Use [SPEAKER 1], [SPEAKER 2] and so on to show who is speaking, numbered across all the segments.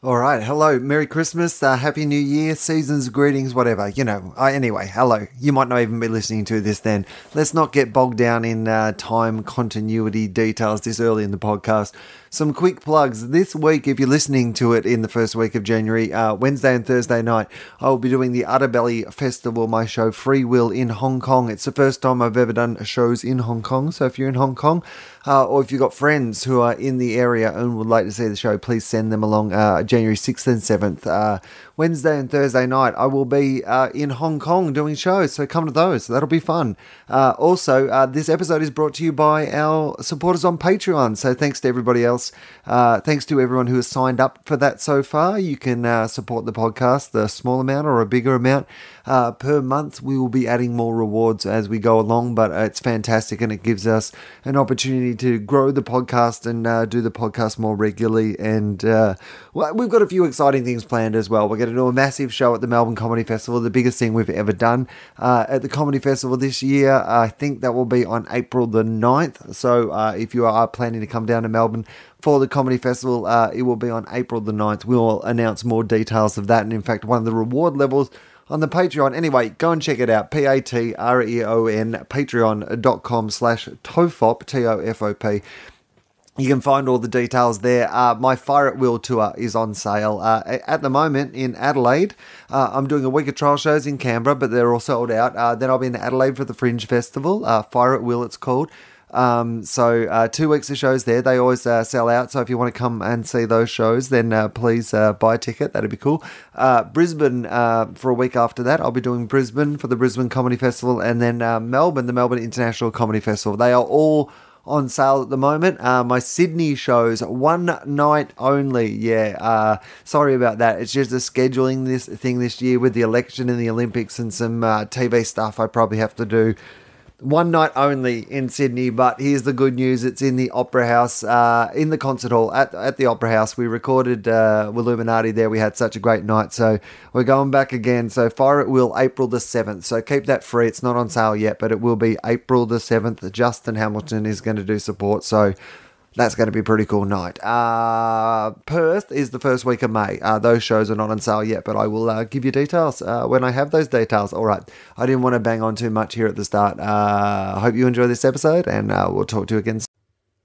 [SPEAKER 1] All right. Hello. Merry Christmas. Uh, Happy New Year. Seasons, greetings, whatever. You know, I, anyway, hello. You might not even be listening to this then. Let's not get bogged down in uh, time continuity details this early in the podcast. Some quick plugs. This week, if you're listening to it in the first week of January, uh, Wednesday and Thursday night, I will be doing the Utterbelly Festival, my show Free Will in Hong Kong. It's the first time I've ever done shows in Hong Kong. So if you're in Hong Kong, uh, or if you've got friends who are in the area and would like to see the show, please send them along uh, January 6th and 7th. Uh, Wednesday and Thursday night, I will be uh, in Hong Kong doing shows, so come to those. That'll be fun. Uh, also, uh, this episode is brought to you by our supporters on Patreon, so thanks to everybody else. Uh, thanks to everyone who has signed up for that so far. You can uh, support the podcast, the small amount or a bigger amount uh, per month. We will be adding more rewards as we go along, but uh, it's fantastic and it gives us an opportunity to grow the podcast and uh, do the podcast more regularly. And uh, well, we've got a few exciting things planned as well. We're going to do a massive show at the Melbourne Comedy Festival, the biggest thing we've ever done uh, at the Comedy Festival this year. I think that will be on April the 9th. So uh, if you are planning to come down to Melbourne, for the comedy festival. Uh, it will be on April the 9th. We will announce more details of that. And in fact, one of the reward levels on the Patreon. Anyway, go and check it out. E P-A-T-R-E-O-N, patreon.com slash tofop, T-O-F-O-P. You can find all the details there. Uh, my Fire at Will tour is on sale uh, a- at the moment in Adelaide. Uh, I'm doing a week of trial shows in Canberra, but they're all sold out. Uh, then I'll be in Adelaide for the Fringe Festival, uh, Fire at Will, it's called. Um, so uh, two weeks of shows there. They always uh, sell out. So if you want to come and see those shows, then uh, please uh, buy a ticket. That'd be cool. Uh, Brisbane uh, for a week after that. I'll be doing Brisbane for the Brisbane Comedy Festival, and then uh, Melbourne, the Melbourne International Comedy Festival. They are all on sale at the moment. Uh, my Sydney shows one night only. Yeah, uh, sorry about that. It's just a scheduling this thing this year with the election and the Olympics and some uh, TV stuff. I probably have to do one night only in Sydney, but here's the good news: it's in the Opera House, uh, in the concert hall at, at the Opera House. We recorded uh, Illuminati there. We had such a great night, so we're going back again. So Fire at Will, April the seventh. So keep that free. It's not on sale yet, but it will be April the seventh. Justin Hamilton is going to do support, so that's going to be a pretty cool night. Uh, Perth is the first week of May. Uh, those shows are not on sale yet, but I will uh, give you details uh, when I have those details. All right. I didn't want to bang on too much here at the start. Uh, I hope you enjoy this episode, and uh, we'll talk to you again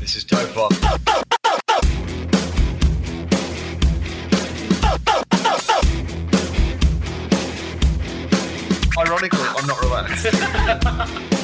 [SPEAKER 2] This is Topop. Ironically, I'm not relaxed.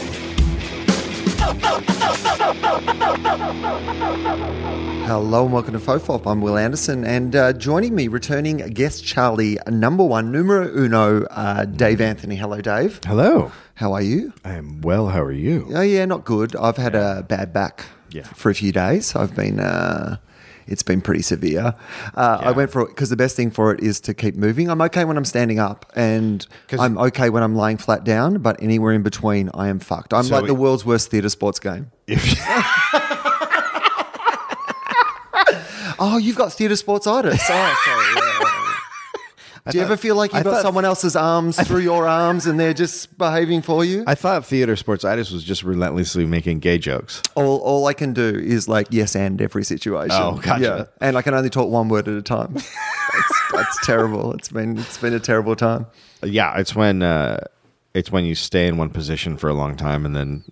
[SPEAKER 1] Hello and welcome to Fofop. I'm Will Anderson, and uh, joining me, returning guest Charlie, number one, numero uno, uh, Dave Anthony. Hello, Dave.
[SPEAKER 3] Hello.
[SPEAKER 1] How are you?
[SPEAKER 3] I am well. How are you?
[SPEAKER 1] Oh yeah, not good. I've had a bad back
[SPEAKER 3] Yeah.
[SPEAKER 1] for a few days. I've been uh, it's been pretty severe. Uh, I went for it because the best thing for it is to keep moving. I'm okay when I'm standing up, and
[SPEAKER 3] 'Cause-
[SPEAKER 1] I'm okay when I'm laying flat down. But anywhere in between, I am fucked. I'm
[SPEAKER 3] So
[SPEAKER 1] like the
[SPEAKER 3] it-
[SPEAKER 1] world's worst theatre sports game. Oh, you've got theatre sports itis. Oh, sorry. yeah, yeah, yeah. Do you ever feel like you've
[SPEAKER 3] I
[SPEAKER 1] got
[SPEAKER 3] thought-
[SPEAKER 1] someone else's arms through your arms and they're just behaving for you?
[SPEAKER 3] I thought theater sports itis was just relentlessly making gay jokes.
[SPEAKER 1] All, all I can do is like yes and every situation.
[SPEAKER 3] Oh, gotcha.
[SPEAKER 1] And I can only talk one word at a time. that's, that's terrible. It's been it's been a terrible time.
[SPEAKER 3] Yeah, it's when uh, it's when you stay in one position for a long time and then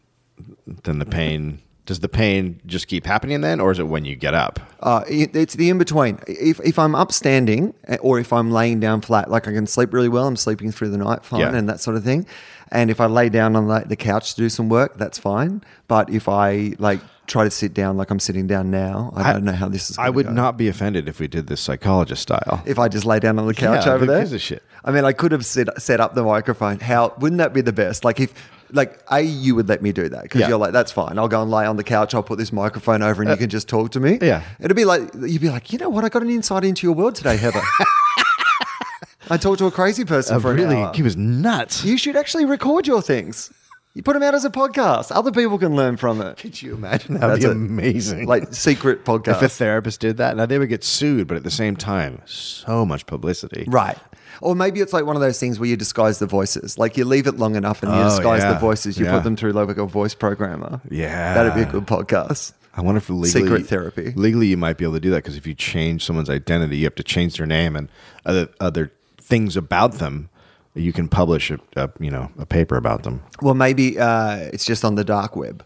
[SPEAKER 3] then the pain does the pain just keep happening then or is it when you get up?
[SPEAKER 1] Uh, it, it's the in between. If, if I'm upstanding eh, or if I'm laying down flat, like I can sleep really well, I'm sleeping through the night fine
[SPEAKER 3] Yeah.
[SPEAKER 1] and that sort of thing. And if I lay down on like the couch to do some work, that's fine. But if I like try to sit down like I'm sitting down now, I,
[SPEAKER 3] I-
[SPEAKER 1] don't know how this is.
[SPEAKER 3] I
[SPEAKER 1] gonna
[SPEAKER 3] would
[SPEAKER 1] go.
[SPEAKER 3] not be offended if we did this psychologist style.
[SPEAKER 1] If I just lay down on the couch
[SPEAKER 3] Yeah,
[SPEAKER 1] over
[SPEAKER 3] who
[SPEAKER 1] there,
[SPEAKER 3] gives a shit?
[SPEAKER 1] I mean, I could have set, set up the microphone. How wouldn't that be the best? Like if like a you would let me do that because
[SPEAKER 3] Yeah. Uh,
[SPEAKER 1] you're like that's fine. I'll go and lay on the couch. I'll put this microphone over and you can just talk to me.
[SPEAKER 3] yeah.
[SPEAKER 1] it'd be like you'd be like, you know what? I got an insight into your world today, Heather. I talked to a crazy person for
[SPEAKER 3] really,
[SPEAKER 1] an hour.
[SPEAKER 3] he was nuts.
[SPEAKER 1] You should actually record your things. You put them out as a podcast. Other people can learn from it.
[SPEAKER 3] Could you imagine? That would
[SPEAKER 1] That's
[SPEAKER 3] be
[SPEAKER 1] it.
[SPEAKER 3] amazing.
[SPEAKER 1] Like secret
[SPEAKER 3] if a
[SPEAKER 1] podcast.
[SPEAKER 3] therapist did that, now they would get sued, but at the same time, so much publicity.
[SPEAKER 1] Right. Or maybe it's like one of those things where you disguise the voices. Like you leave it long enough and you
[SPEAKER 3] Oh,
[SPEAKER 1] disguise
[SPEAKER 3] yeah.
[SPEAKER 1] the voices. You
[SPEAKER 3] Yeah.
[SPEAKER 1] put them through like a voice programmer.
[SPEAKER 3] Yeah.
[SPEAKER 1] That'd be a good podcast.
[SPEAKER 3] I wonder if legally,
[SPEAKER 1] Secret therapy.
[SPEAKER 3] Legally, you might be able to do that because if you change someone's identity, you have to change their name and other other things about them. You can publish a, a you know a paper about them.
[SPEAKER 1] Well, maybe uh, it's just on the dark web.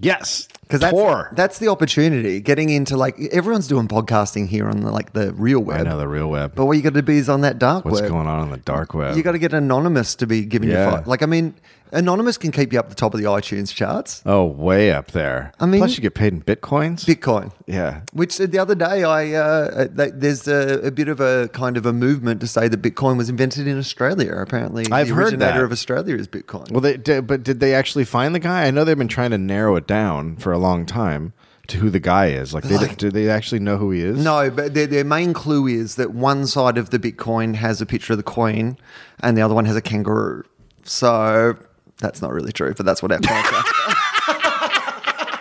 [SPEAKER 3] Yes,
[SPEAKER 1] Because that's, that's the opportunity. Getting into like everyone's doing podcasting here on the, like the real web.
[SPEAKER 3] I know the real web.
[SPEAKER 1] But what you got to be is on that dark
[SPEAKER 3] What's
[SPEAKER 1] web.
[SPEAKER 3] going on on the dark web?
[SPEAKER 1] You got to get anonymous to be giving
[SPEAKER 3] Yeah.
[SPEAKER 1] you five. Like I mean, anonymous can keep you up the top of the iTunes charts.
[SPEAKER 3] oh, way up there.
[SPEAKER 1] I mean-
[SPEAKER 3] plus you get paid in bitcoins.
[SPEAKER 1] Bitcoin.
[SPEAKER 3] yeah,
[SPEAKER 1] Which uh, the other day, I uh, uh, th- there's a, a bit of a kind of a movement to say that Bitcoin was invented in Australia. Apparently,
[SPEAKER 3] I've
[SPEAKER 1] the
[SPEAKER 3] heard
[SPEAKER 1] originator
[SPEAKER 3] that.
[SPEAKER 1] of Australia is Bitcoin.
[SPEAKER 3] Well, they did, but did they actually find the guy? I know they've been trying to narrow it down for a long time to who the guy is. Like, they, do they actually know who he is?
[SPEAKER 1] no, but their, their main clue is that one side of the Bitcoin has a picture of the Queen, and the other one has a kangaroo. So that's not really true, but that's what our coins are.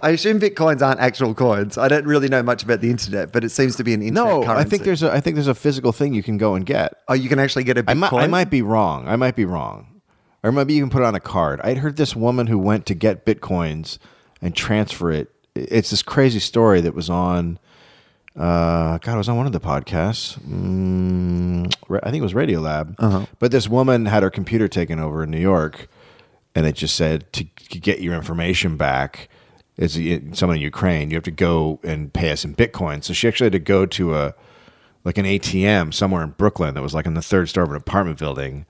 [SPEAKER 1] I assume bitcoins aren't actual coins. I don't really know much about the internet, but it seems to be an internet
[SPEAKER 3] no.
[SPEAKER 1] currency.
[SPEAKER 3] I think there's a I think there's a physical thing you can go and get.
[SPEAKER 1] Oh, you can actually get a Bitcoin.
[SPEAKER 3] I might I might be wrong. I might be wrong, or maybe you can put it on a card. I'd heard this woman who went to get bitcoins and transfer it. It's this crazy story that was on. Uh, God, it was on one of the podcasts. Mm, ra- I think it was Radio Lab.
[SPEAKER 1] Uh-huh.
[SPEAKER 3] But this woman had her computer taken over in New York, and it just said to, to get your information back. It's it- someone in Ukraine. You have to go and pay us in Bitcoin. So she actually had to go to a like an ATM somewhere in Brooklyn that was like in the third store of an apartment building,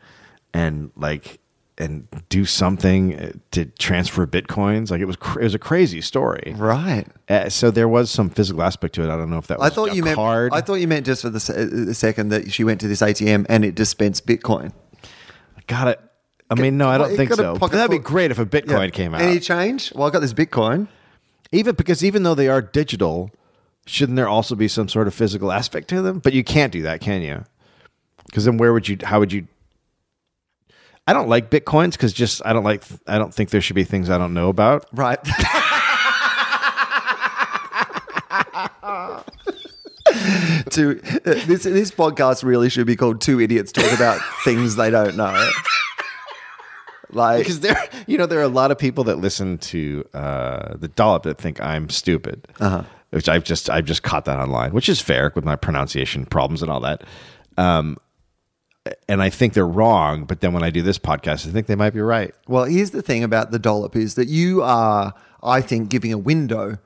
[SPEAKER 3] and like and do something uh, to transfer bitcoins. Like it was cr- it was a crazy story.
[SPEAKER 1] right.
[SPEAKER 3] Uh, so there was some physical aspect to it. I don't know if that was
[SPEAKER 1] I thought
[SPEAKER 3] a
[SPEAKER 1] you meant.
[SPEAKER 3] card.
[SPEAKER 1] I thought you meant just for the, se- the second that she went to this ATM and it dispensed Bitcoin.
[SPEAKER 3] got it. I mean, no, I don't
[SPEAKER 1] It
[SPEAKER 3] think
[SPEAKER 1] got a
[SPEAKER 3] so. But
[SPEAKER 1] pocket
[SPEAKER 3] that'd be
[SPEAKER 1] full-
[SPEAKER 3] great if a Bitcoin
[SPEAKER 1] Yeah.
[SPEAKER 3] came out.
[SPEAKER 1] Any change? Well, I got this Bitcoin.
[SPEAKER 3] even because even though they are digital, shouldn't there also be some sort of physical aspect to them? But you can't do that, can you? Because then where would you? How would you? I don't like bitcoins because just I don't like I don't think there should be things I don't know about.
[SPEAKER 1] Right. Two, uh, this this podcast really should be called Two Idiots Talk About Things They Don't Know. Like,
[SPEAKER 3] Because there, you know, there are a lot of people that listen to uh, the dollop that think I'm stupid, which I've just I've just caught that online, which is fair with my pronunciation problems and all that. Um, and I think they're wrong, but then when I do this podcast, I think they might be right.
[SPEAKER 1] Well, here's the thing about the dollop is that you are, I think, giving a window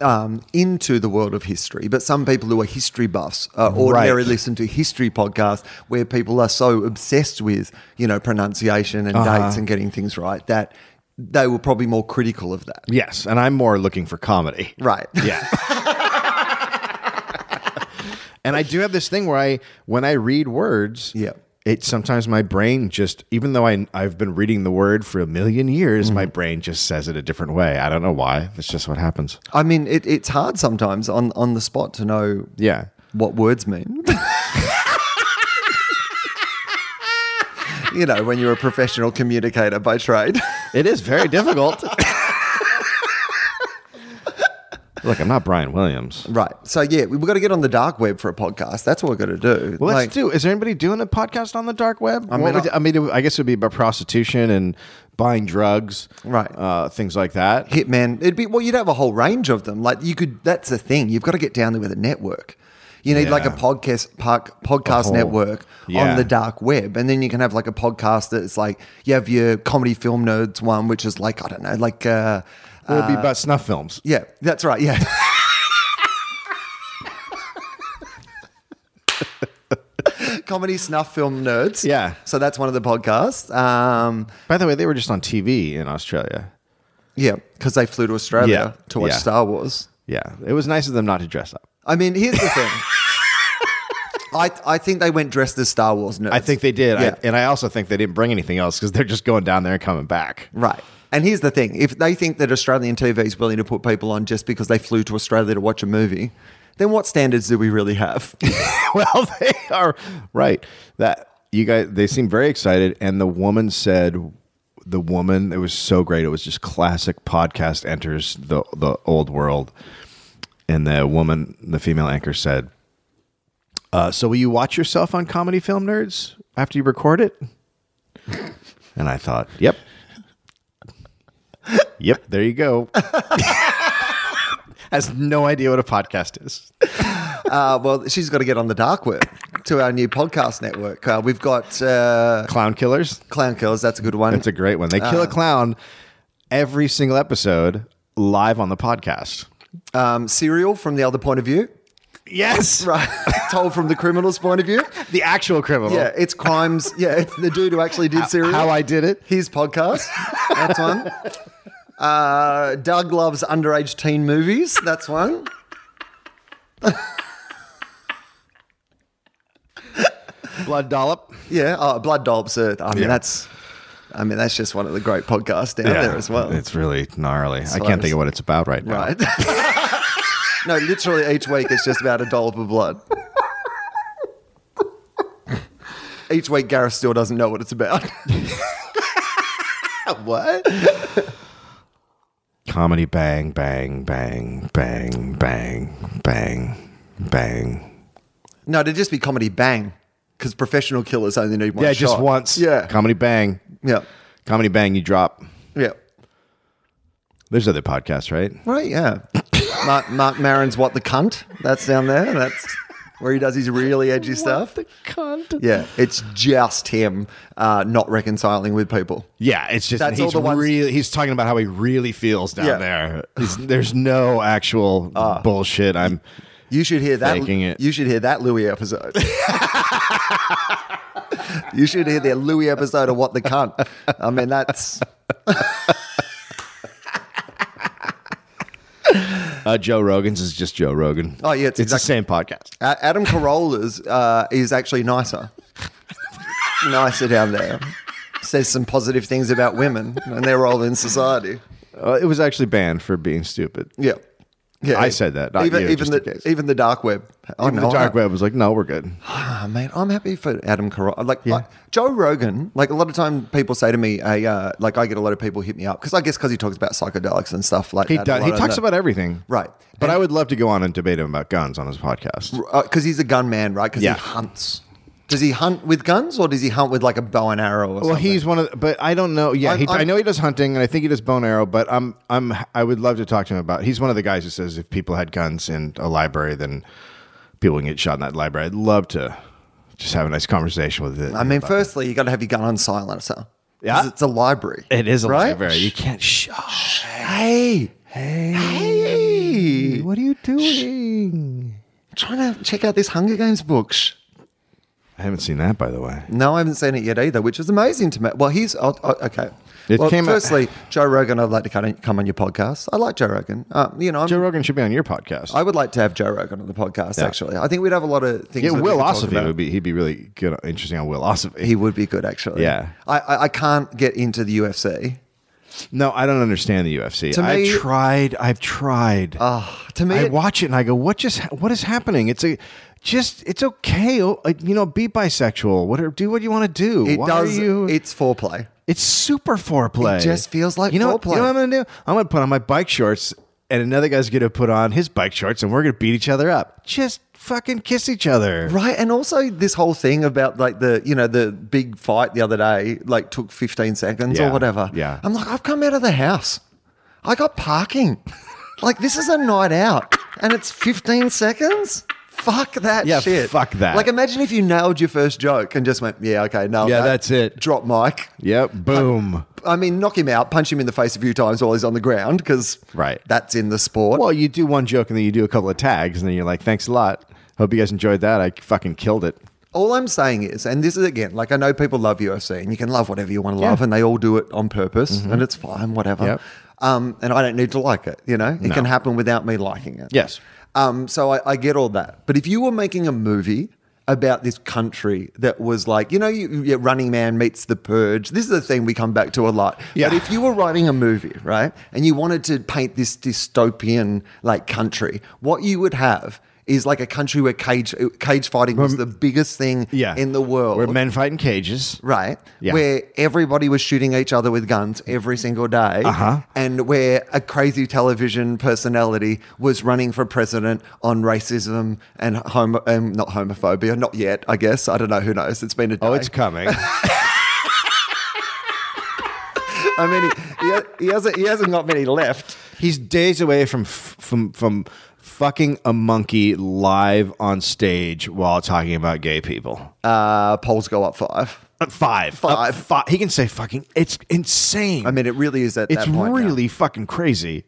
[SPEAKER 1] um, into the world of history. But some people who are history buffs uh, ordinarily
[SPEAKER 3] Right.
[SPEAKER 1] listen to history podcasts where people are so obsessed with, you know, pronunciation and
[SPEAKER 3] Uh-huh.
[SPEAKER 1] dates and getting things right that they were probably more critical of that.
[SPEAKER 3] Yes, and I'm more looking for comedy.
[SPEAKER 1] Right.
[SPEAKER 3] Yeah. and I do have this thing where I when I read words,
[SPEAKER 1] Yeah.
[SPEAKER 3] it sometimes my brain just even though I I've been reading the word for a million years, my brain just says it a different way. I don't know why. That's just what happens.
[SPEAKER 1] I mean, it, it's hard sometimes on, on the spot to know
[SPEAKER 3] Yeah.
[SPEAKER 1] what words mean. you know, when you're a professional communicator by trade.
[SPEAKER 3] It is very difficult. Look, I'm not Brian Williams.
[SPEAKER 1] Right. So yeah, we- we've got to get on the dark web for a podcast. That's what we've got to do.
[SPEAKER 3] Well,
[SPEAKER 1] Like,
[SPEAKER 3] let's do. Is there anybody doing a podcast on the dark web? I
[SPEAKER 1] mean,
[SPEAKER 3] mean,
[SPEAKER 1] I-
[SPEAKER 3] I, mean, I guess it would be about prostitution and buying drugs,
[SPEAKER 1] Right.
[SPEAKER 3] Uh, things like that.
[SPEAKER 1] Hitman. It'd be well, you'd have a whole range of them. Like you could. That's the thing. You've got to get down there with a network. You need like a
[SPEAKER 3] Yeah.
[SPEAKER 1] podcast park, podcast
[SPEAKER 3] whole-
[SPEAKER 1] network
[SPEAKER 3] Yeah.
[SPEAKER 1] on the dark web, and then you can have like a podcast that's like you have your comedy film nerds one, which is like I don't know, like uh,
[SPEAKER 3] It would be about snuff films.
[SPEAKER 1] yeah, that's right, yeah. Comedy snuff film nerds.
[SPEAKER 3] Yeah.
[SPEAKER 1] So that's one of the podcasts. Um,
[SPEAKER 3] By the way, they were just on TV in Australia.
[SPEAKER 1] Yeah, because they flew to Australia
[SPEAKER 3] Yeah,
[SPEAKER 1] to watch
[SPEAKER 3] yeah.
[SPEAKER 1] Star Wars.
[SPEAKER 3] Yeah, it was nice of them not to dress up.
[SPEAKER 1] I mean, here's the thing. I, I think they went dressed as Star Wars nerds.
[SPEAKER 3] I think they did.
[SPEAKER 1] Yeah.
[SPEAKER 3] I, and I also think they didn't bring anything else because they're just going down there and coming back.
[SPEAKER 1] Right. And here's the thing if they think that Australian TV is willing to put people on just because they flew to Australia to watch a movie, then what standards do we really have?
[SPEAKER 3] well, they are right. That you guys, they seem very excited. And the woman said, the woman, it was so great. It was just classic podcast enters the the old world. And the woman, the female anchor, said, uh, "So will you watch yourself on comedy film nerds after you record it?" and I thought, "Yep, yep, there you go." Has no idea what a podcast is.
[SPEAKER 1] uh, well, she's got to get on the dark web to our new podcast network. Uh, we've got uh,
[SPEAKER 3] Clown killers.
[SPEAKER 1] Clown Killers. That's a good one.
[SPEAKER 3] That's a great one. They kill
[SPEAKER 1] Uh-huh.
[SPEAKER 3] a clown every single episode live on the podcast.
[SPEAKER 1] um, serial from the other point of view.
[SPEAKER 3] Yes.
[SPEAKER 1] Right. Told from the criminal's point of view.
[SPEAKER 3] The actual criminal.
[SPEAKER 1] Yeah, it's crimes. Yeah, it's the dude who actually did serial.
[SPEAKER 3] How I did it.
[SPEAKER 1] his podcast. That's one. Uh, Doug loves underage teen movies. That's one.
[SPEAKER 3] Blood dollop.
[SPEAKER 1] Yeah, oh, Blood Dolps. Are, I mean,
[SPEAKER 3] Yeah.
[SPEAKER 1] that's. I mean, that's just one of the great podcasts down there as well.
[SPEAKER 3] It's really gnarly. I
[SPEAKER 1] hilarious.
[SPEAKER 3] can't think of what it's about right now.
[SPEAKER 1] right. no, literally each week it's just about a dollop of blood. Each week, Gareth still doesn't know what it's about. what?
[SPEAKER 3] Comedy bang, bang, bang, bang, bang, bang, bang.
[SPEAKER 1] No, it'd just be comedy bang, because professional killers only need one.
[SPEAKER 3] yeah, just
[SPEAKER 1] shot.
[SPEAKER 3] once.
[SPEAKER 1] Yeah,
[SPEAKER 3] Comedy bang.
[SPEAKER 1] yeah,
[SPEAKER 3] Comedy bang, you drop.
[SPEAKER 1] yeah.
[SPEAKER 3] There's other podcasts, right?
[SPEAKER 1] Right, yeah. Mark, Mark Maron's What the Cunt. That's down there. That's where he does his really edgy stuff.
[SPEAKER 3] Cunt.
[SPEAKER 1] Yeah, it's just him uh, not reconciling with people.
[SPEAKER 3] Yeah, it's just
[SPEAKER 1] That's
[SPEAKER 3] he's
[SPEAKER 1] all the ones-
[SPEAKER 3] really he's talking about how he really feels down
[SPEAKER 1] Yeah. Ah.
[SPEAKER 3] there. He's- there's no actual bullshit. I'm
[SPEAKER 1] You should hear that.
[SPEAKER 3] Faking it.
[SPEAKER 1] You should hear that Louis episode. you should hear their Louis episode of What the Cunt. I mean, that's
[SPEAKER 3] uh, Joe Rogan's is just Joe Rogan.
[SPEAKER 1] Oh, yeah, it's
[SPEAKER 3] it's, the same podcast.
[SPEAKER 1] A- Adam Carolla's uh, is actually nicer. nicer down there. Says some positive things about women and their role in society.
[SPEAKER 3] Uh, it was actually banned for being stupid.
[SPEAKER 1] Yeah. Yeah.
[SPEAKER 3] I said that, not
[SPEAKER 1] even
[SPEAKER 3] you,
[SPEAKER 1] even
[SPEAKER 3] just
[SPEAKER 1] the
[SPEAKER 3] in case.
[SPEAKER 1] even the dark web. Oh,
[SPEAKER 3] Even
[SPEAKER 1] no,
[SPEAKER 3] the dark
[SPEAKER 1] I-
[SPEAKER 3] web was like, no, we're good.
[SPEAKER 1] Ah, man, I'm happy for Adam Carolla. Like, like, Joe Rogan. Like a lot of time, people say to me, I, uh, like I get a lot of people hit me up because I guess because he talks about psychedelics and stuff like
[SPEAKER 3] He
[SPEAKER 1] that. a
[SPEAKER 3] does,
[SPEAKER 1] lot
[SPEAKER 3] he
[SPEAKER 1] on
[SPEAKER 3] talks
[SPEAKER 1] the-
[SPEAKER 3] about everything,
[SPEAKER 1] Right.
[SPEAKER 3] But I would love to go on and debate him about guns on his podcast.
[SPEAKER 1] because Uh, he's a gunman, right? Because
[SPEAKER 3] Yeah.
[SPEAKER 1] he hunts. Does he hunt with guns or does he hunt with like a bow and arrow? Or
[SPEAKER 3] Well,
[SPEAKER 1] something?
[SPEAKER 3] he's one of, the, but I don't know. Yeah,
[SPEAKER 1] I'm-
[SPEAKER 3] he, I
[SPEAKER 1] I'm-
[SPEAKER 3] know he does hunting, and I think he does bone arrow. But I'm, I'm, I would love to talk to him about. He's one of the guys who says if people had guns in a library, then people can get shot in that library. I'd love to just have a nice conversation with it.
[SPEAKER 1] I mean, firstly, you got to have your gun on silencer.
[SPEAKER 3] Yeah.
[SPEAKER 1] 'Cause it's a library.
[SPEAKER 3] it is a
[SPEAKER 1] right?
[SPEAKER 3] library. You can't shot.
[SPEAKER 1] Hey, hey, hey!
[SPEAKER 3] What are you doing?
[SPEAKER 1] Trying to check out this Hunger Games book. Shh.
[SPEAKER 3] I haven't seen that, by the way.
[SPEAKER 1] No, I haven't seen it yet either, which is amazing to me. Well, he's oh, oh, okay.
[SPEAKER 3] It
[SPEAKER 1] well,
[SPEAKER 3] came out-
[SPEAKER 1] firstly, Joe Rogan, I'd like to kind of come on your podcast. I like Joe Rogan. Uh, you know, I'm,
[SPEAKER 3] Joe Rogan should be on your podcast.
[SPEAKER 1] I would like to have Joe Rogan on the podcast. Actually, I think we'd have a lot of things.
[SPEAKER 3] yeah,
[SPEAKER 1] that we
[SPEAKER 3] Will
[SPEAKER 1] could talk
[SPEAKER 3] Ossoffy
[SPEAKER 1] about.
[SPEAKER 3] would be. He'd be really good, interesting on Will Ossoffy.
[SPEAKER 1] He would be good, actually.
[SPEAKER 3] Yeah.
[SPEAKER 1] I, I, I can't get into the UFC.
[SPEAKER 3] no, I don't understand the UFC.
[SPEAKER 1] To
[SPEAKER 3] I've
[SPEAKER 1] me-
[SPEAKER 3] tried. I've tried.
[SPEAKER 1] Ah, to me,
[SPEAKER 3] I
[SPEAKER 1] it-
[SPEAKER 3] watch it and I go, what just what is happening? It's a just it's okay. Oh, uh, You know, be bisexual. What are- do what you want to do?
[SPEAKER 1] it
[SPEAKER 3] Why
[SPEAKER 1] does.
[SPEAKER 3] Are you,
[SPEAKER 1] It's foreplay.
[SPEAKER 3] it's super foreplay.
[SPEAKER 1] It just feels like
[SPEAKER 3] you know.
[SPEAKER 1] foreplay.
[SPEAKER 3] What, you know what I'm gonna do? I'm gonna put on my bike shorts, and another guy's gonna put on his bike shorts, and we're gonna beat each other up. Just fucking kiss each other.
[SPEAKER 1] Right, and also this whole thing about like the you know the big fight the other day like took 15 seconds or
[SPEAKER 3] Yeah,
[SPEAKER 1] whatever.
[SPEAKER 3] yeah.
[SPEAKER 1] I'm like, I've come out of the house, I got parking, like this is a night out, and it's 15 seconds. Fuck that
[SPEAKER 3] Yeah,
[SPEAKER 1] shit.
[SPEAKER 3] fuck that.
[SPEAKER 1] Like, imagine if you nailed your first joke and just went, yeah, okay, no,
[SPEAKER 3] Yeah, that's it.
[SPEAKER 1] Drop mic.
[SPEAKER 3] Yep. Boom.
[SPEAKER 1] I mean, knock him out, punch him in the face a few times while he's on the ground because
[SPEAKER 3] Right.
[SPEAKER 1] that's in the sport.
[SPEAKER 3] well, you do one joke and then you do a couple of tags, and then you're like, thanks a lot. Hope you guys enjoyed that. I fucking killed it.
[SPEAKER 1] all I'm saying is, and this is again, like I know people love UFC and you can love whatever you want to love, and they all do it on purpose, and it's fine, whatever.
[SPEAKER 3] Mm-hmm. Yep.
[SPEAKER 1] Um, and I don't need to like it, you know, it can happen without me liking it.
[SPEAKER 3] Yes.
[SPEAKER 1] Um, so I, I get all that. But if you were making a movie about this country that was like, you know, you, you- Running Man meets The Purge. This is a thing we come back to a lot.
[SPEAKER 3] Yeah.
[SPEAKER 1] But if you were writing a movie, right, and you wanted to paint this dystopian like country, what you would have is like a country where cage cage fighting was the biggest thing
[SPEAKER 3] yeah,
[SPEAKER 1] in the world.
[SPEAKER 3] where men fight in cages.
[SPEAKER 1] right?
[SPEAKER 3] Yeah.
[SPEAKER 1] Where everybody was shooting each other with guns every single day,
[SPEAKER 3] Uh-huh.
[SPEAKER 1] and where a crazy television personality was running for president on racism and homo- um, not homophobia, not yet, I guess. I don't know. Who knows? It's been a day.
[SPEAKER 3] Oh, it's coming.
[SPEAKER 1] I mean, he, he, ha- he hasn't he hasn't got many left.
[SPEAKER 3] He's days away from f- from from fucking a monkey live on stage while talking about gay people.
[SPEAKER 1] Uh, polls go up five.
[SPEAKER 3] Uh, five,
[SPEAKER 1] Five.
[SPEAKER 3] five. He can say fucking. It's insane.
[SPEAKER 1] I mean, it really is at
[SPEAKER 3] it's
[SPEAKER 1] that point. now.
[SPEAKER 3] really fucking crazy.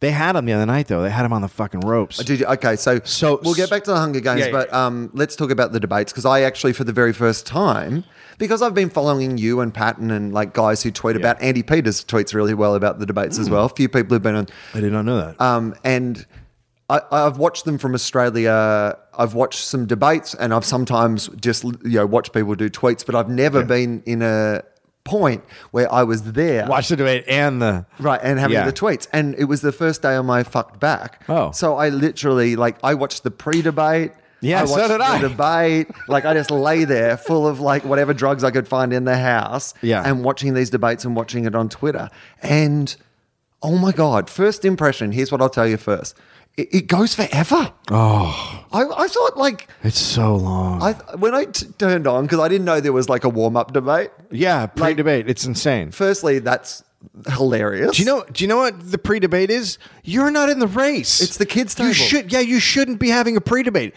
[SPEAKER 3] They had him the other night though. They had him on the fucking ropes.
[SPEAKER 1] Uh, Did you, okay, so,
[SPEAKER 3] So-
[SPEAKER 1] we'll get back to the Hunger Games,
[SPEAKER 3] Yeah, yeah.
[SPEAKER 1] but um, let's talk about the debates because I actually, for the very first time, because I've been following you and Patton and like guys who tweet about Andy Peters tweets really well about the debates
[SPEAKER 3] Mm.
[SPEAKER 1] as well. A few people have been on,
[SPEAKER 3] I did not know that.
[SPEAKER 1] um, and I, I've watched them from Australia. I've watched some debates, and I've sometimes just you know watched people do tweets, but I've never been in a point where I was there.
[SPEAKER 3] Watch the debate and the
[SPEAKER 1] Right, and having
[SPEAKER 3] Yeah.
[SPEAKER 1] the tweets. And it was the first day on my fucked back.
[SPEAKER 3] Oh.
[SPEAKER 1] So I literally, like, I watched the pre debate.
[SPEAKER 3] Yeah,
[SPEAKER 1] I
[SPEAKER 3] so
[SPEAKER 1] watched
[SPEAKER 3] did
[SPEAKER 1] the
[SPEAKER 3] I.
[SPEAKER 1] debate. Like, I just lay there full of, like, whatever drugs I could find in the house.
[SPEAKER 3] Yeah.
[SPEAKER 1] And watching these debates and watching it on Twitter. And oh my God, first impression. Here's what I'll tell you first it, it goes forever. Oh. I, I thought, like,
[SPEAKER 3] It's so long.
[SPEAKER 1] I when I t- turned on, because I didn't know there was, like, a warm up debate.
[SPEAKER 3] yeah, pre-debate. it's insane.
[SPEAKER 1] Firstly, that's hilarious.
[SPEAKER 3] Do you know? Do you know what the pre-debate is? You're not in the race.
[SPEAKER 1] It's the kids'
[SPEAKER 3] You
[SPEAKER 1] table.
[SPEAKER 3] should. Yeah, you shouldn't be having a pre-debate.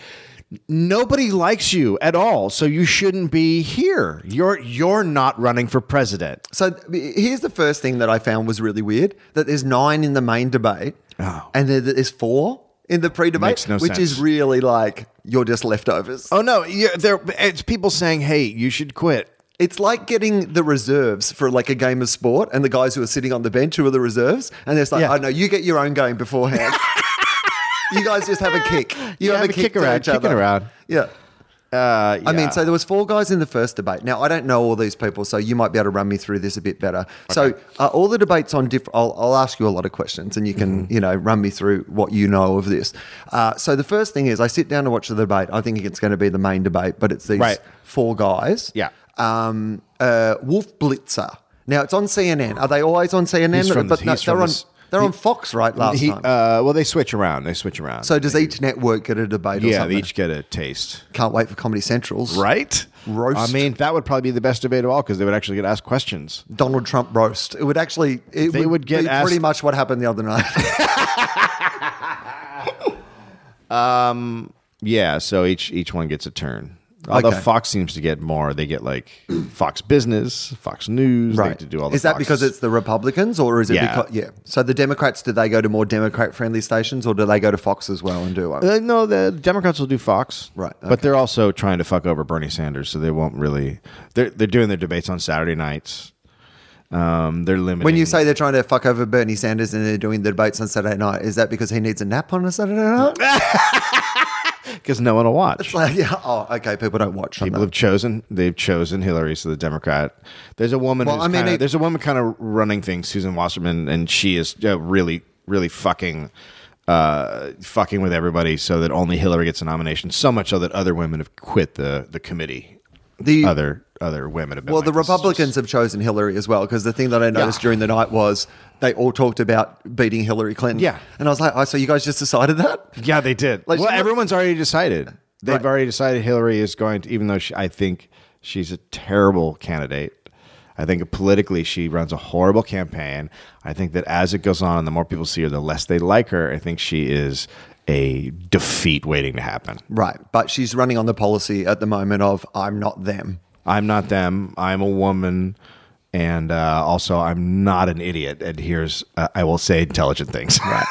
[SPEAKER 3] Nobody likes you at all, so you shouldn't be here. You're you're not running for president.
[SPEAKER 1] So th- here's the first thing that I found was really weird: that there's nine in the main debate,
[SPEAKER 3] Oh.
[SPEAKER 1] and there, there's four in the pre-debate,
[SPEAKER 3] Makes no
[SPEAKER 1] which
[SPEAKER 3] sense.
[SPEAKER 1] is really like you're just leftovers.
[SPEAKER 3] Oh no, you there. It's people saying, "Hey, you should quit."
[SPEAKER 1] It's like getting the reserves for like a game of sport, and the guys who are sitting on the bench who are the reserves, and they're just like,
[SPEAKER 3] Yeah.
[SPEAKER 1] "Oh no, you get your own game beforehand. you guys just have a kick. You
[SPEAKER 3] Yeah,
[SPEAKER 1] have, a kick, to
[SPEAKER 3] around,
[SPEAKER 1] each
[SPEAKER 3] kicking
[SPEAKER 1] other.
[SPEAKER 3] around.
[SPEAKER 1] Yeah."
[SPEAKER 3] Uh,
[SPEAKER 1] I mean,
[SPEAKER 3] yeah.
[SPEAKER 1] so there was four guys in the first debate. Now I don't know all these people, so you might be able to run me through this a bit better. So uh, all the debates on different. I'll, I'll ask you a lot of questions, and you can
[SPEAKER 3] Mm-hmm.
[SPEAKER 1] you know run me through what you know of this. Uh, so the first thing is, I sit down to watch the debate. I think it's going to be the main debate, but it's these
[SPEAKER 3] Right.
[SPEAKER 1] four guys.
[SPEAKER 3] Yeah.
[SPEAKER 1] Um. Uh. Wolf Blitzer. Now it's on CNN. Are they always on CNN?
[SPEAKER 3] He's from
[SPEAKER 1] but
[SPEAKER 3] the-
[SPEAKER 1] no,
[SPEAKER 3] he's from
[SPEAKER 1] they're on.
[SPEAKER 3] this-
[SPEAKER 1] They're
[SPEAKER 3] he-
[SPEAKER 1] on Fox, right? Last
[SPEAKER 3] He-
[SPEAKER 1] time.
[SPEAKER 3] uh, well, they switch around. They switch around.
[SPEAKER 1] so does each network get a debate? or
[SPEAKER 3] yeah,
[SPEAKER 1] something?
[SPEAKER 3] they each get a taste.
[SPEAKER 1] Can't wait for Comedy Central's.
[SPEAKER 3] Right?
[SPEAKER 1] Roast.
[SPEAKER 3] I mean, that would probably be the best debate of all because they would actually get asked questions.
[SPEAKER 1] Donald Trump roast. It would actually it
[SPEAKER 3] They would get
[SPEAKER 1] be
[SPEAKER 3] asked-
[SPEAKER 1] pretty much what happened the other night.
[SPEAKER 3] Yeah, so each each one gets a turn. Although
[SPEAKER 1] Okay.
[SPEAKER 3] Fox seems to get more. They get like Fox Business, Fox News. They get to do all the
[SPEAKER 1] is that
[SPEAKER 3] Foxes.
[SPEAKER 1] because it's the Republicans or is it
[SPEAKER 3] Yeah.
[SPEAKER 1] because yeah? So the Democrats do they go to more Democrat friendly stations or do they go to Fox as well and do one?
[SPEAKER 3] Uh, no, the Democrats will do Fox,
[SPEAKER 1] Right,
[SPEAKER 3] But they're also trying to fuck over Bernie Sanders, so they won't really. They're they're doing their debates on Saturday nights. Um, they're limiting.
[SPEAKER 1] When you say they're trying to fuck over Bernie Sanders and they're doing the debates on Saturday night, is that because he needs a nap on a Saturday night?
[SPEAKER 3] because no one will watch.
[SPEAKER 1] like, yeah. Oh, okay. People don't watch.
[SPEAKER 3] People
[SPEAKER 1] People
[SPEAKER 3] have chosen. They've chosen Hillary, so the Democrat. There's a woman.
[SPEAKER 1] Well,
[SPEAKER 3] who's
[SPEAKER 1] I mean,
[SPEAKER 3] kinda,
[SPEAKER 1] it-
[SPEAKER 3] there's a woman kind of running things, Susan Wasserman, and she is uh, really, really fucking, uh, fucking with everybody, so that only Hillary gets a nomination. So much so that other women have quit the the committee.
[SPEAKER 1] the
[SPEAKER 3] Other other women have been.
[SPEAKER 1] Well,
[SPEAKER 3] like,
[SPEAKER 1] the
[SPEAKER 3] "This is just-
[SPEAKER 1] Republicans have chosen Hillary as well because the thing that I noticed during the night was they all talked about beating Hillary Clinton.
[SPEAKER 3] Yeah.
[SPEAKER 1] and I was like, oh, so you guys just decided that?
[SPEAKER 3] Yeah, they did.
[SPEAKER 1] Like,
[SPEAKER 3] well,
[SPEAKER 1] she-
[SPEAKER 3] everyone's already decided. They've
[SPEAKER 1] Right.
[SPEAKER 3] already decided Hillary is going to, even though she, I think she's a terrible candidate. I think politically she runs a horrible campaign. I think that as it goes on, the more people see her, the less they like her. I think she is a defeat waiting to happen.
[SPEAKER 1] Right. But she's running on the policy at the moment of I'm not them.
[SPEAKER 3] I'm not them. I'm a woman. And uh, also, I'm not an idiot. And here's, uh, I will say intelligent things. Right.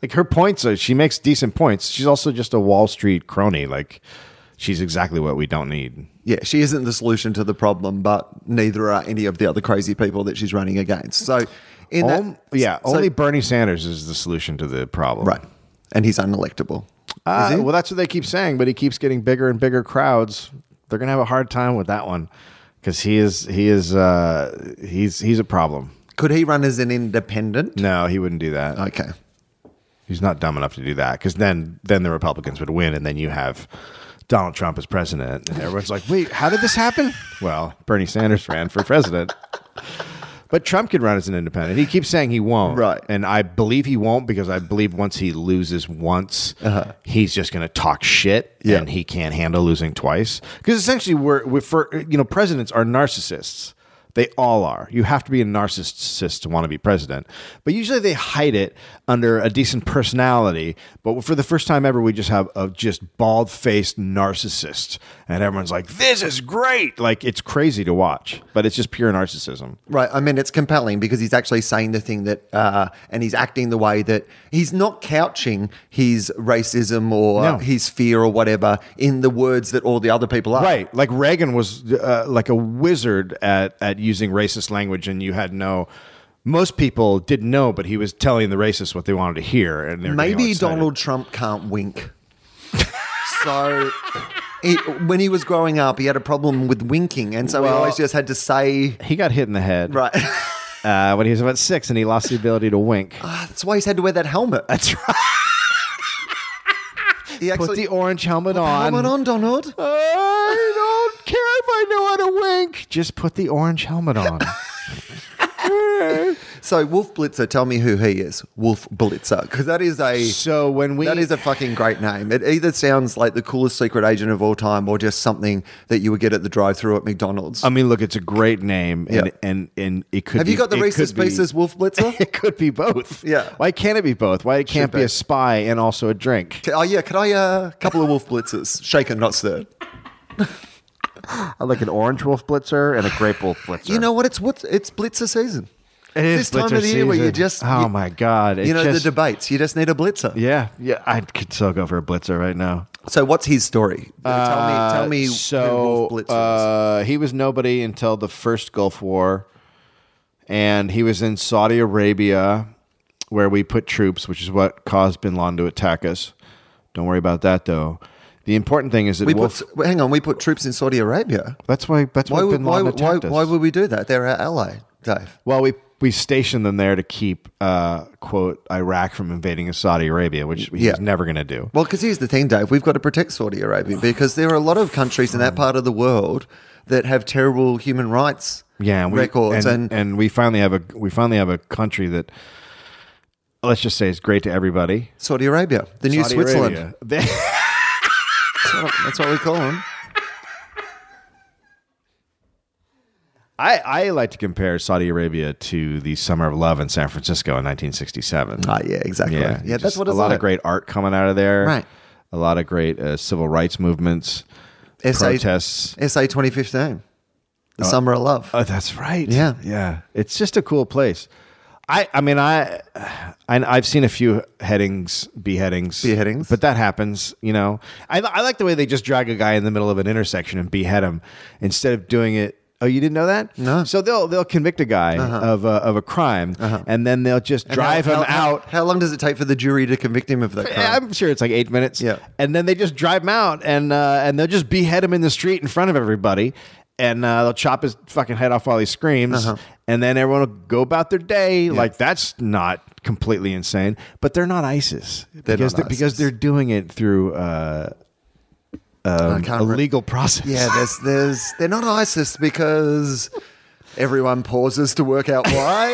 [SPEAKER 3] like her points are, she makes decent points. She's also just a Wall Street crony. Like, she's exactly what we don't need.
[SPEAKER 1] Yeah, she isn't the solution to the problem, but neither are any of the other crazy people that she's running against. So in that
[SPEAKER 3] Om- yeah,
[SPEAKER 1] so-
[SPEAKER 3] only Bernie Sanders is the solution to the problem.
[SPEAKER 1] Right. And he's unelectable.
[SPEAKER 3] Uh, well, that's what they keep saying, but he keeps getting bigger and bigger crowds. They're gonna have a hard time with that one because he is he is uh, he's he's a problem.
[SPEAKER 1] Could he run as an independent?
[SPEAKER 3] No, he wouldn't do that.
[SPEAKER 1] Okay.
[SPEAKER 3] He's not dumb enough to do that because then then the Republicans would win, and then you have Donald Trump as president, and everyone's like, "Wait, how did this happen?" Well, Bernie Sanders ran for president, but Trump could run as an independent. He keeps saying he won't,
[SPEAKER 1] Right.
[SPEAKER 3] And I believe he won't because I believe once he loses once, he's just going to talk shit,
[SPEAKER 1] Yeah.
[SPEAKER 3] and he can't handle losing twice. Because essentially, we're, we're for you know presidents are narcissists. They all are. You have to be a narcissist to want to be president. But usually they hide it under a decent personality. But for the first time ever, we just have a just bald faced narcissist. And everyone's like, this is great. Like, it's crazy to watch, but it's just pure narcissism.
[SPEAKER 1] Right. I mean, it's compelling because he's actually saying the thing that, uh, and he's acting the way that he's not couching his racism or
[SPEAKER 3] No.
[SPEAKER 1] his fear or whatever in the words that all the other people are.
[SPEAKER 3] Right. Like Reagan was uh, like a wizard at, at using racist language, and you had no. Most people didn't know, but he was telling the racists what they wanted to hear. And they were getting all
[SPEAKER 1] Maybe
[SPEAKER 3] excited.
[SPEAKER 1] Donald Trump can't wink. so. He, when he was growing up, he had a problem with winking, and so he always just had to say,
[SPEAKER 3] He got hit in the head.
[SPEAKER 1] "Right."
[SPEAKER 3] uh, when he was about six and he lost the ability to wink.
[SPEAKER 1] That's why he's had to wear that helmet.
[SPEAKER 3] That's right.
[SPEAKER 1] He
[SPEAKER 3] Put
[SPEAKER 1] actually
[SPEAKER 3] the orange helmet on.
[SPEAKER 1] helmet on, Donald.
[SPEAKER 3] I don't care if I know how to wink. Just put the orange helmet on.
[SPEAKER 1] So Wolf Blitzer, tell me who he is, Wolf Blitzer, because that is a
[SPEAKER 3] so when we
[SPEAKER 1] That is a fucking great name. It either sounds like the coolest secret agent of all time or just something that you would get at the drive through at McDonald's.
[SPEAKER 3] I mean, look, it's a great name, and
[SPEAKER 1] Yeah.
[SPEAKER 3] and, and it could.
[SPEAKER 1] Have you
[SPEAKER 3] be-
[SPEAKER 1] got the
[SPEAKER 3] it
[SPEAKER 1] racist
[SPEAKER 3] could be-
[SPEAKER 1] basis Wolf Blitzer?
[SPEAKER 3] It could be both.
[SPEAKER 1] Yeah.
[SPEAKER 3] Why can't it be both? Why it can't be
[SPEAKER 1] be.
[SPEAKER 3] a spy and also a drink?
[SPEAKER 1] oh, yeah. Could I a uh, couple of Wolf Blitzers? Shaken, not stirred.
[SPEAKER 3] I uh, like an orange wolf blitzer and a grape wolf blitzer.
[SPEAKER 1] You know what? It's what it's Blitzer season.
[SPEAKER 3] it
[SPEAKER 1] It's this
[SPEAKER 3] is
[SPEAKER 1] time of the year where you just.
[SPEAKER 3] Oh
[SPEAKER 1] you-
[SPEAKER 3] my god! It
[SPEAKER 1] You know,
[SPEAKER 3] just-
[SPEAKER 1] the debates. You just need a Blitzer.
[SPEAKER 3] Yeah, yeah. I could so go for a blitzer right now.
[SPEAKER 1] So, what's his story?
[SPEAKER 3] Uh,
[SPEAKER 1] tell me, tell me
[SPEAKER 3] so
[SPEAKER 1] who Wolf Blitzer is.
[SPEAKER 3] uh, he was nobody until the first Gulf War, and he was in Saudi Arabia, where we put troops, which is what caused Bin Laden to attack us. Don't worry about that, though. The important thing is that
[SPEAKER 1] We
[SPEAKER 3] Wolf,
[SPEAKER 1] put, hang on, we put troops in Saudi Arabia.
[SPEAKER 3] that's why that's why,
[SPEAKER 1] Why, would,
[SPEAKER 3] Bin
[SPEAKER 1] why,
[SPEAKER 3] Laden
[SPEAKER 1] why,
[SPEAKER 3] attacked us.
[SPEAKER 1] why would we do that? They're our ally, Dave.
[SPEAKER 3] well, we we stationed them there to keep uh, quote Iraq from invading Saudi Arabia, which he
[SPEAKER 1] Yeah.
[SPEAKER 3] was never going to do.
[SPEAKER 1] Well, because here's the thing, Dave. We've got to protect Saudi Arabia because there are a lot of countries in that
[SPEAKER 3] Hmm.
[SPEAKER 1] part of the world that have terrible human rights
[SPEAKER 3] yeah, and we,
[SPEAKER 1] records. And,
[SPEAKER 3] and, and we finally have a we finally have a country that let's just say is great to everybody.
[SPEAKER 1] Saudi Arabia, the new
[SPEAKER 3] Saudi
[SPEAKER 1] Switzerland.
[SPEAKER 3] Arabia. They-
[SPEAKER 1] That's, what, that's what we call them.
[SPEAKER 3] I, I like to compare Saudi Arabia to the Summer of Love in San Francisco in 1967.
[SPEAKER 1] Ah, yeah, exactly. Yeah, that's
[SPEAKER 3] just
[SPEAKER 1] what
[SPEAKER 3] a
[SPEAKER 1] it's
[SPEAKER 3] lot
[SPEAKER 1] like.
[SPEAKER 3] of great art coming out of there.
[SPEAKER 1] Right.
[SPEAKER 3] A lot of great uh, civil rights movements,
[SPEAKER 1] SA,
[SPEAKER 3] protests.
[SPEAKER 1] SA 2015, the summer of love.
[SPEAKER 3] Oh, that's right.
[SPEAKER 1] Yeah.
[SPEAKER 3] yeah. It's just a cool place. I, I mean, I, I, I've seen a few headings, beheadings,
[SPEAKER 1] Beheadings.
[SPEAKER 3] but that happens, you know. I, I like the way they just drag a guy in the middle of an intersection and behead him instead of doing it. Oh, you didn't know that?
[SPEAKER 1] No. Uh-huh.
[SPEAKER 3] So they'll they'll convict a guy of a, of a crime, and then they'll just
[SPEAKER 1] And
[SPEAKER 3] drive
[SPEAKER 1] how-
[SPEAKER 3] him
[SPEAKER 1] how-
[SPEAKER 3] out.
[SPEAKER 1] How long does it take for the jury to convict him of that crime?
[SPEAKER 3] Yeah, I'm sure it's like eight minutes.
[SPEAKER 1] Yeah.
[SPEAKER 3] and then they just drive him out, and uh, and they'll just behead him in the street in front of everybody, and uh, they'll chop his fucking head off while he screams,
[SPEAKER 1] Uh-huh.
[SPEAKER 3] and then everyone will go about their day. Like that's not completely insane, but they're not ISIS
[SPEAKER 1] They're
[SPEAKER 3] because
[SPEAKER 1] not
[SPEAKER 3] they're, because
[SPEAKER 1] ISIS.
[SPEAKER 3] they're doing it through uh,
[SPEAKER 1] I
[SPEAKER 3] um,
[SPEAKER 1] can't
[SPEAKER 3] a
[SPEAKER 1] Uh, re-
[SPEAKER 3] legal process.
[SPEAKER 1] Yeah, there's, there's, they're not ISIS because everyone pauses to work out why.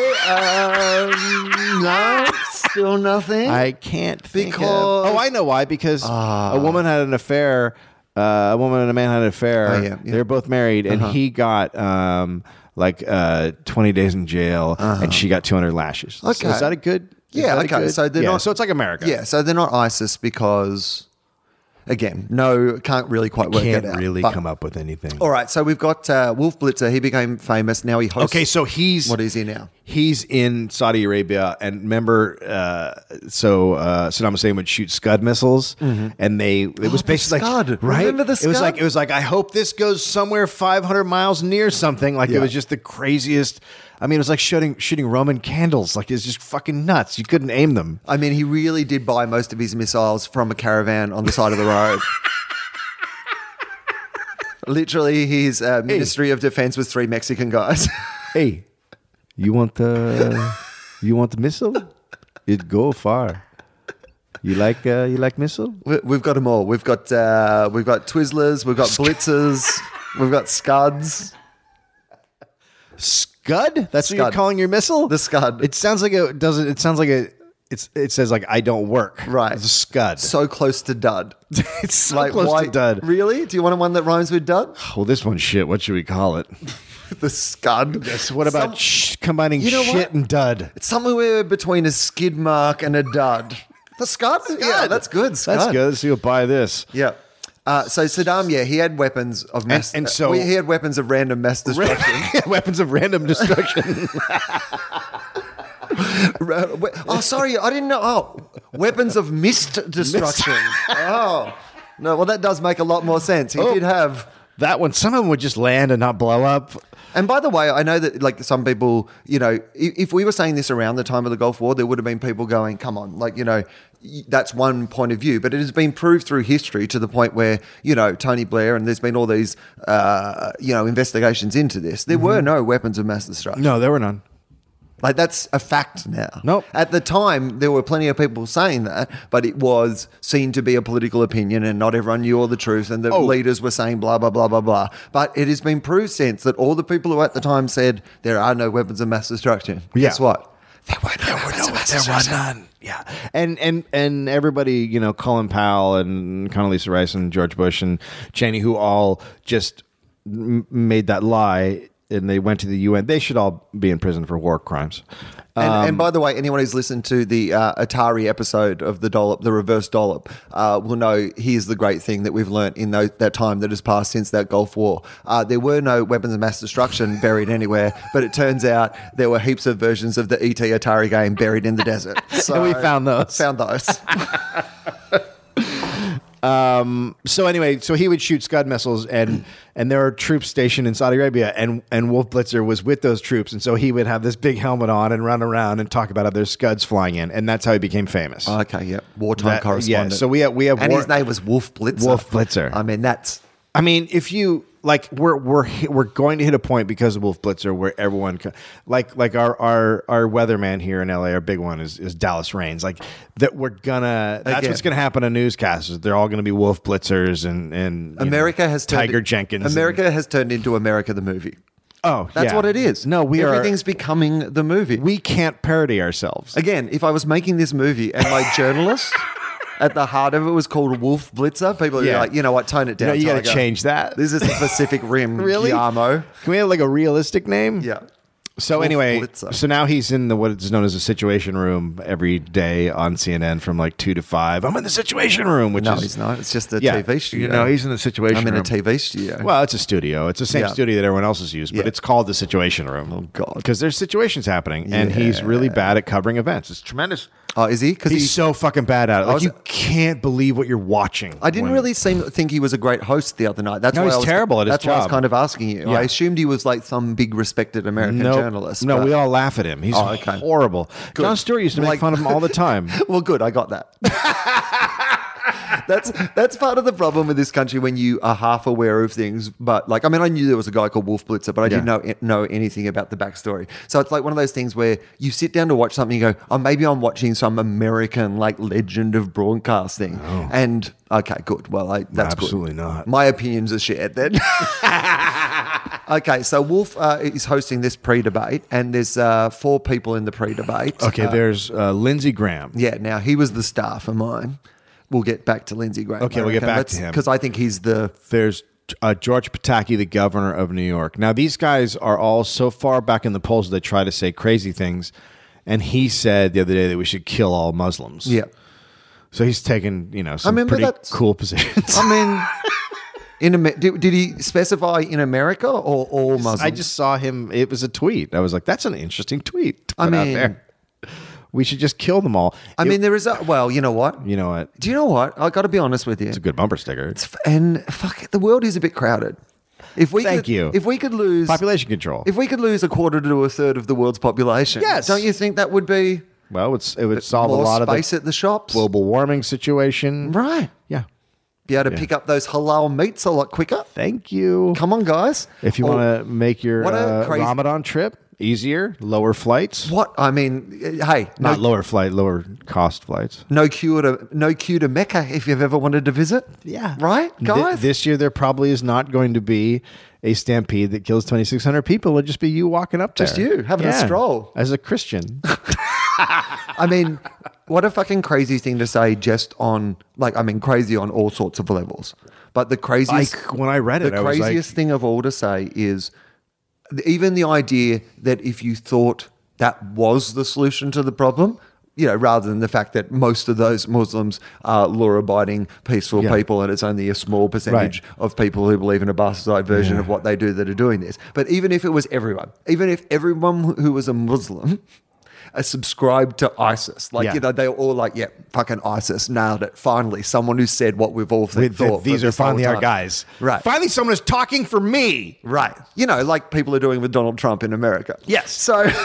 [SPEAKER 1] Um, no, still nothing.
[SPEAKER 3] I can't think of-
[SPEAKER 1] Eh? Because- Ah.
[SPEAKER 3] oh, I know why. Because a woman had an affair. Uh, a woman and a man had an affair.
[SPEAKER 1] Oh, yeah, yeah. Uh-huh.
[SPEAKER 3] They're both married, and he got um, like uh, twenty days in jail, and she got two hundred lashes. So
[SPEAKER 1] Uh-huh. Okay.
[SPEAKER 3] is that a good? is
[SPEAKER 1] Yeah,
[SPEAKER 3] that a
[SPEAKER 1] okay, so they're
[SPEAKER 3] yeah,
[SPEAKER 1] not-
[SPEAKER 3] So it's like America.
[SPEAKER 1] yeah, so they're not ISIS because, again, no, can't really quite work
[SPEAKER 3] can't
[SPEAKER 1] it out.
[SPEAKER 3] really
[SPEAKER 1] But-
[SPEAKER 3] come up with anything.
[SPEAKER 1] All right, so we've got uh, Wolf Blitzer. He became famous. Now he hosts.
[SPEAKER 3] Okay, so he's
[SPEAKER 1] what is he now?
[SPEAKER 3] He's in Saudi Arabia, and remember, uh, so uh, Saddam Hussein would shoot Scud missiles, and they it was
[SPEAKER 1] the
[SPEAKER 3] basically
[SPEAKER 1] Scud.
[SPEAKER 3] like right.
[SPEAKER 1] Remember the
[SPEAKER 3] It was
[SPEAKER 1] Scud?
[SPEAKER 3] like it was like I hope this goes somewhere 500 miles near something. Like
[SPEAKER 1] Yeah.
[SPEAKER 3] it was just the craziest. I mean, it was like shooting shooting Roman candles. Like it's just fucking nuts. You couldn't aim them.
[SPEAKER 1] I mean, he really did buy most of his missiles from a caravan on the side of the road. Literally, his uh, Ministry of Defense was three Mexican guys.
[SPEAKER 3] Hey, you want the you want the missile? It go far. You like uh, you like missile?
[SPEAKER 1] We- We've got them all. We've got uh, we've got Twizzlers, we've got Blitzers, we've got Scuds.
[SPEAKER 3] Scud? That's what you're
[SPEAKER 1] Scud.
[SPEAKER 3] calling your missile?
[SPEAKER 1] The Scud.
[SPEAKER 3] It sounds like a it doesn't. It sounds like a. It's it says like I don't work.
[SPEAKER 1] Right.
[SPEAKER 3] It's a scud.
[SPEAKER 1] So close to dud.
[SPEAKER 3] it's so close to dud.
[SPEAKER 1] Really? Do you want one that rhymes with dud?
[SPEAKER 3] Well, this one's shit. What should we call it?
[SPEAKER 1] The Scud.
[SPEAKER 3] So what about
[SPEAKER 1] Some-
[SPEAKER 3] sh- combining
[SPEAKER 1] know
[SPEAKER 3] shit
[SPEAKER 1] what?
[SPEAKER 3] and dud?
[SPEAKER 1] it's somewhere between a skid mark and a dud. The Scud? Yeah, that's good. Scud.
[SPEAKER 3] That's good. So you'll buy this.
[SPEAKER 1] Yeah. Uh, so Saddam, yeah, he had weapons of mass.
[SPEAKER 3] And- and so-
[SPEAKER 1] uh, he had weapons of random mass destruction.
[SPEAKER 3] Weapons of random destruction.
[SPEAKER 1] Ra- we- oh, sorry, I didn't know. Oh, weapons of mist destruction. oh, no. Well, that does make a lot more sense. He
[SPEAKER 3] Oh.
[SPEAKER 1] did have.
[SPEAKER 3] that one. Some of them would just land and not blow up.
[SPEAKER 1] And by the way, I know that like some people, you know, i- if we were saying this around the time of the Gulf War, there would have been people going, "Come on, like you know, y- that's one point of view." But it has been proved through history to the point where you know Tony Blair and there's been all these, uh, you know, investigations into this. There were no weapons of mass destruction.
[SPEAKER 3] No, there were none.
[SPEAKER 1] Like that's a fact now.
[SPEAKER 3] Nope.
[SPEAKER 1] At the time, there were plenty of people saying that, but it was seen to be a political opinion, and not everyone knew all the truth, and the
[SPEAKER 3] Oh.
[SPEAKER 1] leaders were saying blah blah blah blah blah. But it has been proved since that all the people who at the time said there are no weapons of mass destruction.
[SPEAKER 3] Yeah.
[SPEAKER 1] Guess what?
[SPEAKER 3] There were, there were, no, there were none. Yeah, and and and everybody, you know, Colin Powell and Condoleezza Rice and George Bush and Cheney, who all just m- made that lie, and they went to the UN. They should all be in prison for war crimes.
[SPEAKER 1] And,
[SPEAKER 3] Um,
[SPEAKER 1] and by the way, anyone who's listened to the uh, Atari episode of the dollop, the reverse dollop, uh, will know here's the great thing that we've learnt in tho- that time that has passed since that Gulf War. Uh, there were no weapons of mass destruction buried anywhere, but it turns out there were heaps of versions of the ET Atari game buried in the desert. So
[SPEAKER 3] we found those.
[SPEAKER 1] Found those.
[SPEAKER 3] so anyway, so he would shoot Scud missiles, and and there are troops stationed in Saudi Arabia, and and Wolf Blitzer was with those troops, and so he would have this big helmet on and run around and talk about how there's Scuds flying in, and that's how he became famous.
[SPEAKER 1] okay, yep. Wartime
[SPEAKER 3] That- yeah,
[SPEAKER 1] correspondent.
[SPEAKER 3] so we have- we have
[SPEAKER 1] and
[SPEAKER 3] war-
[SPEAKER 1] his name was Wolf Blitzer.
[SPEAKER 3] Wolf Blitzer.
[SPEAKER 1] I mean, that's
[SPEAKER 3] I mean, if you like, we're we're hit, we're going to hit a point because of Wolf Blitzer where everyone co- like like our our our weatherman here in LA, our big one is is Dallas Rains. Like that, we're gonna that's
[SPEAKER 1] Again.
[SPEAKER 3] what's gonna happen on newscasters. They're all gonna be Wolf Blitzers and and you know,
[SPEAKER 1] America has turned,
[SPEAKER 3] Tiger Jenkins. and-
[SPEAKER 1] America has turned into America the movie.
[SPEAKER 3] oh,
[SPEAKER 1] That's
[SPEAKER 3] yeah.
[SPEAKER 1] what it is.
[SPEAKER 3] No, we are
[SPEAKER 1] everything's becoming the movie.
[SPEAKER 3] we can't parody ourselves.
[SPEAKER 1] Again, if I was making this movie and my journalist at the heart of it was called Wolf Blitzer, people would be
[SPEAKER 3] Yeah.
[SPEAKER 1] like, you know what, tone it down.
[SPEAKER 3] No, you got to
[SPEAKER 1] Tiger.
[SPEAKER 3] change that.
[SPEAKER 1] This is the Pacific Rim,
[SPEAKER 3] really
[SPEAKER 1] Guillermo.
[SPEAKER 3] Can we have like a realistic name?
[SPEAKER 1] Yeah.
[SPEAKER 3] So
[SPEAKER 1] Wolf
[SPEAKER 3] anyway,
[SPEAKER 1] Blitzer.
[SPEAKER 3] so now he's in the what is known as the Situation Room every day on CNN from like two to five. I'm in the Situation Room, which
[SPEAKER 1] No,
[SPEAKER 3] is
[SPEAKER 1] he's not. It's just a
[SPEAKER 3] Yeah.
[SPEAKER 1] TV studio.
[SPEAKER 3] You know, he's in the situation
[SPEAKER 1] I'm in a
[SPEAKER 3] room.
[SPEAKER 1] TV studio.
[SPEAKER 3] well, it's a studio. It's the same
[SPEAKER 1] Yeah.
[SPEAKER 3] studio that everyone else has used, but
[SPEAKER 1] Yeah.
[SPEAKER 3] it's called the Situation Room. Oh
[SPEAKER 1] God.
[SPEAKER 3] because there's situations happening, and he's really bad at covering events. It's tremendous.
[SPEAKER 1] oh, is he? Because
[SPEAKER 3] He's so fucking bad at it. Like
[SPEAKER 1] was-
[SPEAKER 3] you can't believe what you're watching.
[SPEAKER 1] I didn't
[SPEAKER 3] when-
[SPEAKER 1] really seem think he was a great host the other night. That's
[SPEAKER 3] No,
[SPEAKER 1] why
[SPEAKER 3] he's
[SPEAKER 1] I was,
[SPEAKER 3] terrible at his
[SPEAKER 1] That's why I was
[SPEAKER 3] job.
[SPEAKER 1] kind of asking you.
[SPEAKER 3] Yeah.
[SPEAKER 1] I assumed he was like some big respected American
[SPEAKER 3] no,
[SPEAKER 1] journalist.
[SPEAKER 3] No,
[SPEAKER 1] but-
[SPEAKER 3] we all laugh at him. He's
[SPEAKER 1] Oh, okay.
[SPEAKER 3] horrible.
[SPEAKER 1] Good.
[SPEAKER 3] John Stewart used to make
[SPEAKER 1] Like-
[SPEAKER 3] fun of him all the time.
[SPEAKER 1] Well, good. I got that. that's that's part of the problem with this country when you are half aware of things. But like, I mean, I knew there was a guy called Wolf Blitzer, but I didn't know know anything about the backstory. So it's like one of those things where you sit down to watch something, and you go, "Oh, maybe I'm watching some American like legend of broadcasting." And okay, good. Well, I, that's good.
[SPEAKER 3] Oh. Absolutely not.
[SPEAKER 1] My opinions are shit then. okay, so Wolf uh, is hosting this pre-debate, and there's uh, four people in the pre-debate.
[SPEAKER 3] Okay,
[SPEAKER 1] Uh,
[SPEAKER 3] there's uh, Lindsey Graham.
[SPEAKER 1] yeah, now he was the star for mine. We'll get back to Lindsey Graham.
[SPEAKER 3] Okay, we'll get back to him.
[SPEAKER 1] Because I think he's the.
[SPEAKER 3] There's uh, George Pataki, the governor of New York. Now, these guys are all so far back in the polls they try to say crazy things. And he said the other day that we should kill all Muslims.
[SPEAKER 1] Yeah.
[SPEAKER 3] So he's taken, you know, some
[SPEAKER 1] mean, but
[SPEAKER 3] pretty
[SPEAKER 1] that's-
[SPEAKER 3] cool positions.
[SPEAKER 1] I mean, in Amer- did, did he specify in America or all Muslims?
[SPEAKER 3] I just saw him. It was a tweet. I was like, that's an interesting tweet. To
[SPEAKER 1] I
[SPEAKER 3] put out
[SPEAKER 1] mean-
[SPEAKER 3] there. we should just kill them all.
[SPEAKER 1] I mean, there is a. Well, you know what?
[SPEAKER 3] you know what? It's
[SPEAKER 1] Do you know what? i got to be honest with you.
[SPEAKER 3] a good bumper sticker.
[SPEAKER 1] F- And fuck, it, the world is a bit crowded. If we
[SPEAKER 3] Thank
[SPEAKER 1] could,
[SPEAKER 3] you.
[SPEAKER 1] If we could lose
[SPEAKER 3] Population control.
[SPEAKER 1] If we could lose a quarter to a third of the world's population,
[SPEAKER 3] Yes.
[SPEAKER 1] don't you think that would be
[SPEAKER 3] well, it's, it would solve a
[SPEAKER 1] more
[SPEAKER 3] lot of
[SPEAKER 1] space
[SPEAKER 3] the
[SPEAKER 1] at the shops?
[SPEAKER 3] global warming situation.
[SPEAKER 1] right.
[SPEAKER 3] Yeah.
[SPEAKER 1] Be able to pick up those halal meats a lot quicker.
[SPEAKER 3] Thank you.
[SPEAKER 1] Come on, guys.
[SPEAKER 3] If you
[SPEAKER 1] Or
[SPEAKER 3] want to make your
[SPEAKER 1] Oh, what a
[SPEAKER 3] uh,
[SPEAKER 1] crazy-
[SPEAKER 3] Ramadan trip easier, lower flights.
[SPEAKER 1] what I mean, eh, hey, no,
[SPEAKER 3] Not lower flight, lower cost flights.
[SPEAKER 1] no queue to no queue to Mecca if you've ever wanted to visit. right,
[SPEAKER 3] Th-
[SPEAKER 1] guys.
[SPEAKER 3] this year, there probably is not going to be a stampede that kills 2,600 people. It'll just be you walking up there.
[SPEAKER 1] Just you, having a stroll.
[SPEAKER 3] As a Christian.
[SPEAKER 1] I mean, what a fucking crazy thing to say. Just on like, I mean, crazy on all sorts of levels. But the craziest
[SPEAKER 3] Like, when I read it,
[SPEAKER 1] the
[SPEAKER 3] I was like-
[SPEAKER 1] craziest thing of all to say is even the idea that if you thought that was the solution to the problem, you know, rather than the fact that most of those Muslims are law-abiding, peaceful
[SPEAKER 3] Yeah.
[SPEAKER 1] people, and it's only a small percentage
[SPEAKER 3] Right.
[SPEAKER 1] of people who believe in a bastardized version of what they do that are doing this. But even if it was everyone, even if everyone who was a Muslim uh, subscribed to ISIS, like
[SPEAKER 3] Yeah.
[SPEAKER 1] you know, they were all like, "Yeah, fucking ISIS nailed it." Finally, someone who said what we've all th-
[SPEAKER 3] With the-
[SPEAKER 1] thought. for
[SPEAKER 3] these are
[SPEAKER 1] this whole
[SPEAKER 3] finally our
[SPEAKER 1] time.
[SPEAKER 3] guys.
[SPEAKER 1] right?
[SPEAKER 3] Finally, someone is talking for me.
[SPEAKER 1] Right. You know, like people are doing with Donald Trump in America.
[SPEAKER 3] Yes.
[SPEAKER 1] So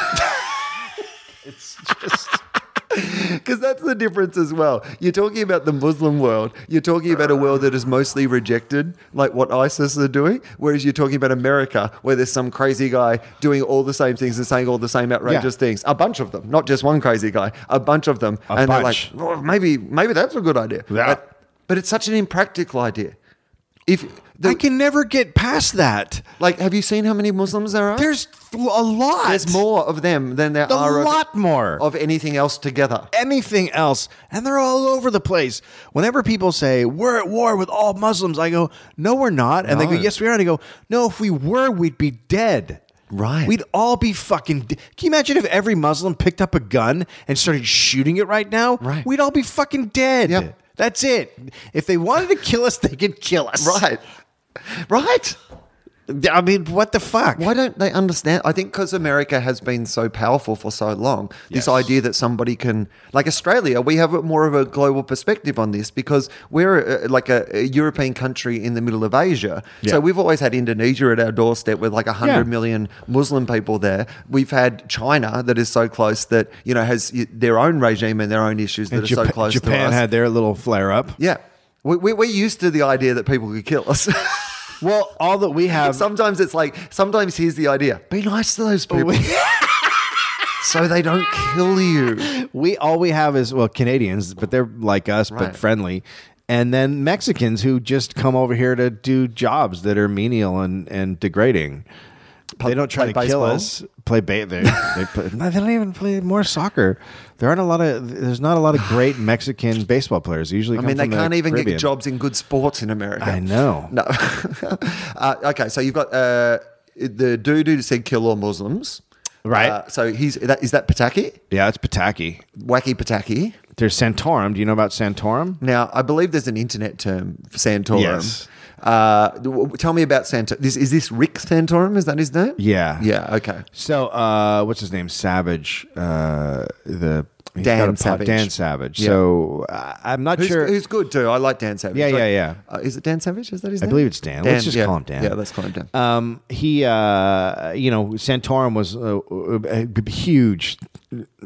[SPEAKER 1] because that's the difference as well. You're talking about the Muslim world. You're talking about a world that is mostly rejected, like what ISIS are doing. Whereas you're talking about America, where there's some crazy guy doing all the same things and saying all the same outrageous
[SPEAKER 3] Yeah.
[SPEAKER 1] things. A bunch of them, not just one crazy guy. A bunch of them,
[SPEAKER 3] A
[SPEAKER 1] and
[SPEAKER 3] bunch.
[SPEAKER 1] they're like, "Oh, maybe, maybe that's a good idea.
[SPEAKER 3] Yeah.
[SPEAKER 1] But, but it's such an impractical idea. If the,
[SPEAKER 3] I can never get past that.
[SPEAKER 1] like, have you seen how many Muslims there are?
[SPEAKER 3] There's a lot.
[SPEAKER 1] There's more of them than there
[SPEAKER 3] A
[SPEAKER 1] are of-
[SPEAKER 3] lot more.
[SPEAKER 1] of anything else together.
[SPEAKER 3] anything else, and they're all over the place. Whenever people say we're at war with all Muslims, I go, "No, we're not," and they go,
[SPEAKER 1] No.
[SPEAKER 3] "Yes, we are." And I go, "No, if we were, we'd be dead."
[SPEAKER 1] Right.
[SPEAKER 3] We'd all be fucking. De- Can you imagine if every Muslim picked up a gun and started shooting it right now?
[SPEAKER 1] Right.
[SPEAKER 3] We'd all be fucking dead.
[SPEAKER 1] Yep.
[SPEAKER 3] That's it. If they wanted to kill us, they could kill us.
[SPEAKER 1] Right. Right.
[SPEAKER 3] I mean, what the fuck?
[SPEAKER 1] Why don't they understand? I think because America has been so powerful for so long,
[SPEAKER 3] Yes.
[SPEAKER 1] this idea that somebody can, like Australia, we have a- more of a global perspective on this because we're uh, like a, a European country in the middle of Asia.
[SPEAKER 3] Yeah.
[SPEAKER 1] So we've always had Indonesia at our doorstep with like 100 million Muslim people there. We've had China that is so close that, you know, has y- their own regime and their own issues that
[SPEAKER 3] And
[SPEAKER 1] are
[SPEAKER 3] Jap-
[SPEAKER 1] so close to
[SPEAKER 3] Japan
[SPEAKER 1] us.
[SPEAKER 3] had their little flare up.
[SPEAKER 1] Yeah. We, we, we're used to the idea that people could kill us.
[SPEAKER 3] Well, all that we have.
[SPEAKER 1] sometimes it's like, sometimes here's the idea be nice to those people so they don't kill you.
[SPEAKER 3] we all we have is well Canadians, but they're like us, but
[SPEAKER 1] Right.
[SPEAKER 3] friendly. And then Mexicans who just come over here to do jobs that are menial and, and degrading. they don't try to
[SPEAKER 1] play
[SPEAKER 3] kill
[SPEAKER 1] baseball?
[SPEAKER 3] us. Play ba- they, they, play, no, they don't even play more soccer. There aren't a lot of there's not a lot of great Mexican baseball players. They Usually,
[SPEAKER 1] I
[SPEAKER 3] come
[SPEAKER 1] mean, they
[SPEAKER 3] from the
[SPEAKER 1] can't even
[SPEAKER 3] Caribbean.
[SPEAKER 1] get jobs in good sports in America.
[SPEAKER 3] I know.
[SPEAKER 1] No. uh, okay, so you've got uh, the dude who said kill all Muslims.
[SPEAKER 3] Right.
[SPEAKER 1] Uh, so he's that is that Pataki?
[SPEAKER 3] Yeah, it's Pataki.
[SPEAKER 1] Wacky Pataki.
[SPEAKER 3] There's Santorum. Do you know about Santorum?
[SPEAKER 1] Now, I believe there's an internet term for Santorum.
[SPEAKER 3] Yes.
[SPEAKER 1] Uh, w- w- tell me about Santorum. This, is this Rick Santorum? Is that his name?
[SPEAKER 3] Yeah.
[SPEAKER 1] Yeah, okay.
[SPEAKER 3] So, uh, what's his name? Savage. Uh, the he's
[SPEAKER 1] Dan
[SPEAKER 3] got a pod-
[SPEAKER 1] Savage.
[SPEAKER 3] Dan Savage.
[SPEAKER 1] Yeah.
[SPEAKER 3] So I I'm not
[SPEAKER 1] Who's,
[SPEAKER 3] sure.
[SPEAKER 1] who's good too? I like Dan Savage.
[SPEAKER 3] Yeah, yeah,
[SPEAKER 1] Like,
[SPEAKER 3] yeah.
[SPEAKER 1] Uh, is it Dan Savage? Is that his
[SPEAKER 3] I
[SPEAKER 1] name?
[SPEAKER 3] believe it's Dan. Let's just
[SPEAKER 1] yeah.
[SPEAKER 3] call him Dan.
[SPEAKER 1] Yeah, let's call him Dan.
[SPEAKER 3] um, he, uh, you know, Santorum was a, a b- huge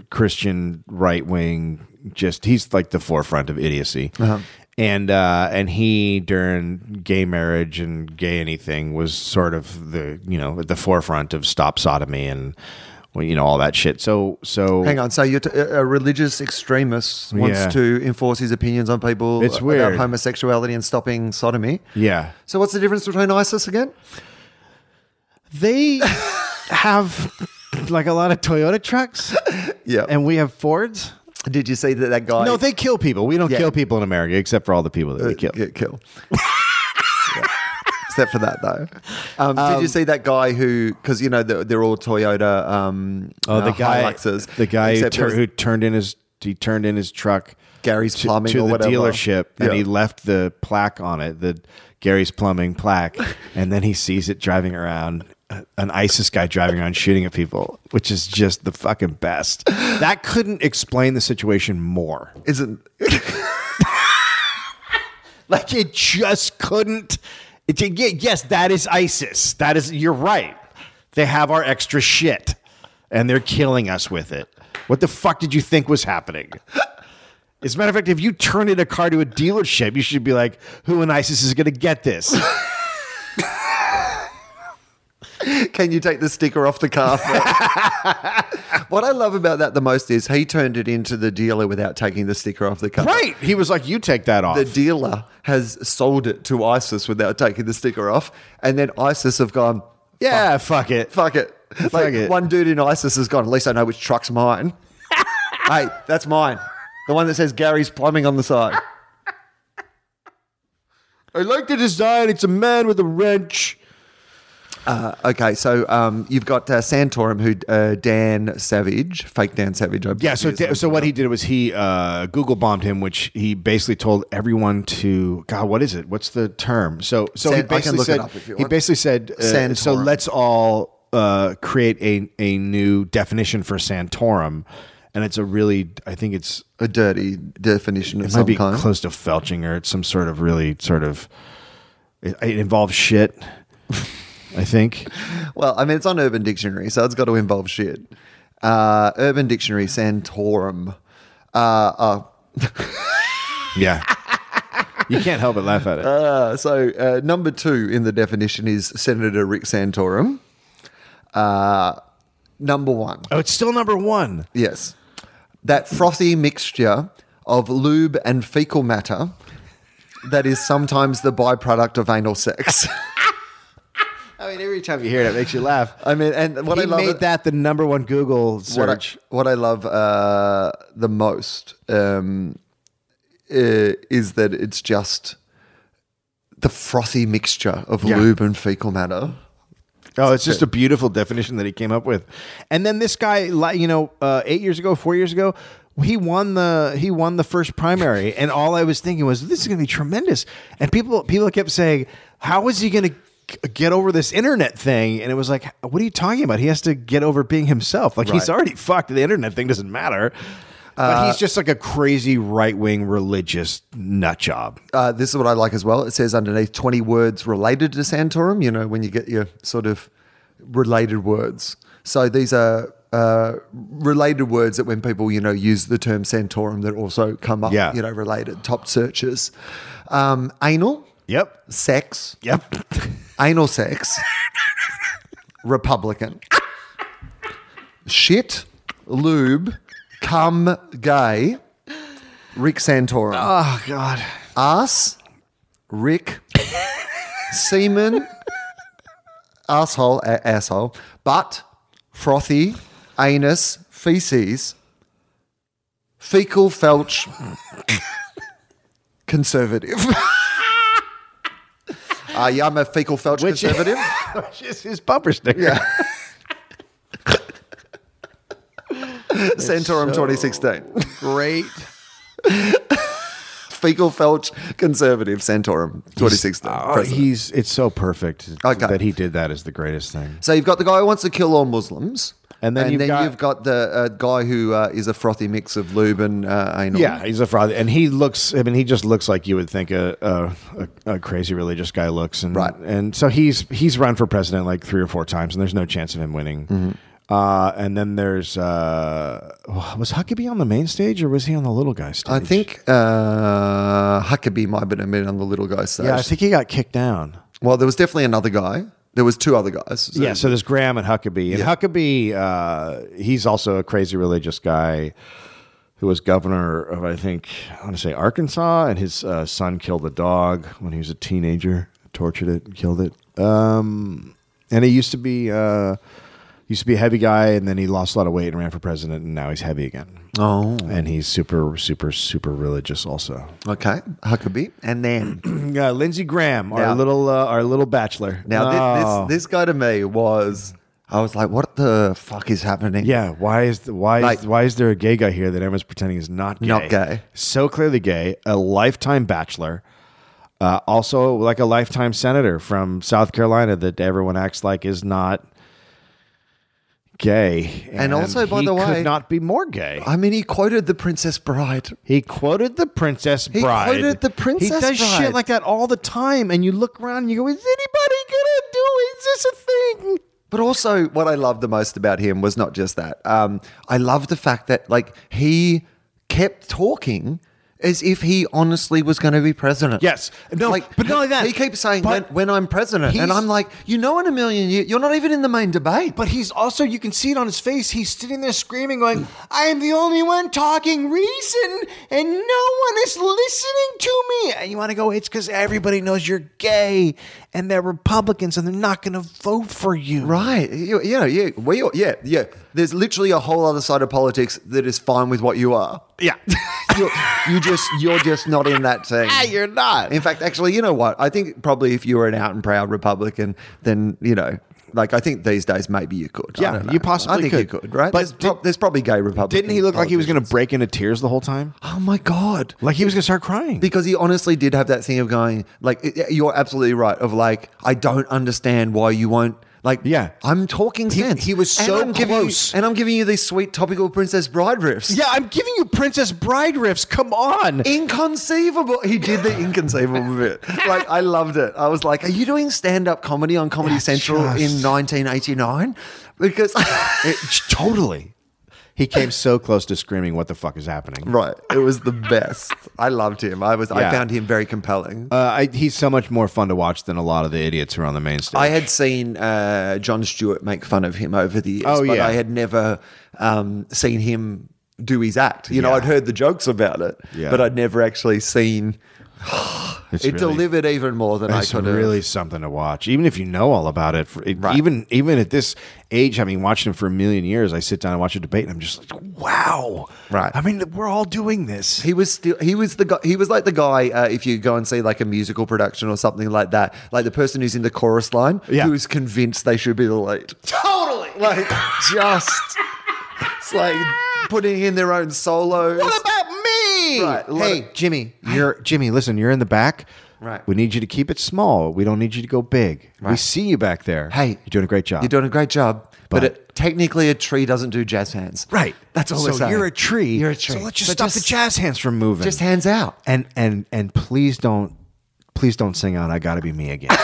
[SPEAKER 3] Christian right wing. Just he's like the forefront of idiocy,
[SPEAKER 1] Uh-huh.
[SPEAKER 3] and uh, and he during gay marriage and gay anything was sort of the you know at the forefront of stop sodomy and well, you know all that shit. So so
[SPEAKER 1] Hang on. So you're t- a a religious extremist wants
[SPEAKER 3] Yeah.
[SPEAKER 1] to enforce his opinions on people
[SPEAKER 3] It's weird.
[SPEAKER 1] about homosexuality and stopping sodomy.
[SPEAKER 3] Yeah.
[SPEAKER 1] So what's the difference between ISIS again?
[SPEAKER 3] They have like a lot of Toyota trucks
[SPEAKER 1] Yeah.
[SPEAKER 3] and we have Fords.
[SPEAKER 1] did you see that that guy?
[SPEAKER 3] No, they kill people. We don't
[SPEAKER 1] Yeah. Uh,
[SPEAKER 3] kill people in America except for all the people that we kill.
[SPEAKER 1] Get killed. Yeah. Except for that, though. Um, did you see that guy who, because you know they're, they're all Toyota, um,
[SPEAKER 3] Oh, the
[SPEAKER 1] uh,
[SPEAKER 3] guy
[SPEAKER 1] Hiluxes,
[SPEAKER 3] the guy who,
[SPEAKER 1] except
[SPEAKER 3] tur-
[SPEAKER 1] there's
[SPEAKER 3] who turned in his he turned in his truck
[SPEAKER 1] Gary's
[SPEAKER 3] to,
[SPEAKER 1] Plumbing
[SPEAKER 3] to
[SPEAKER 1] or
[SPEAKER 3] the
[SPEAKER 1] whatever.
[SPEAKER 3] dealership and
[SPEAKER 1] Yeah.
[SPEAKER 3] he left the plaque on it, the Gary's Plumbing plaque, and then he sees it driving around uh, an ISIS guy driving around shooting at people, which is just the fucking best. That couldn't explain the situation more.
[SPEAKER 1] isn't
[SPEAKER 3] Like it just couldn't
[SPEAKER 4] It- y- yes, that is ISIS. That is you're right. They have our extra shit, and they're killing us with it. What the fuck did you think was happening? As a matter of fact, if you turn in a car to a dealership, you should be like, "Who in ISIS is going to get this?"
[SPEAKER 1] Can you take the sticker off the car? for- what I love about that the most is he turned it into the dealer without taking the sticker off the car.
[SPEAKER 4] right?
[SPEAKER 3] He was like, "You take that off."
[SPEAKER 1] The dealer has sold it to ISIS without taking the sticker off, and then ISIS have gone,
[SPEAKER 4] Yeah, fuck it.
[SPEAKER 1] fuck it. Like
[SPEAKER 3] it.
[SPEAKER 1] one dude in ISIS has gone, at least I know which truck's mine. hey, that's mine. The one that says Gary's plumbing on the side.
[SPEAKER 3] I like the design. It's a man with a wrench.
[SPEAKER 1] Okay, so um, you've got uh, Santorum, who uh, Dan Savage, fake Dan Savage. I
[SPEAKER 4] Yeah,
[SPEAKER 1] believe
[SPEAKER 3] So,
[SPEAKER 1] he is.
[SPEAKER 3] da- so what he did was he uh, Google bombed him, which he basically told everyone to God. What is it? What's the term? So, so
[SPEAKER 1] San- I
[SPEAKER 3] he
[SPEAKER 1] can
[SPEAKER 3] basically
[SPEAKER 1] look it
[SPEAKER 3] said
[SPEAKER 1] up if you
[SPEAKER 3] he
[SPEAKER 1] want.
[SPEAKER 3] basically said uh, so.
[SPEAKER 1] Santorum.
[SPEAKER 3] Let's all uh, create a a new definition for Santorum, and it's a really I think it's
[SPEAKER 1] a dirty definition of
[SPEAKER 3] it might
[SPEAKER 1] some
[SPEAKER 3] be
[SPEAKER 1] kind.
[SPEAKER 3] close to Felchinger. It's some sort of really sort of it, it involves shit. I think.
[SPEAKER 1] Well, I mean, it's on Urban Dictionary, so it's got to involve shit. Uh, Urban Dictionary, Santorum. Uh, uh,
[SPEAKER 3] Yeah. You can't help but laugh at it.
[SPEAKER 1] uh, so, uh, number two in the definition is Senator Rick Santorum. Uh, number one.
[SPEAKER 3] oh, it's still number one.
[SPEAKER 1] Yes. That frothy mixture of lube and fecal matter that is sometimes the byproduct of anal sex.
[SPEAKER 3] I mean, every time you hear it, it makes you laugh.
[SPEAKER 1] I mean, and what
[SPEAKER 3] he
[SPEAKER 1] I love
[SPEAKER 3] made that the number one Google
[SPEAKER 1] what I,
[SPEAKER 3] search.
[SPEAKER 1] what I love uh, the most um, uh, is that it's just the frothy mixture of lube and fecal matter.
[SPEAKER 3] oh, it's just a beautiful definition that he came up with. And then this guy, li- you know, uh, eight years ago, four years ago, he won the he won the first primary, and all I was thinking was, this is going to be tremendous. And people people kept saying, how is he going to get over this internet thing? And it was like, what are you talking about? He has to get over being himself. Like he's already fucked. The internet thing doesn't matter. but
[SPEAKER 1] Uh,
[SPEAKER 3] he's just like a crazy right wing religious nut job.
[SPEAKER 1] Uh, this is what I like as well. It says underneath 20 words related to Santorum, you know, when you get your sort of related words. So these are uh, related words that when people, you know, use the term Santorum that also come up,
[SPEAKER 3] Yeah.
[SPEAKER 1] you know, related top searches. Um, anal,
[SPEAKER 3] Yep.
[SPEAKER 1] sex,
[SPEAKER 3] Yep.
[SPEAKER 1] anal sex, Republican, shit, lube, cum, gay, Rick Santorum.
[SPEAKER 3] Oh God.
[SPEAKER 1] ass, Rick, semen, asshole, a- asshole, butt, frothy, anus, feces, fecal, felch, conservative. Uh, yeah, I'm a fecal felch
[SPEAKER 3] Which-
[SPEAKER 1] conservative.
[SPEAKER 3] Which is his bumper sticker.
[SPEAKER 1] Santorum 2016.
[SPEAKER 3] Great.
[SPEAKER 1] Fecal felch conservative. Santorum 2016.
[SPEAKER 3] Oh,
[SPEAKER 1] president.
[SPEAKER 3] he's it's so perfect
[SPEAKER 1] Okay.
[SPEAKER 3] that he did that is the greatest thing.
[SPEAKER 1] So you've got the guy who wants to kill all Muslims,
[SPEAKER 3] And then you've got-
[SPEAKER 1] the uh, guy who uh, is a frothy mix of lube and uh, anal.
[SPEAKER 3] Yeah, he's a fraud, and he looks. I mean, he just looks like you would think a a, a, a crazy religious guy looks, and
[SPEAKER 1] Right.
[SPEAKER 3] And so he's he's run for president like three or four times, and there's no chance of him winning. Uh, and then there's uh, was Huckabee on the main stage or was he on the little guy stage?
[SPEAKER 1] I think uh, Huckabee might have been a minute on the little guy's stage.
[SPEAKER 3] yeah, I think he got kicked down.
[SPEAKER 1] well, there was definitely another guy. There was two other guys. So-
[SPEAKER 3] yeah, so there's Graham and Huckabee. And Huckabee, uh, he's also a crazy religious guy who was governor of, I think, I want to say Arkansas, and his uh, son killed a dog when he was a teenager, tortured it, killed it. Um, and he used to be uh, used to be a heavy guy, and then he lost a lot of weight and ran for president, and now he's heavy again.
[SPEAKER 1] Oh.
[SPEAKER 3] And he's super, super, super religious also.
[SPEAKER 1] Okay, Huckabee, and then
[SPEAKER 3] Uh, Lindsey Graham, our
[SPEAKER 1] Now-
[SPEAKER 3] little uh, our little bachelor.
[SPEAKER 1] now thi-
[SPEAKER 3] Oh.
[SPEAKER 1] this, this guy to me was, I was like, what the fuck is happening?
[SPEAKER 3] Yeah, why is the, why
[SPEAKER 1] Like-
[SPEAKER 3] is, why is there a gay guy here that everyone's pretending is not gay?
[SPEAKER 1] Not gay.
[SPEAKER 3] So clearly gay, a lifetime bachelor, uh, also like a lifetime senator from South Carolina that everyone acts like is not
[SPEAKER 4] gay,
[SPEAKER 1] And also, by
[SPEAKER 4] he
[SPEAKER 1] the way-
[SPEAKER 4] could not be more gay.
[SPEAKER 1] I mean, he quoted The Princess Bride.
[SPEAKER 4] He quoted the Princess
[SPEAKER 1] He
[SPEAKER 4] Bride.
[SPEAKER 1] quoted The Princess
[SPEAKER 4] He does
[SPEAKER 1] Bride.
[SPEAKER 4] shit like that all the time, and you look around and you go, "Is anybody gonna do? It? Is this a thing?"
[SPEAKER 1] But also, what I loved the most about him was not just that. Um, I love the fact that like he kept talking as if he honestly was going to be president.
[SPEAKER 4] Yes. No, but not only that,
[SPEAKER 1] he keeps saying when,
[SPEAKER 4] but
[SPEAKER 1] when I'm president, and
[SPEAKER 4] he's-
[SPEAKER 1] I'm like, you know, in a million years, you're not even in the main debate.
[SPEAKER 4] But he's also, you can see it on his face. He's sitting there screaming, going, I am the only one talking reason, and no one is listening to me. And you want to go, it's because everybody knows you're gay and they're Republicans and they're not going to vote for you.
[SPEAKER 1] Right. You, you know, yeah, we, all- yeah, yeah. There's literally a whole other side of politics that is fine with what you are.
[SPEAKER 4] Yeah.
[SPEAKER 1] You're, you just, you're just not in that team.
[SPEAKER 4] Ah, You're not.
[SPEAKER 1] In fact, actually, you know what? I think probably if you were an out and proud Republican, then you know, like I think these days maybe you could. I
[SPEAKER 4] Yeah,
[SPEAKER 1] don't know.
[SPEAKER 4] you possibly
[SPEAKER 1] I think you
[SPEAKER 4] could.
[SPEAKER 1] could, right?
[SPEAKER 4] But
[SPEAKER 1] there's, prob- there's probably gay Republicans.
[SPEAKER 3] Didn't he look like he was going to break into tears the whole time?
[SPEAKER 1] Oh my god!
[SPEAKER 3] Like he was going to start crying.
[SPEAKER 1] Because he honestly did have that thing of going, like, it- it- you're absolutely right. Of like, I don't understand why you won't. Like,
[SPEAKER 3] Yeah.
[SPEAKER 1] I'm talking sense.
[SPEAKER 4] he was
[SPEAKER 1] And
[SPEAKER 4] so
[SPEAKER 1] I'm giving you-
[SPEAKER 4] close.
[SPEAKER 1] and I'm giving you these sweet topical Princess Bride riffs.
[SPEAKER 4] Yeah, I'm giving you Princess Bride riffs. Come on.
[SPEAKER 1] Inconceivable. He did the inconceivable bit. Like I loved it. I was like, "Are you doing stand-up comedy on Comedy Central in 1989?" Because
[SPEAKER 3] It- totally. He came so close to screaming, "What the fuck is happening?"
[SPEAKER 1] right, it was the best. I loved him. I was. I
[SPEAKER 3] Yeah.
[SPEAKER 1] found him very compelling.
[SPEAKER 3] Uh, I, he's so much more fun to watch than a lot of the idiots who are on the main stage.
[SPEAKER 1] I had seen uh, John Stewart make fun of him over the years,
[SPEAKER 3] Oh,
[SPEAKER 1] but
[SPEAKER 3] yeah.
[SPEAKER 1] I had never um, seen him do his act. You know,
[SPEAKER 3] Yeah.
[SPEAKER 1] I'd heard the jokes about it,
[SPEAKER 3] Yeah.
[SPEAKER 1] but I'd never actually seen.
[SPEAKER 3] It's
[SPEAKER 1] it
[SPEAKER 3] really-
[SPEAKER 1] delivered even more than I
[SPEAKER 3] It's
[SPEAKER 1] could have.
[SPEAKER 3] really something to watch, even if you know all about it. For, it-
[SPEAKER 1] Right.
[SPEAKER 3] Even even at this age, having watched him for a million years, I sit down and watch a debate, and I'm just like, wow.
[SPEAKER 1] Right.
[SPEAKER 3] I mean, we're all doing this.
[SPEAKER 1] He was still he was the guy he was like the guy uh, if you go and see like a musical production or something like that like the person who's in the chorus line
[SPEAKER 3] Yeah.
[SPEAKER 1] who is convinced they should be the lead
[SPEAKER 4] Totally.
[SPEAKER 1] like just it's like putting in their own solos
[SPEAKER 4] What about me?
[SPEAKER 1] Right, let
[SPEAKER 3] Hey,
[SPEAKER 1] it-
[SPEAKER 3] Jimmy, you're Jimmy. Listen, you're in the back.
[SPEAKER 1] Right.
[SPEAKER 3] We need you to keep it small. We don't need you to go big. We see you back there.
[SPEAKER 1] hey
[SPEAKER 3] you're doing a great job.
[SPEAKER 1] you're doing a great job but,
[SPEAKER 3] But-
[SPEAKER 1] it, technically a tree doesn't do jazz hands
[SPEAKER 3] right.
[SPEAKER 1] that's all
[SPEAKER 3] So
[SPEAKER 1] it's saying.
[SPEAKER 3] you're a tree.
[SPEAKER 1] you're a tree
[SPEAKER 3] So let's just stop the jazz hands from moving.
[SPEAKER 1] just hands out
[SPEAKER 3] and and and please don't please don't sing out i gotta be me again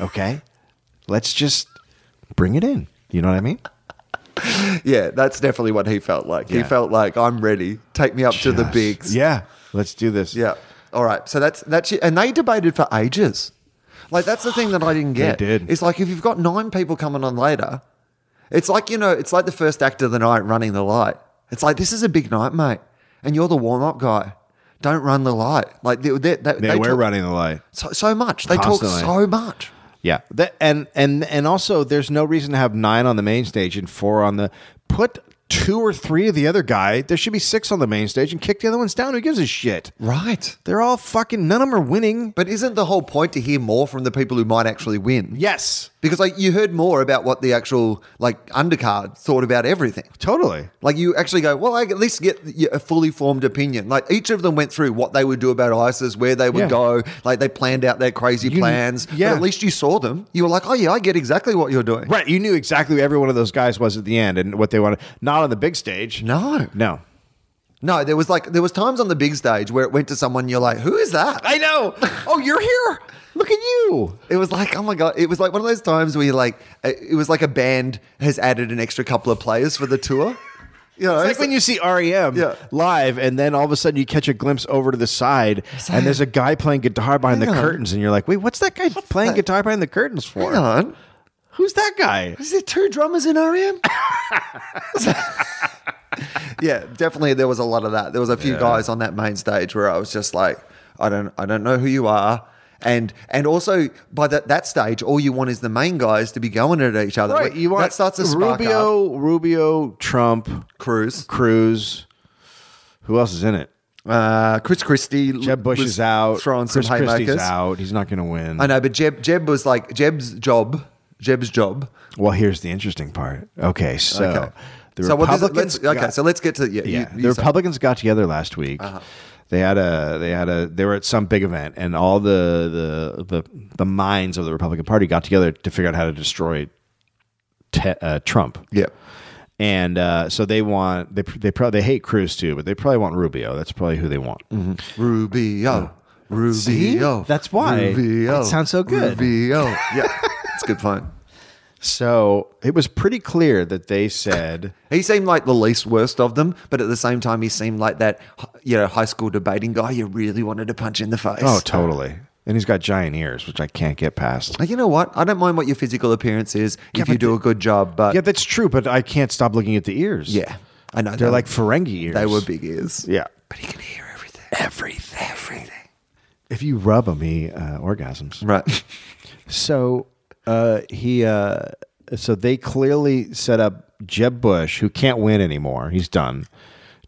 [SPEAKER 3] okay let's just bring it in you know what i mean
[SPEAKER 1] yeah that's definitely what he felt like he
[SPEAKER 3] Yeah.
[SPEAKER 1] felt like I'm ready take me up to the
[SPEAKER 3] Yes.
[SPEAKER 1] bigs
[SPEAKER 3] yeah let's do this
[SPEAKER 1] Yeah. All right. So that's that's it. And they debated for ages. Like that's the thing that I didn't get.
[SPEAKER 3] did.
[SPEAKER 1] It's like if you've got nine people coming on later, it's like you know, it's like the first act of the night running the light. It's like this is a big night, mate, and you're the warm up guy. Don't run the light. Like they, they, they,
[SPEAKER 3] they,
[SPEAKER 1] they
[SPEAKER 3] were
[SPEAKER 1] talk
[SPEAKER 3] running the light
[SPEAKER 1] so, so much. They
[SPEAKER 3] Constantly.
[SPEAKER 1] talk so much.
[SPEAKER 3] yeah that, and and and also there's no reason to have nine on the main stage and four on the put two or three of the other guy there should be six on the main stage and kick the other ones down who gives a shit
[SPEAKER 1] Right.
[SPEAKER 3] they're all fucking none of them are winning
[SPEAKER 1] But isn't the whole point to hear more from the people who might actually win?
[SPEAKER 4] Yes.
[SPEAKER 1] Because like you heard more about what the actual like undercard thought about everything.
[SPEAKER 3] totally
[SPEAKER 1] Like you actually go, well, I at least get a fully formed opinion. Like each of them went through what they would do about ISIS, where they would
[SPEAKER 3] Yeah.
[SPEAKER 1] go. Like they planned out their crazy
[SPEAKER 3] You-
[SPEAKER 1] plans.
[SPEAKER 3] yeah.
[SPEAKER 1] But at least you saw them. You were like, oh yeah, I get exactly what you're doing.
[SPEAKER 3] Right, you knew exactly who every one of those guys was at the end and what they wanted. Not on the big stage.
[SPEAKER 1] No,
[SPEAKER 3] No.
[SPEAKER 1] no. There was like there was times on the big stage where it went to someone. You're like, who is that?
[SPEAKER 3] I know. Oh, you're here. Look at you.
[SPEAKER 1] It was like, oh my god! It was like one of those times where you like, uh, it was like a band has added an extra couple of players for the tour. You know,
[SPEAKER 3] It's like when you see REM
[SPEAKER 1] Yeah.
[SPEAKER 3] live, and then all of a sudden you catch a glimpse over to the side, and there's a guy playing guitar behind the
[SPEAKER 1] Hang on.
[SPEAKER 3] curtains, and you're like, "Wait, what's that guy playing
[SPEAKER 1] that?
[SPEAKER 3] guitar behind the curtains for?
[SPEAKER 1] hang on.
[SPEAKER 3] Who's that guy?"
[SPEAKER 1] Is there two drummers in E REM? yeah, definitely. There was a lot of that. There was a few guys on that main stage where I was just like, I don't, I don't know who you are, and and also by that that stage, all you want is the main guys to be going at each other.
[SPEAKER 3] you want
[SPEAKER 1] that starts to spark up.
[SPEAKER 3] Rubio, Rubio, Trump,
[SPEAKER 1] Cruz,
[SPEAKER 3] Cruz. Who else is in it?
[SPEAKER 1] uh, Chris Christie,
[SPEAKER 3] Jeb Bush
[SPEAKER 1] was
[SPEAKER 3] is out.
[SPEAKER 1] throwing
[SPEAKER 3] Chris
[SPEAKER 1] some
[SPEAKER 3] Christie's
[SPEAKER 1] haymakers.
[SPEAKER 3] out. He's not going to win.
[SPEAKER 1] I know, but Jeb Jeb was like Jeb's job. Jeb's job.
[SPEAKER 3] Well, here's the interesting part. Okay, so
[SPEAKER 1] Okay.
[SPEAKER 3] Uh, the
[SPEAKER 1] so what does it-
[SPEAKER 3] Republicans.
[SPEAKER 1] let's, okay,
[SPEAKER 3] got-
[SPEAKER 1] so let's get to yeah. you-
[SPEAKER 3] yeah,
[SPEAKER 1] you
[SPEAKER 3] the
[SPEAKER 1] say.
[SPEAKER 3] Republicans got together last week.
[SPEAKER 1] Uh-huh.
[SPEAKER 3] They had a they had a they were at some big event, and all the the the the minds of the Republican Party got together to figure out how to destroy Te- uh, Trump.
[SPEAKER 5] Yep.
[SPEAKER 3] And uh, so they want they they probably they hate Cruz too, but they probably want Rubio. That's probably who they want.
[SPEAKER 1] Mm-hmm. Rubio. Rubio.
[SPEAKER 3] That's why.
[SPEAKER 1] Rubio.
[SPEAKER 3] It sounds so good.
[SPEAKER 1] Rubio. Yeah. It's a good point.
[SPEAKER 3] So it was pretty clear that they said
[SPEAKER 1] He seemed like the least worst of them, but at the same time, he seemed like that, you know, high school debating guy you really wanted to punch in the face.
[SPEAKER 3] Oh, totally. And he's got giant ears, which I can't get past.
[SPEAKER 1] Like, you know what? I don't mind what your physical appearance is if you
[SPEAKER 3] but
[SPEAKER 1] do a good job, but
[SPEAKER 3] Yeah,
[SPEAKER 1] yeah,
[SPEAKER 3] that's true, but I can't stop looking at the ears.
[SPEAKER 1] I know
[SPEAKER 3] They're
[SPEAKER 1] they-
[SPEAKER 3] like Ferengi ears.
[SPEAKER 1] they were big ears.
[SPEAKER 3] Yeah.
[SPEAKER 1] but he can hear everything, everything, everything.
[SPEAKER 3] If you rub them, he uh, orgasms.
[SPEAKER 1] Right.
[SPEAKER 3] So uh, he, uh, so they clearly set up Jeb Bush, who can't win anymore. He's done,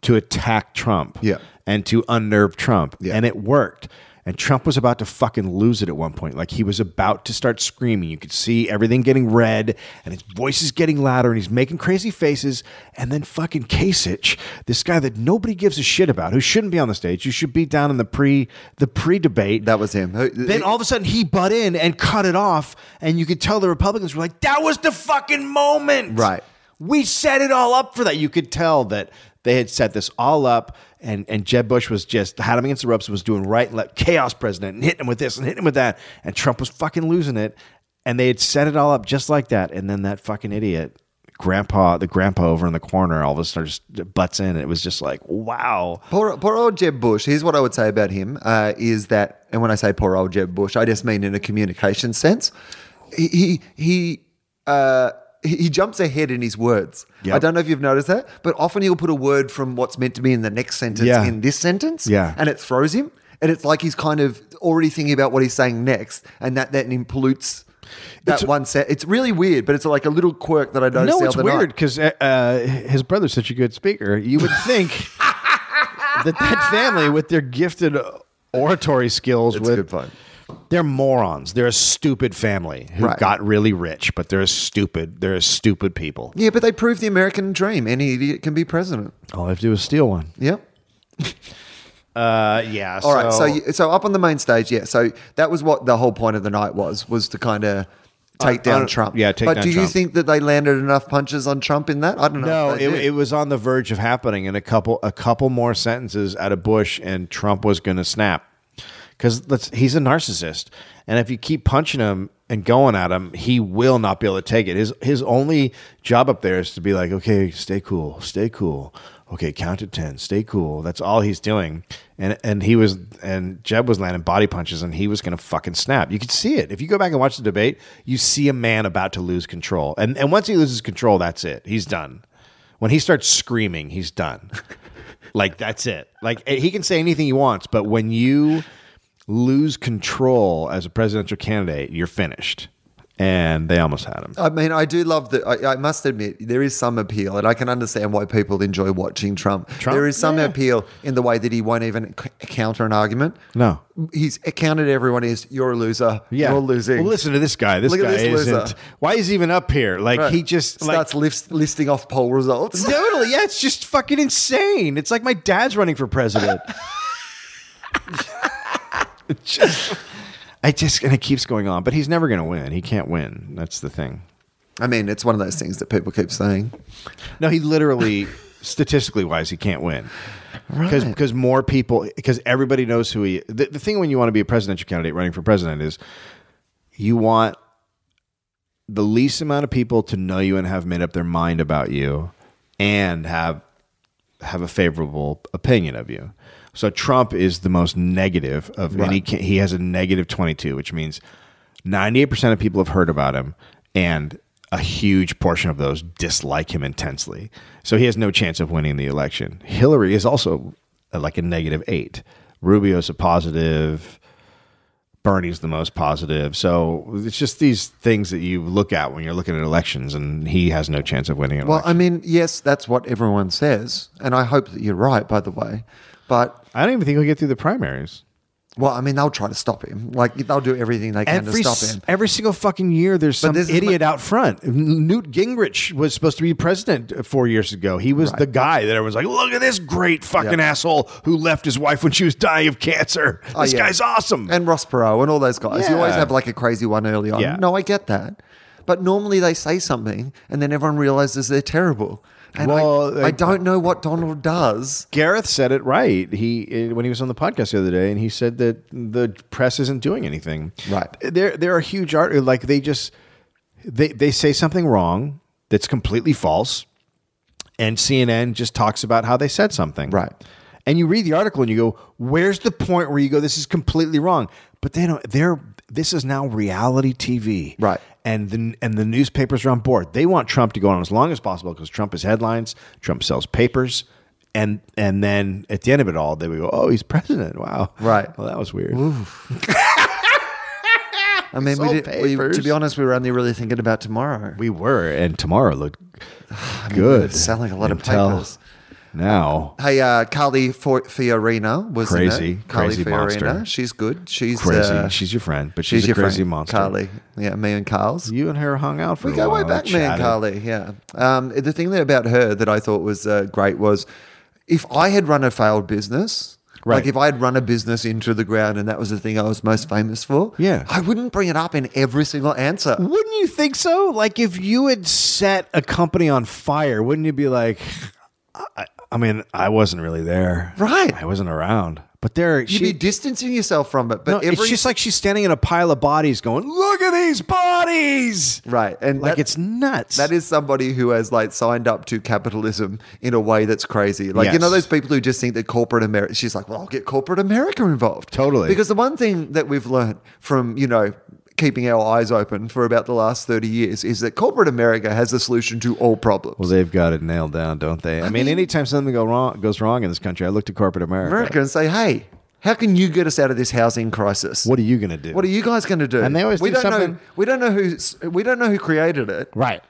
[SPEAKER 3] to attack Trump.
[SPEAKER 1] Yeah.
[SPEAKER 3] and to unnerve Trump.
[SPEAKER 1] Yeah.
[SPEAKER 3] And it worked. And Trump was about to fucking lose it at one point. Like he was about to start screaming. You could see everything getting red and his voice is getting louder and he's making crazy faces. And then fucking Kasich, this guy that nobody gives a shit about, who shouldn't be on the stage, who should be down in the pre the pre debate.
[SPEAKER 1] That was him. Who-
[SPEAKER 3] Then all of a sudden he butt in and cut it off. And you could tell the Republicans were like, that was the fucking moment.
[SPEAKER 1] Right.
[SPEAKER 3] We set it all up for that. You could tell that they had set this all up, and and Jeb Bush was just had him against the ropes, was doing right and left chaos president, and hitting him with this and hitting him with that, and Trump was fucking losing it, and they had set it all up just like that, and then that fucking idiot. Grandpa, the grandpa over in the corner, all of a sudden just butts in. and It was just like, wow.
[SPEAKER 1] Poor, poor old Jeb Bush. Here's what I would say about him uh, is that, and when I say poor old Jeb Bush, I just mean in a communication sense. He he he, uh, he he jumps ahead in his words.
[SPEAKER 3] Yep.
[SPEAKER 1] I don't know if you've noticed that, but often he'll put a word from what's meant to be in the next sentence
[SPEAKER 3] Yeah.
[SPEAKER 1] in this sentence,
[SPEAKER 3] Yeah.
[SPEAKER 1] and it throws him. And it's like he's kind of already thinking about what he's saying next, and that then pollutes that one set. It's really weird, but it's like a little quirk that I noticed.
[SPEAKER 3] No,
[SPEAKER 1] the
[SPEAKER 3] it's
[SPEAKER 1] other
[SPEAKER 3] weird
[SPEAKER 1] Night.
[SPEAKER 3] because uh, uh, his brother's such a good speaker. You would think that that family, with their gifted oratory skills,
[SPEAKER 1] It's a
[SPEAKER 3] would
[SPEAKER 1] good point.
[SPEAKER 3] they're morons. They're a stupid family who
[SPEAKER 1] Right.
[SPEAKER 3] got really rich, but they're stupid. They're stupid people.
[SPEAKER 1] Yeah, but they prove the American dream. Any idiot can be president.
[SPEAKER 3] All I have to do is steal one.
[SPEAKER 1] Yep.
[SPEAKER 3] Uh, yeah.
[SPEAKER 1] All right, so you, so up on the main stage, yeah. So that was what the whole point of the night was was to kind of take down
[SPEAKER 3] uh,
[SPEAKER 1] Trump.
[SPEAKER 3] yeah, take
[SPEAKER 1] but
[SPEAKER 3] down
[SPEAKER 1] do you
[SPEAKER 3] Trump.
[SPEAKER 1] think that they landed enough punches on Trump in that? I don't know.
[SPEAKER 3] no,
[SPEAKER 1] if they
[SPEAKER 3] it,
[SPEAKER 1] did.
[SPEAKER 3] it was on the verge of happening, and a couple a couple more sentences out of Bush, and Trump was going to snap because let's he's a narcissist, and if you keep punching him and going at him, he will not be able to take it. His his only job up there is to be like, okay, stay cool, stay cool, okay, count to ten, stay cool. That's all he's doing, and and he was and Jeb was landing body punches, and he was going to fucking snap. You could see it if you go back and watch the debate. You see a man about to lose control, and and once he loses control, that's it. He's done when he starts screaming, he's done. like that's it. Like eh, he can say anything he wants, but when you lose control as a presidential candidate, you're finished. And they almost had him.
[SPEAKER 1] I mean, I do love that. I, I must admit, there is some appeal, and I can understand why people enjoy watching Trump.
[SPEAKER 3] Trump?
[SPEAKER 1] There is some
[SPEAKER 3] Yeah.
[SPEAKER 1] appeal in the way that he won't even c- counter an argument.
[SPEAKER 3] No.
[SPEAKER 1] He's counted everyone as you're a loser.
[SPEAKER 3] Yeah,
[SPEAKER 1] You're losing.
[SPEAKER 3] Well, listen to this guy. This
[SPEAKER 1] Look at
[SPEAKER 3] guy
[SPEAKER 1] this
[SPEAKER 3] isn't.
[SPEAKER 1] loser.
[SPEAKER 3] Why is he even up here? Like
[SPEAKER 1] Right.
[SPEAKER 3] he just like,
[SPEAKER 1] starts list, listing off poll results.
[SPEAKER 3] Totally. Yeah, it's just fucking insane. It's like my dad's running for president. just, I just and it keeps going on, but he's never going to win. He can't win. That's the thing.
[SPEAKER 1] I mean, it's one of those things that people keep saying.
[SPEAKER 3] No, he literally, statistically wise, he can't win. Because because more people because everybody knows who he. The, the thing when you want to be a presidential candidate running for president is you want the least amount of people to know you and have made up their mind about you and have have a favorable opinion of you. So Trump is the most negative of any. ca- He has a negative twenty two, which means ninety eight percent of people have heard about him, and a huge portion of those dislike him intensely. So he has no chance of winning the election. Hillary is also uh, like a negative eight. Rubio's a positive. Bernie's the most positive. So it's just these things that you look at when you're looking at elections, and he has no chance of winning. An
[SPEAKER 1] Well,
[SPEAKER 3] election.
[SPEAKER 1] I mean, yes, that's what everyone says, and I hope that you're right, by the way. But
[SPEAKER 3] I don't even think he'll get through the primaries.
[SPEAKER 1] well, I mean, they'll try to stop him. Like they'll do everything they can
[SPEAKER 3] every,
[SPEAKER 1] to
[SPEAKER 3] s-
[SPEAKER 1] stop him.
[SPEAKER 3] every single fucking year there's some
[SPEAKER 1] this is my-
[SPEAKER 3] idiot out front. N- Newt Gingrich was supposed to be president four years ago. He was the guy that everyone's like, look at this great fucking
[SPEAKER 1] Yeah.
[SPEAKER 3] asshole who left his wife when she was dying of cancer. This
[SPEAKER 1] Oh, yeah.
[SPEAKER 3] guy's awesome.
[SPEAKER 1] And Ross Perot and all those guys. You always
[SPEAKER 3] Yeah.
[SPEAKER 1] have like a crazy one early on.
[SPEAKER 3] Yeah.
[SPEAKER 1] No, I get that. But normally they say something and then everyone realizes they're terrible. And I,
[SPEAKER 3] Well, they-
[SPEAKER 1] I don't know what Donald does.
[SPEAKER 3] Gareth said it right. He uh, when he was on the podcast the other day, and he said that the press isn't doing anything.
[SPEAKER 1] Right.
[SPEAKER 3] There, there are huge art like they just they they say something wrong that's completely false, and CNN just talks about how they said something.
[SPEAKER 1] Right.
[SPEAKER 3] And you read the article and you go, "Where's the point where you go? This is completely wrong." But they don't. They're this is now reality TV.
[SPEAKER 1] Right.
[SPEAKER 3] And the and the newspapers are on board. They want Trump to go on as long as possible because Trump is headlines. Trump sells papers. And and then at the end of it all, they would go, "Oh, he's president! Wow,
[SPEAKER 1] Right.
[SPEAKER 3] Well, that was weird.
[SPEAKER 1] I mean, we
[SPEAKER 3] all
[SPEAKER 1] did, we, to
[SPEAKER 3] papers.
[SPEAKER 1] be honest, we were only really thinking about tomorrow.
[SPEAKER 3] We were, and tomorrow looked good.
[SPEAKER 1] selling a lot of
[SPEAKER 3] Until
[SPEAKER 1] papers.
[SPEAKER 3] Now,
[SPEAKER 1] Hey, uh, Carly Fo- Fiorina was in
[SPEAKER 3] Crazy,
[SPEAKER 1] it. Carly
[SPEAKER 3] crazy
[SPEAKER 1] Fiorina.
[SPEAKER 3] monster.
[SPEAKER 1] She's good. She's
[SPEAKER 3] crazy.
[SPEAKER 1] uh,
[SPEAKER 3] she's your friend, but she's,
[SPEAKER 1] she's
[SPEAKER 3] a
[SPEAKER 1] your
[SPEAKER 3] crazy
[SPEAKER 1] friend,
[SPEAKER 3] monster.
[SPEAKER 1] Carly. Yeah, me and Carl's.
[SPEAKER 3] You and her hung out for
[SPEAKER 1] We
[SPEAKER 3] a
[SPEAKER 1] go way
[SPEAKER 3] while,
[SPEAKER 1] back, me and
[SPEAKER 3] chatted.
[SPEAKER 1] Carly. Yeah. Um, the thing that about her that I thought was uh, great was if I had run a failed business.
[SPEAKER 3] Right.
[SPEAKER 1] Like if I had run a business into the ground and that was the thing I was most famous for,
[SPEAKER 3] Yeah.
[SPEAKER 1] I wouldn't bring it up in every single answer.
[SPEAKER 3] Wouldn't you think so? Like, if you had set a company on fire, wouldn't you be like, I, I mean, I wasn't really there.
[SPEAKER 1] Right.
[SPEAKER 3] I wasn't around. But there,
[SPEAKER 1] You'd
[SPEAKER 3] she,
[SPEAKER 1] be distancing yourself from it. But
[SPEAKER 3] no,
[SPEAKER 1] every
[SPEAKER 3] it's just like she's standing in a pile of bodies going, look at these bodies.
[SPEAKER 1] right, and
[SPEAKER 3] Like,
[SPEAKER 1] that-
[SPEAKER 3] it's nuts.
[SPEAKER 1] That is somebody who has like signed up to capitalism in a way that's crazy. Like you
[SPEAKER 3] Yes.
[SPEAKER 1] know those people who just think that corporate America. She's like, well, I'll get corporate America involved.
[SPEAKER 3] Totally.
[SPEAKER 1] Because the one thing that we've learned from you know keeping our eyes open for about the last thirty years is that corporate America has a solution to all problems.
[SPEAKER 3] Well, they've got it nailed down, don't they? I, mean, anytime something go wrong, goes wrong in this country, I look to corporate America.
[SPEAKER 1] America and say, hey, how can you get us out of this housing crisis?
[SPEAKER 3] What are you going to do?
[SPEAKER 1] What are you guys going to do?
[SPEAKER 3] And they always
[SPEAKER 1] we
[SPEAKER 3] do
[SPEAKER 1] don't know.
[SPEAKER 3] something-
[SPEAKER 1] We don't know who. We don't know who created it.
[SPEAKER 4] Right.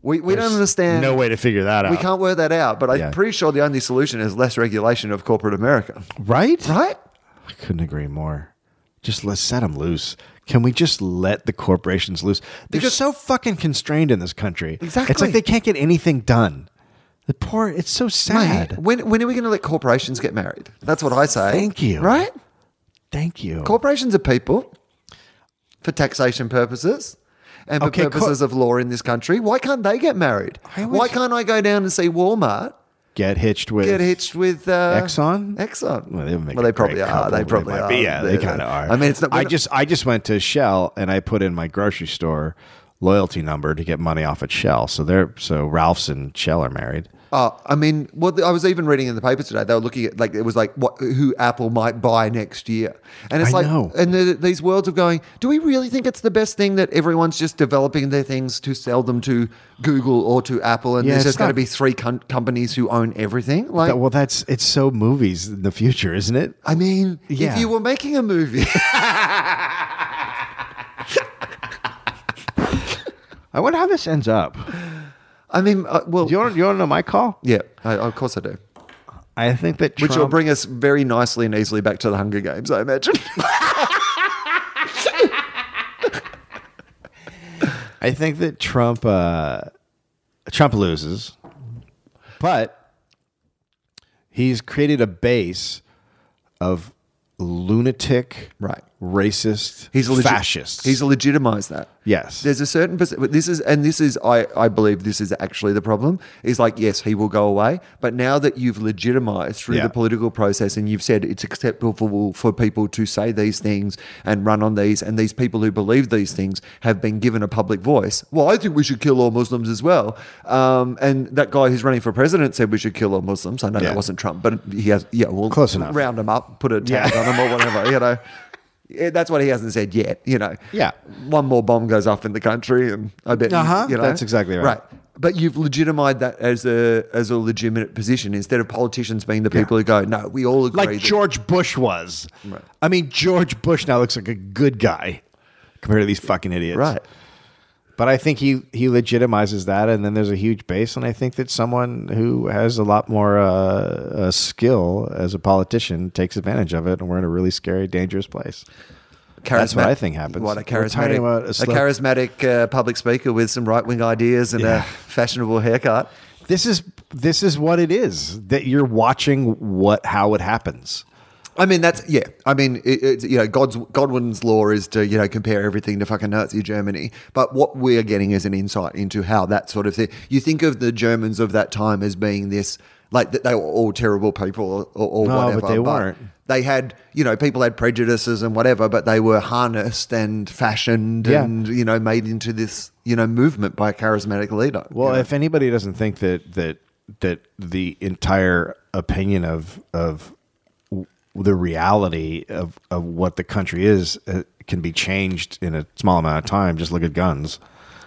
[SPEAKER 1] We, we don't understand.
[SPEAKER 4] No way to figure that out.
[SPEAKER 1] We can't work that out, but I'm
[SPEAKER 3] Yeah.
[SPEAKER 1] pretty sure the only solution is less regulation of corporate America.
[SPEAKER 3] Right?
[SPEAKER 1] Right?
[SPEAKER 3] I couldn't agree more. Just let's set them loose. Can we just let the corporations loose? They're
[SPEAKER 1] Because-
[SPEAKER 3] so fucking constrained in this country. It's
[SPEAKER 1] Exactly.
[SPEAKER 3] like they can't get anything done. The poor. It's so sad.
[SPEAKER 1] Mate, when, when are we going to let corporations get married? That's what I say.
[SPEAKER 3] Thank you.
[SPEAKER 1] Right?
[SPEAKER 3] Thank you.
[SPEAKER 1] Corporations are people for taxation purposes and for
[SPEAKER 3] Okay, cor-
[SPEAKER 1] purposes of law in this country. Why can't they get married?
[SPEAKER 3] I always-
[SPEAKER 1] Why can't I go down and see Walmart?
[SPEAKER 3] get hitched with.
[SPEAKER 1] Get hitched with uh,
[SPEAKER 3] Exxon?
[SPEAKER 1] Exxon.
[SPEAKER 3] Well, they would make
[SPEAKER 1] Well, they
[SPEAKER 3] a great
[SPEAKER 1] probably are.
[SPEAKER 3] couple.
[SPEAKER 1] They probably
[SPEAKER 3] might
[SPEAKER 1] are.
[SPEAKER 3] be. Yeah, they,
[SPEAKER 1] They're-
[SPEAKER 3] kind of are.
[SPEAKER 1] I mean, it's not.
[SPEAKER 3] I
[SPEAKER 1] we're not-
[SPEAKER 3] just I just went to Shell and I put in my grocery store loyalty number to get money off at Shell. So they're so Ralph's and Shell are married.
[SPEAKER 1] Oh, I mean, well, I was even reading in the paper today. They were looking at like it was like what who Apple might buy next year, and it's
[SPEAKER 3] I
[SPEAKER 1] like,
[SPEAKER 3] know.
[SPEAKER 1] and the, these worlds of going. Do we really think it's the best thing that everyone's just developing their things to sell them to Google or to Apple, and
[SPEAKER 3] Yeah,
[SPEAKER 1] there's
[SPEAKER 3] it's
[SPEAKER 1] just going to
[SPEAKER 3] not-
[SPEAKER 1] be three com- companies who own everything? Like,
[SPEAKER 3] That- well, that's it's so movies in the future, isn't it?
[SPEAKER 1] I mean,
[SPEAKER 3] Yeah.
[SPEAKER 1] if you were making a movie,
[SPEAKER 3] I wonder how this ends up.
[SPEAKER 1] I mean, uh, well,
[SPEAKER 3] Do you want you want to know my call?
[SPEAKER 1] yeah, I, of course I do.
[SPEAKER 3] I think that
[SPEAKER 1] Which will
[SPEAKER 3] Trump-
[SPEAKER 1] bring us very nicely and easily back to the Hunger Games, I imagine.
[SPEAKER 3] I think that Trump uh, Trump loses, but he's created a base of lunatic,
[SPEAKER 1] Right.
[SPEAKER 3] racist,
[SPEAKER 1] He's a legi-
[SPEAKER 3] fascists.
[SPEAKER 1] He's legitimized that.
[SPEAKER 3] Yes.
[SPEAKER 1] There's a certain percent. This is, and this is, I, I believe this is actually the problem. Is like, yes, he will go away, but now that you've legitimized through
[SPEAKER 3] Yeah.
[SPEAKER 1] the political process and you've said it's acceptable for, for people to say these things and run on these, and these people who believe these things have been given a public voice. Well, I think we should kill all Muslims as well. Um, and that guy who's running for president said we should kill all Muslims. I know
[SPEAKER 3] Yeah.
[SPEAKER 1] that wasn't Trump, but he has, yeah, well,
[SPEAKER 3] Close enough.
[SPEAKER 1] Round them up, put a tag on them or whatever, you know. Yeah, That's what he hasn't said yet, you know
[SPEAKER 3] Yeah.
[SPEAKER 1] one more bomb goes off in the country, and I bet
[SPEAKER 3] Uh-huh.
[SPEAKER 1] you know
[SPEAKER 3] That's exactly right.
[SPEAKER 1] Right, but you've legitimized that as a as a legitimate position instead of politicians being the people who go, no, we all agree.
[SPEAKER 3] like
[SPEAKER 1] that-"
[SPEAKER 3] George Bush was.
[SPEAKER 1] Right.
[SPEAKER 3] I mean, George Bush now looks like a good guy compared to these fucking idiots.
[SPEAKER 1] right?
[SPEAKER 3] But I think he he legitimizes that, and then there's a huge base. And I think that someone who has a lot more uh, uh, skill as a politician takes advantage of it, and we're in a really scary, dangerous place. That's what
[SPEAKER 1] Charismat-
[SPEAKER 3] I think happens.
[SPEAKER 1] What a
[SPEAKER 3] We're talking
[SPEAKER 1] charismatic,
[SPEAKER 3] about
[SPEAKER 1] a,
[SPEAKER 3] a slow-
[SPEAKER 1] charismatic uh, public speaker with some right wing ideas and
[SPEAKER 3] Yeah.
[SPEAKER 1] a fashionable haircut.
[SPEAKER 3] This is this is what it is that you're watching what how it happens.
[SPEAKER 1] I mean, that's yeah. I mean, it, it's you know, God's Godwin's law is to you know compare everything to fucking Nazi Germany. But what we are getting is an insight into how that sort of thing. You think of the Germans of that time as being this, like that they were all terrible people or, or
[SPEAKER 3] No, but
[SPEAKER 1] whatever.
[SPEAKER 3] they weren't.
[SPEAKER 1] They had, you know, people had prejudices and whatever, but they were harnessed and fashioned
[SPEAKER 3] Yeah.
[SPEAKER 1] and you know made into this you know movement by a charismatic leader.
[SPEAKER 3] Well, if anybody doesn't think that that that the entire opinion of of w- the reality of of what the country is uh, can be changed in a small amount of time, just look at guns.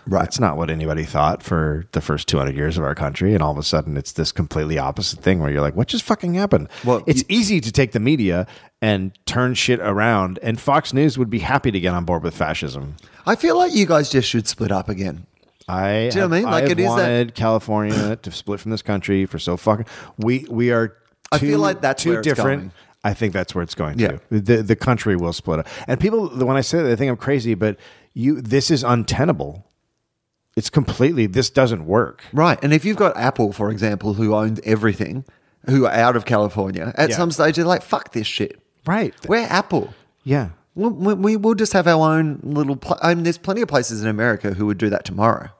[SPEAKER 1] Right.
[SPEAKER 3] That's not what anybody thought for the first 200 years of our country and all of a sudden it's this completely opposite thing where you're like what just fucking happened?
[SPEAKER 1] Well,
[SPEAKER 3] it's easy to take the media and turn shit around and Fox News would be happy to get on board with fascism.
[SPEAKER 1] I feel like you guys just should split up again.
[SPEAKER 3] I
[SPEAKER 1] Do you know what I mean? Like,
[SPEAKER 3] I've
[SPEAKER 1] it is that-
[SPEAKER 3] wanted California to split from this country for so fucking. We we are. Too,
[SPEAKER 1] I feel like that's
[SPEAKER 3] too
[SPEAKER 1] where it's
[SPEAKER 3] different.
[SPEAKER 1] going.
[SPEAKER 3] I think that's where it's going
[SPEAKER 1] Yeah.
[SPEAKER 3] to. The the country will split up, and people when I say that they think I'm crazy, but you this is untenable. It's completely. This doesn't work.
[SPEAKER 1] Right. And if you've got Apple, for example, who owns everything, who are out of California, at
[SPEAKER 3] Yeah.
[SPEAKER 1] some stage they're like, fuck this shit.
[SPEAKER 3] Right.
[SPEAKER 1] We're Apple.
[SPEAKER 3] yeah.
[SPEAKER 1] We, we, we will just have our own little. Pl- I mean, there's plenty of places in America who would do that tomorrow.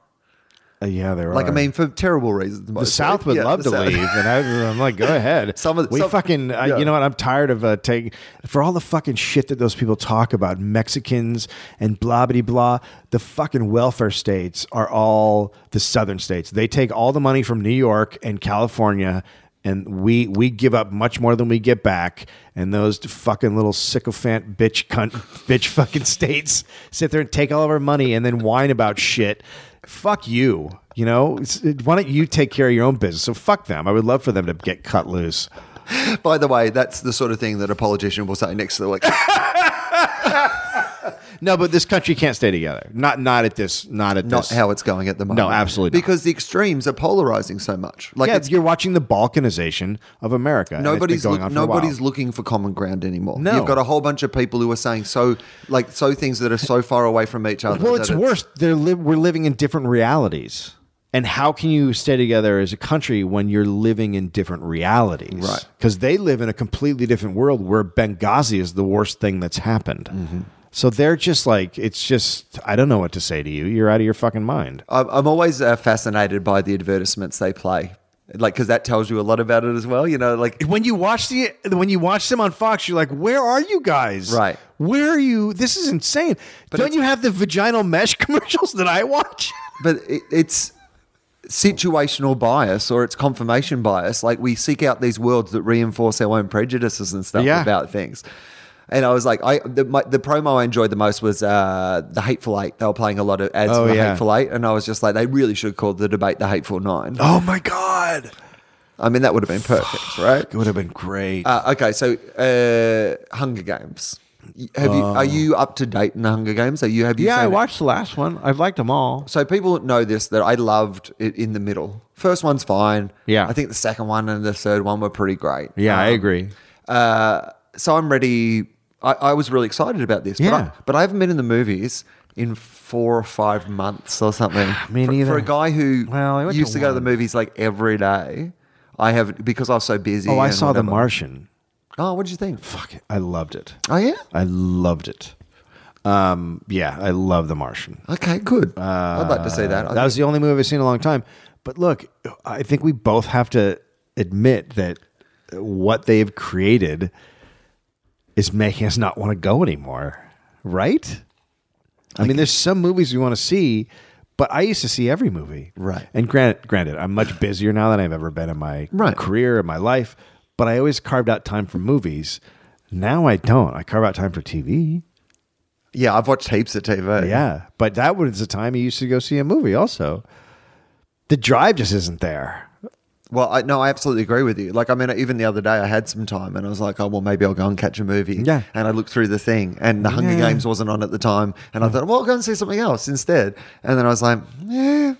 [SPEAKER 3] Uh, yeah. There
[SPEAKER 1] Like,
[SPEAKER 3] are.
[SPEAKER 1] I mean, for terrible reasons.
[SPEAKER 3] The South would love to leave, and I, I'm like, go ahead.
[SPEAKER 1] Some of the-
[SPEAKER 3] we
[SPEAKER 1] some-
[SPEAKER 3] fucking, uh,
[SPEAKER 1] yeah.
[SPEAKER 3] you know what? I'm tired of uh, taking for all the fucking shit that those people talk about Mexicans and blah blah blah. The fucking welfare states are all the Southern states. They take all the money from New York and California, and we we give up much more than we get back. And those fucking little sycophant bitch cunt bitch fucking states sit there and take all of our money and then whine about shit fuck you. You know, It's- it- why don't you take care of your own business? So fuck them. I would love for them to get cut loose.
[SPEAKER 1] By the way, that's the sort of thing that a politician will say next to the like,
[SPEAKER 3] No, but this country can't stay together. Not not at this. Not at
[SPEAKER 1] not
[SPEAKER 3] this.
[SPEAKER 1] how it's going at the moment.
[SPEAKER 3] absolutely not.
[SPEAKER 1] Because the extremes are polarizing so much. Like,
[SPEAKER 3] yeah,
[SPEAKER 1] it's,
[SPEAKER 3] you're watching the Balkanization of America. and it's been
[SPEAKER 1] Nobody's
[SPEAKER 3] going
[SPEAKER 1] look,
[SPEAKER 3] on for a while.
[SPEAKER 1] nobody's looking for common ground anymore.
[SPEAKER 3] No.
[SPEAKER 1] You've got a whole bunch of people who are saying so like so things that are so far away from each other.
[SPEAKER 3] Well,
[SPEAKER 1] that
[SPEAKER 3] it's worse. They're li- we're living in different realities. And how can you stay together as a country when you're living in different realities?
[SPEAKER 1] Right.
[SPEAKER 3] Because they live in a completely different world where Benghazi is the worst thing that's happened.
[SPEAKER 1] Mm-hmm.
[SPEAKER 3] So they're just like, it's just, I don't know what to say to you. You're out of your fucking mind.
[SPEAKER 1] I'm I'm always uh, fascinated by the advertisements they play, like because that tells you a lot about it as well. You know, like
[SPEAKER 3] When you watch the when you watch them on Fox, you're like, where are you guys?
[SPEAKER 1] Right.
[SPEAKER 3] Where are you? This is insane. don't you have the vaginal mesh commercials that I watch?
[SPEAKER 1] but it, it's situational bias or it's confirmation bias. Like we seek out these worlds that reinforce our own prejudices and stuff
[SPEAKER 3] Yeah.
[SPEAKER 1] about things. And I was like, I the, my, the promo I enjoyed the most was uh, the Hateful Eight. They were playing a lot of ads
[SPEAKER 3] Oh,
[SPEAKER 1] for the
[SPEAKER 3] yeah.
[SPEAKER 1] Hateful Eight, and I was just like, they really should call the debate the Hateful Nine.
[SPEAKER 3] Oh my god.
[SPEAKER 1] I mean, that would have been perfect, right?
[SPEAKER 3] It would have been great.
[SPEAKER 1] Uh, okay, so uh, Hunger Games. Have you are you up to date in the Hunger Games? Are you have you?
[SPEAKER 3] Oh. Yeah, I
[SPEAKER 1] seen it?
[SPEAKER 3] watched the last one. I've liked them all.
[SPEAKER 1] So people know this that I loved it in the middle. First one's fine.
[SPEAKER 3] Yeah.
[SPEAKER 1] I think the second one and the third one were pretty great. Um, uh,
[SPEAKER 3] Yeah, I agree.
[SPEAKER 1] So I'm ready. I, I was really excited about this. But
[SPEAKER 3] Yeah.
[SPEAKER 1] I, but I haven't been in the movies in four or five months or something.
[SPEAKER 3] Me
[SPEAKER 1] for,
[SPEAKER 3] neither.
[SPEAKER 1] For a guy who
[SPEAKER 3] Well, I went to
[SPEAKER 1] used to, go to the
[SPEAKER 3] one.
[SPEAKER 1] movies like every day, I have because I was so busy.
[SPEAKER 3] Oh, I
[SPEAKER 1] and
[SPEAKER 3] saw The
[SPEAKER 1] whatever.
[SPEAKER 3] Martian.
[SPEAKER 1] Oh, what did you think?
[SPEAKER 3] Fuck it. I loved it.
[SPEAKER 1] Oh yeah.
[SPEAKER 3] I loved it. Um, yeah, I love The Martian.
[SPEAKER 1] Okay,
[SPEAKER 3] Uh,
[SPEAKER 1] good. I'd like to see that. I
[SPEAKER 3] That was the only movie I've seen in a long time. But look, I think we both have to admit that what they've created is making us not want to go anymore, right? I mean, there's some movies we want to see, but I used to see every movie,
[SPEAKER 1] Right.
[SPEAKER 3] And granted, granted, I'm much busier now than I've ever been in my
[SPEAKER 1] Right.
[SPEAKER 3] career in my life, but I always carved out time for movies. Now I don't. I carve out time for TV.
[SPEAKER 1] Yeah, I've watched heaps of TV.
[SPEAKER 3] Yeah, but that was the time you used to go see a movie. Also, the drive just isn't there.
[SPEAKER 1] Well, I, no, I absolutely agree with you. Like, I mean, even the other day, I had some time, and I was like, "Oh, well, maybe I'll go and catch a movie."
[SPEAKER 3] Yeah.
[SPEAKER 1] And I looked through the thing, and The Hunger
[SPEAKER 3] Yeah.
[SPEAKER 1] Games wasn't on at the time, and I thought, "Well, I'll go and see something else instead." And then I was like, "Nah."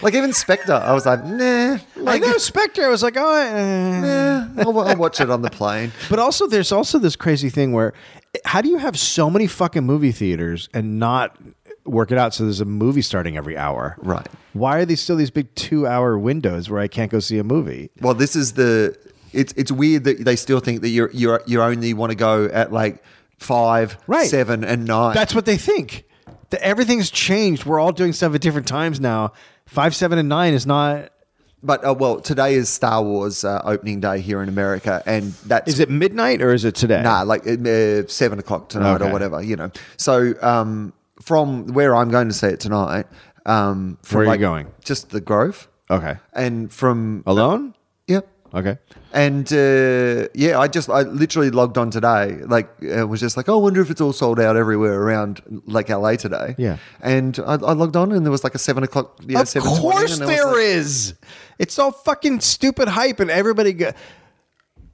[SPEAKER 1] Like even Spectre, I was like, "Nah."
[SPEAKER 3] I
[SPEAKER 1] Like,
[SPEAKER 3] know Spectre. I was like, oh, eh.
[SPEAKER 1] "Nah, I'll, wa- I'll watch it on the plane.
[SPEAKER 3] but also there's also this crazy thing where eh, how do you have so many fucking movie theaters and not work it out? So there's a movie starting every hour,
[SPEAKER 1] Right.
[SPEAKER 3] Why are these still these big two hour windows where I can't go see a movie?
[SPEAKER 1] Well, this is the it's it's weird that they still think that you're you're you only want to go at like five,
[SPEAKER 3] Right.
[SPEAKER 1] seven, and nine.
[SPEAKER 3] That's what they think. That everything's changed. We're all doing stuff at different times now. Five, seven, and nine is not.
[SPEAKER 1] but uh, well, today is Star Wars uh, opening day here in America, and that's
[SPEAKER 3] Is it midnight or is it today?
[SPEAKER 1] Nah, like uh, seven o'clock tonight or
[SPEAKER 3] Okay.
[SPEAKER 1] whatever, you know. So um, from where I'm going to see it tonight, um, from
[SPEAKER 3] Where are you
[SPEAKER 1] like,
[SPEAKER 3] going?
[SPEAKER 1] Just the Grove,
[SPEAKER 3] Okay.
[SPEAKER 1] and from
[SPEAKER 3] Alone?
[SPEAKER 1] yep.
[SPEAKER 3] Okay.
[SPEAKER 1] And uh, yeah, I just I literally logged on today, like uh, was just like, oh, I wonder if it's all sold out everywhere around like LA today.
[SPEAKER 3] Yeah.
[SPEAKER 1] and I, I logged on and there was like a seven o'clock. Yeah,
[SPEAKER 3] of course
[SPEAKER 1] there is.
[SPEAKER 3] there is. It's all fucking stupid hype, and everybody. Go-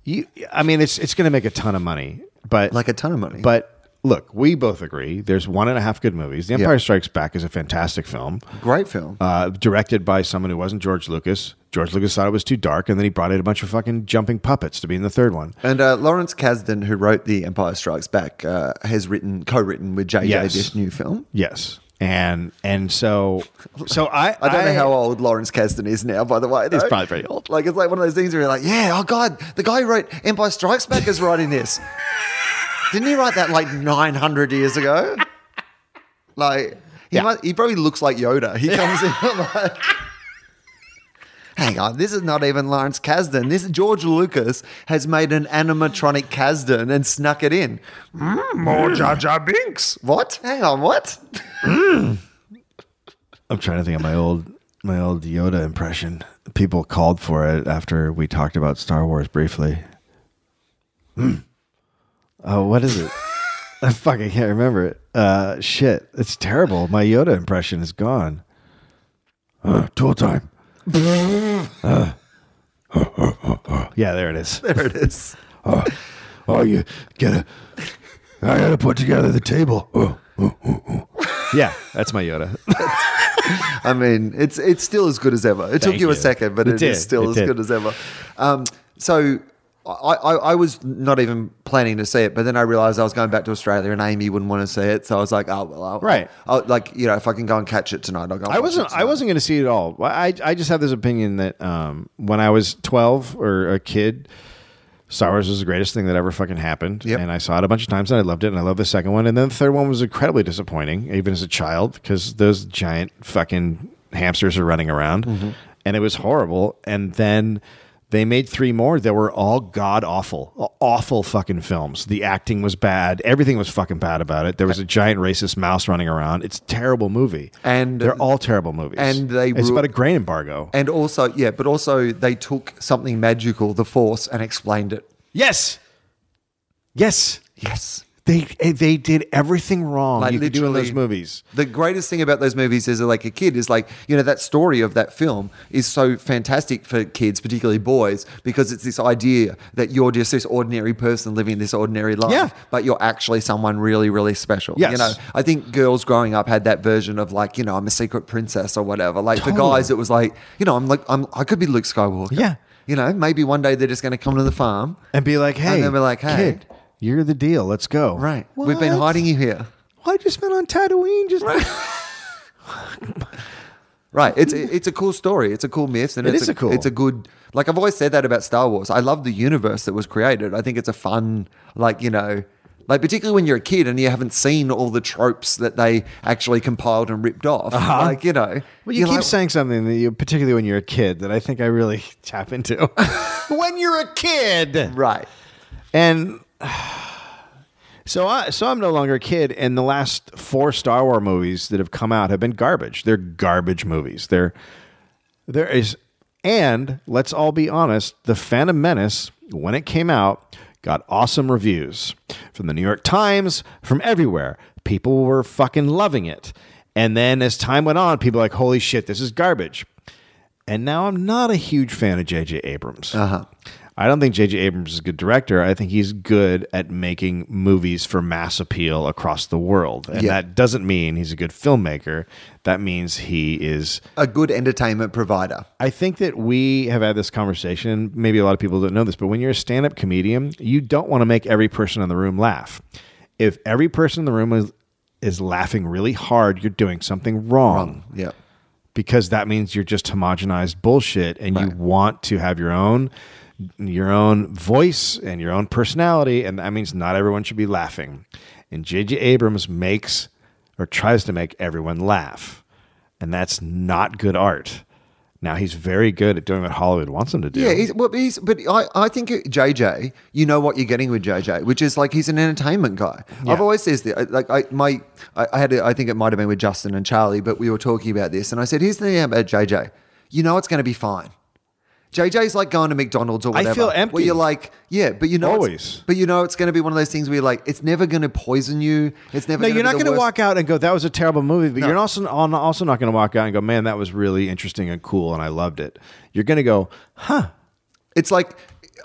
[SPEAKER 3] you, I mean, it's it's going to make a ton of money, but
[SPEAKER 1] like a ton of money.
[SPEAKER 3] But look, we both agree. There's one and a half good movies. The Empire
[SPEAKER 1] Yeah.
[SPEAKER 3] Strikes Back is a fantastic film,
[SPEAKER 1] great film.
[SPEAKER 3] uh, directed by someone who wasn't George Lucas. George Lucas thought it was too dark, and then he brought in a bunch of fucking jumping puppets to be in the third one.
[SPEAKER 1] And uh, Lawrence Kasdan, who wrote The Empire Strikes Back, uh, has written, co-written with JJ
[SPEAKER 3] Yes.
[SPEAKER 1] this new film.
[SPEAKER 3] Yes, and and so so I
[SPEAKER 1] I don't know how old Lawrence Kasdan is now, by the way.
[SPEAKER 3] He's
[SPEAKER 1] though.
[SPEAKER 3] probably pretty old.
[SPEAKER 1] Like it's like one of those things where you're like, yeah, oh god, the guy who wrote Empire Strikes Back is writing this. Didn't he write that like 900 years ago? Like he
[SPEAKER 3] Yeah.
[SPEAKER 1] must, he probably looks like Yoda. He comes in like. Hang on, this is not even Lawrence Kasdan. This George Lucas has made an animatronic Kasdan and snuck it in. Hmm,
[SPEAKER 3] Hmm.
[SPEAKER 4] More Jar Jar Binks.
[SPEAKER 1] What? Hang on, what?
[SPEAKER 3] I'm trying to think of my old my old Yoda impression. People called for it after we talked about Star Wars briefly. Hmm. Oh, what is it? I fucking can't remember it. Uh, shit, it's terrible. My Yoda impression is gone. Uh, tool time. Uh, uh, uh, uh, uh. Yeah, there it is.
[SPEAKER 1] There it is.
[SPEAKER 3] Oh, you gotta, I gotta put together the table. Oh, oh, oh, oh. Yeah, that's my Yoda.
[SPEAKER 1] I mean, it's it's still as good as ever. It took
[SPEAKER 3] Thank
[SPEAKER 1] you, a
[SPEAKER 3] you.
[SPEAKER 1] second, but
[SPEAKER 3] It
[SPEAKER 1] it is
[SPEAKER 3] did.
[SPEAKER 1] still
[SPEAKER 3] It
[SPEAKER 1] as
[SPEAKER 3] did.
[SPEAKER 1] good as ever. Um, so. I, I, I was not even planning to see it, but then I realized I was going back to Australia and Amy wouldn't want to see it, so I was like, "Oh well, I'll,
[SPEAKER 3] Right.
[SPEAKER 1] I'll, like you know, if I can go and catch it tonight, I'll go." and
[SPEAKER 3] I
[SPEAKER 1] watch
[SPEAKER 3] wasn't.
[SPEAKER 1] it
[SPEAKER 3] I
[SPEAKER 1] tonight.
[SPEAKER 3] wasn't going to see it at all. I I just have this opinion that um, when I was twelve or a kid, Star Wars was the greatest thing that ever fucking happened,
[SPEAKER 1] Yep.
[SPEAKER 3] and I saw it a bunch of times and I loved it, and I loved the second one, and then the third one was incredibly disappointing, even as a child, because those giant fucking hamsters are running around,
[SPEAKER 1] Mm-hmm.
[SPEAKER 3] and it was horrible. And then they made three more that were all god awful, awful fucking films. The acting was bad, everything was fucking bad about it. There was a giant racist mouse running around. It's a terrible movie,
[SPEAKER 1] And-
[SPEAKER 3] they're all terrible movies.
[SPEAKER 1] and they
[SPEAKER 3] it's
[SPEAKER 1] ru-
[SPEAKER 3] about a grain embargo.
[SPEAKER 1] and also yeah, but also they took something magical, the Force, and explained it.
[SPEAKER 3] yes, yes.
[SPEAKER 1] Yes,
[SPEAKER 3] They eh, they did everything wrong
[SPEAKER 1] Like,
[SPEAKER 3] you could do in those
[SPEAKER 1] literally-
[SPEAKER 3] movies.
[SPEAKER 1] the greatest thing about those movies is like a kid is like you know that story of that film is so fantastic for kids particularly boys because it's this idea that you're just this ordinary person living this ordinary life
[SPEAKER 3] Yeah.
[SPEAKER 1] but you're actually someone really really special you
[SPEAKER 3] Yes.
[SPEAKER 1] know i think girls growing up had that version of like you know i'm a secret princess or whatever like for
[SPEAKER 3] Totally.
[SPEAKER 1] guys it was like you know i'm like i'm i could be luke skywalker
[SPEAKER 3] Yeah.
[SPEAKER 1] you know maybe one day they're just going to come to the farm
[SPEAKER 3] And be like, hey,
[SPEAKER 1] And then be like, hey.
[SPEAKER 3] kid, you're the deal. Let's go.
[SPEAKER 1] right we've been
[SPEAKER 3] What?
[SPEAKER 1] hiding you here
[SPEAKER 3] Well, I just been on Tatooine. Just
[SPEAKER 1] Right. It's it's a cool story. It's a cool myth, and
[SPEAKER 3] It
[SPEAKER 1] it's
[SPEAKER 3] is a cool-
[SPEAKER 1] It's a good. Like I've always said that about Star Wars. I love the universe that was created. I think it's a fun, like you know, like particularly when you're a kid and you haven't seen all the tropes that they actually compiled and ripped off. Like you know,
[SPEAKER 3] Uh-huh. well, you
[SPEAKER 1] you're
[SPEAKER 3] keep
[SPEAKER 1] like,
[SPEAKER 3] saying something that you, particularly when you're a kid, that I think I really tap into. when you're a kid,
[SPEAKER 1] right.
[SPEAKER 3] and so I so I'm no longer a kid. And the last four Star Wars movies that have come out have been garbage. They're garbage movies. They're there is, and let's all be honest, the Phantom Menace when it came out got awesome reviews from the New York Times, from everywhere. People were fucking loving it. And then as time went on, people were like, holy shit, this is garbage. And now I'm not a huge fan of J.J. Abrams. Uh-huh. I don't think J.J. Abrams is a good director. I think he's good at making movies for mass appeal across the world. And
[SPEAKER 1] Yeah.
[SPEAKER 3] that doesn't mean he's a good filmmaker. That means he is
[SPEAKER 1] A good entertainment provider.
[SPEAKER 3] I think that we have had this conversation. Maybe a lot of people don't know this, but when you're a stand up comedian, you don't want to make every person in the room laugh. If every person in the room is, is laughing really hard, you're doing something wrong
[SPEAKER 1] Yeah.
[SPEAKER 3] because that means you're just homogenized bullshit and you want to have your own your own voice and your own personality. And that means not everyone should be laughing. And J.J. Abrams makes or tries to make everyone laugh. And that's not good art. Now, he's very good at doing what Hollywood wants him to do.
[SPEAKER 1] Yeah, he's, well, he's, but I, I think JJ, you know what you're getting with JJ, which is like he's an entertainment guy. I've always says that. Like I my I, I had a, I think it might have been with Justin and Charlie, but we were talking about this, and I said, here's the thing about JJ, you know it's going to be fine. JJ's like going to McDonald's or
[SPEAKER 3] I
[SPEAKER 1] whatever.
[SPEAKER 3] feel empty.
[SPEAKER 1] Where you're like, yeah, but you know, it's-
[SPEAKER 3] Always.
[SPEAKER 1] But you know, it's going to be one of those things where you're like, it's never going to poison you. It's never.
[SPEAKER 3] No,
[SPEAKER 1] gonna
[SPEAKER 3] you're
[SPEAKER 1] be
[SPEAKER 3] not
[SPEAKER 1] the
[SPEAKER 3] going to
[SPEAKER 1] worst-
[SPEAKER 3] walk out and go, "That was a terrible movie," but you're also also not going to walk out and go, "Man, that was really interesting and cool, and I loved it." You're going to go, "Huh?
[SPEAKER 1] It's like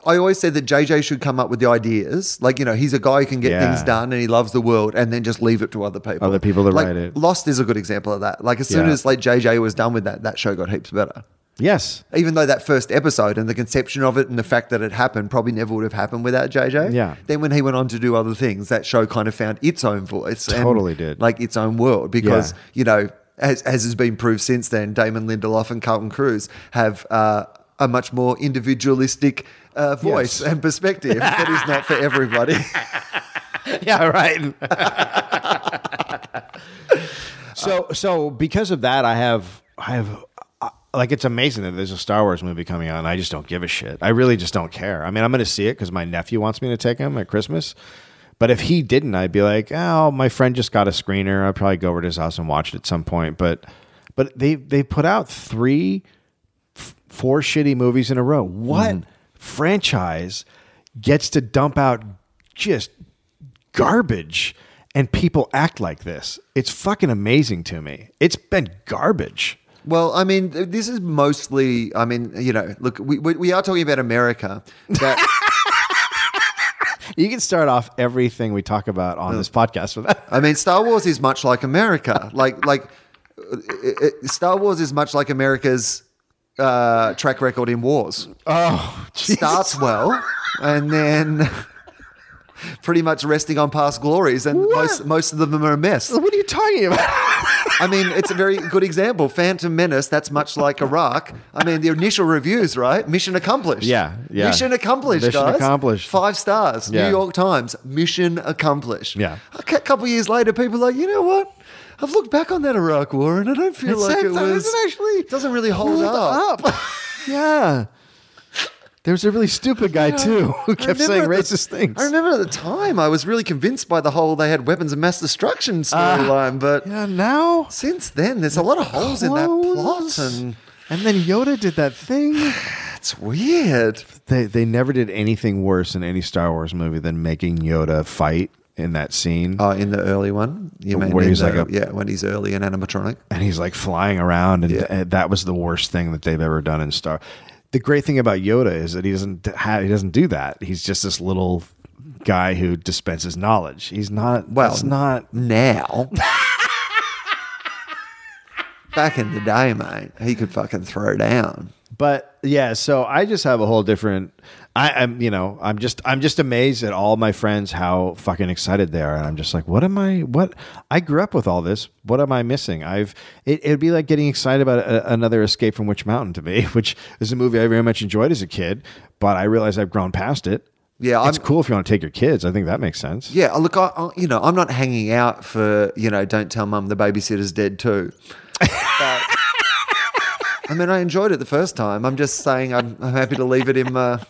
[SPEAKER 1] I always said that JJ should come up with the ideas. Like, you know, he's a guy who can get
[SPEAKER 3] Yeah.
[SPEAKER 1] things done and he loves the world and then just leave it to other people.
[SPEAKER 3] Other people to
[SPEAKER 1] like,
[SPEAKER 3] write it.
[SPEAKER 1] Lost is a good example of that. Like as soon
[SPEAKER 3] Yeah.
[SPEAKER 1] as like JJ was done with that, that show got heaps better.
[SPEAKER 3] Yes,
[SPEAKER 1] Even though that first episode and the conception of it and the fact that it happened probably never would have happened without JJ.
[SPEAKER 3] Yeah.
[SPEAKER 1] Then when he went on to do other things, that show kind of found its own voice. and,
[SPEAKER 3] Totally did.
[SPEAKER 1] Like its own world because,
[SPEAKER 3] Yeah.
[SPEAKER 1] you know, as, as has been proved since then, Damon Lindelof and Carlton Cruz have uh, a much more individualistic uh, voice
[SPEAKER 3] Yes.
[SPEAKER 1] and perspective that is not for everybody.
[SPEAKER 3] yeah, right." so, so because of that, I have, I have, uh, like, it's amazing that there's a Star Wars movie coming out, and I just don't give a shit. I really just don't care. I mean, I'm going to see it because my nephew wants me to take him at Christmas. But if he didn't, I'd be like, "Oh, my friend just got a screener. I'll probably go over to his house and watch it at some point." But, but they they put out three four shitty movies in a row. What franchise gets to dump out just garbage and people act like this? It's fucking amazing to me. It's been garbage.
[SPEAKER 1] Well, I mean, th- this is mostly. I mean, you know, look, we we, we are talking about America. That,
[SPEAKER 3] You can start off everything we talk about on this podcast with that.
[SPEAKER 1] I mean, Star Wars is much like America. Like like uh, uh, Star Wars is much like America's uh, track record in wars.
[SPEAKER 3] Oh,
[SPEAKER 1] Starts well, and then. Pretty much resting on past glories, and most most of them are a mess.
[SPEAKER 3] What are you talking about?
[SPEAKER 1] I mean, it's a very good example. Phantom Menace. That's much like Iraq. I mean, the initial reviews, right? Mission accomplished.
[SPEAKER 3] Yeah, yeah.
[SPEAKER 1] Mission accomplished,
[SPEAKER 3] Mission
[SPEAKER 1] guys.
[SPEAKER 3] accomplished.
[SPEAKER 1] Five stars.
[SPEAKER 3] Yeah.
[SPEAKER 1] New York Times. Mission accomplished.
[SPEAKER 3] Yeah.
[SPEAKER 1] A cou- couple years later, people are like, you know what? I've looked back on that Iraq war, and I don't feel like it was.
[SPEAKER 3] actually
[SPEAKER 1] it doesn't really hold, up.
[SPEAKER 3] yeah. There was a really stupid guy too who
[SPEAKER 1] I
[SPEAKER 3] kept
[SPEAKER 1] remember
[SPEAKER 3] saying
[SPEAKER 1] at the-
[SPEAKER 3] racist things.
[SPEAKER 1] I remember at the time, I was really convinced by the whole they had weapons of mass destruction storyline, but
[SPEAKER 3] Ah. Yeah, now
[SPEAKER 1] since then, there's a lot of holes in that
[SPEAKER 3] Clones?
[SPEAKER 1] plot, and
[SPEAKER 3] and then Yoda did that thing.
[SPEAKER 1] it's weird.
[SPEAKER 3] They they never did anything worse in any Star Wars movie than making Yoda fight in that scene,
[SPEAKER 1] Oh, in the early one, you mean
[SPEAKER 3] Where
[SPEAKER 1] in
[SPEAKER 3] he's
[SPEAKER 1] the-
[SPEAKER 3] like a-
[SPEAKER 1] yeah, when he's early and animatronic.
[SPEAKER 3] and he's like flying around, and, and that was the worst thing that they've ever done in Star. The great thing about Yoda is that he doesn't ha- he doesn't do that. He's just this little guy who dispenses knowledge. He's not well.
[SPEAKER 1] Well,
[SPEAKER 3] That's not
[SPEAKER 1] now. Back in the day, mate, he could fucking throw down.
[SPEAKER 3] but yeah so i just have a whole different I, i'm you know i'm just i'm just amazed at all my friends how fucking excited they are and i'm just like what am i what i grew up with all this what am i missing i've it, it'd be like getting excited about a, another escape from witch mountain to me which is a movie i very much enjoyed as a kid but i realize i've grown past it
[SPEAKER 1] Yeah,
[SPEAKER 3] it's
[SPEAKER 1] I'm-
[SPEAKER 3] cool if you want to take your kids i think that makes sense
[SPEAKER 1] Yeah, look, I, I, you know, I'm not hanging out for you know, don't tell mum the babysitter's dead too. But, I mean, I enjoyed it the first time. I'm just saying, I'm, I'm happy to leave it in. Uh,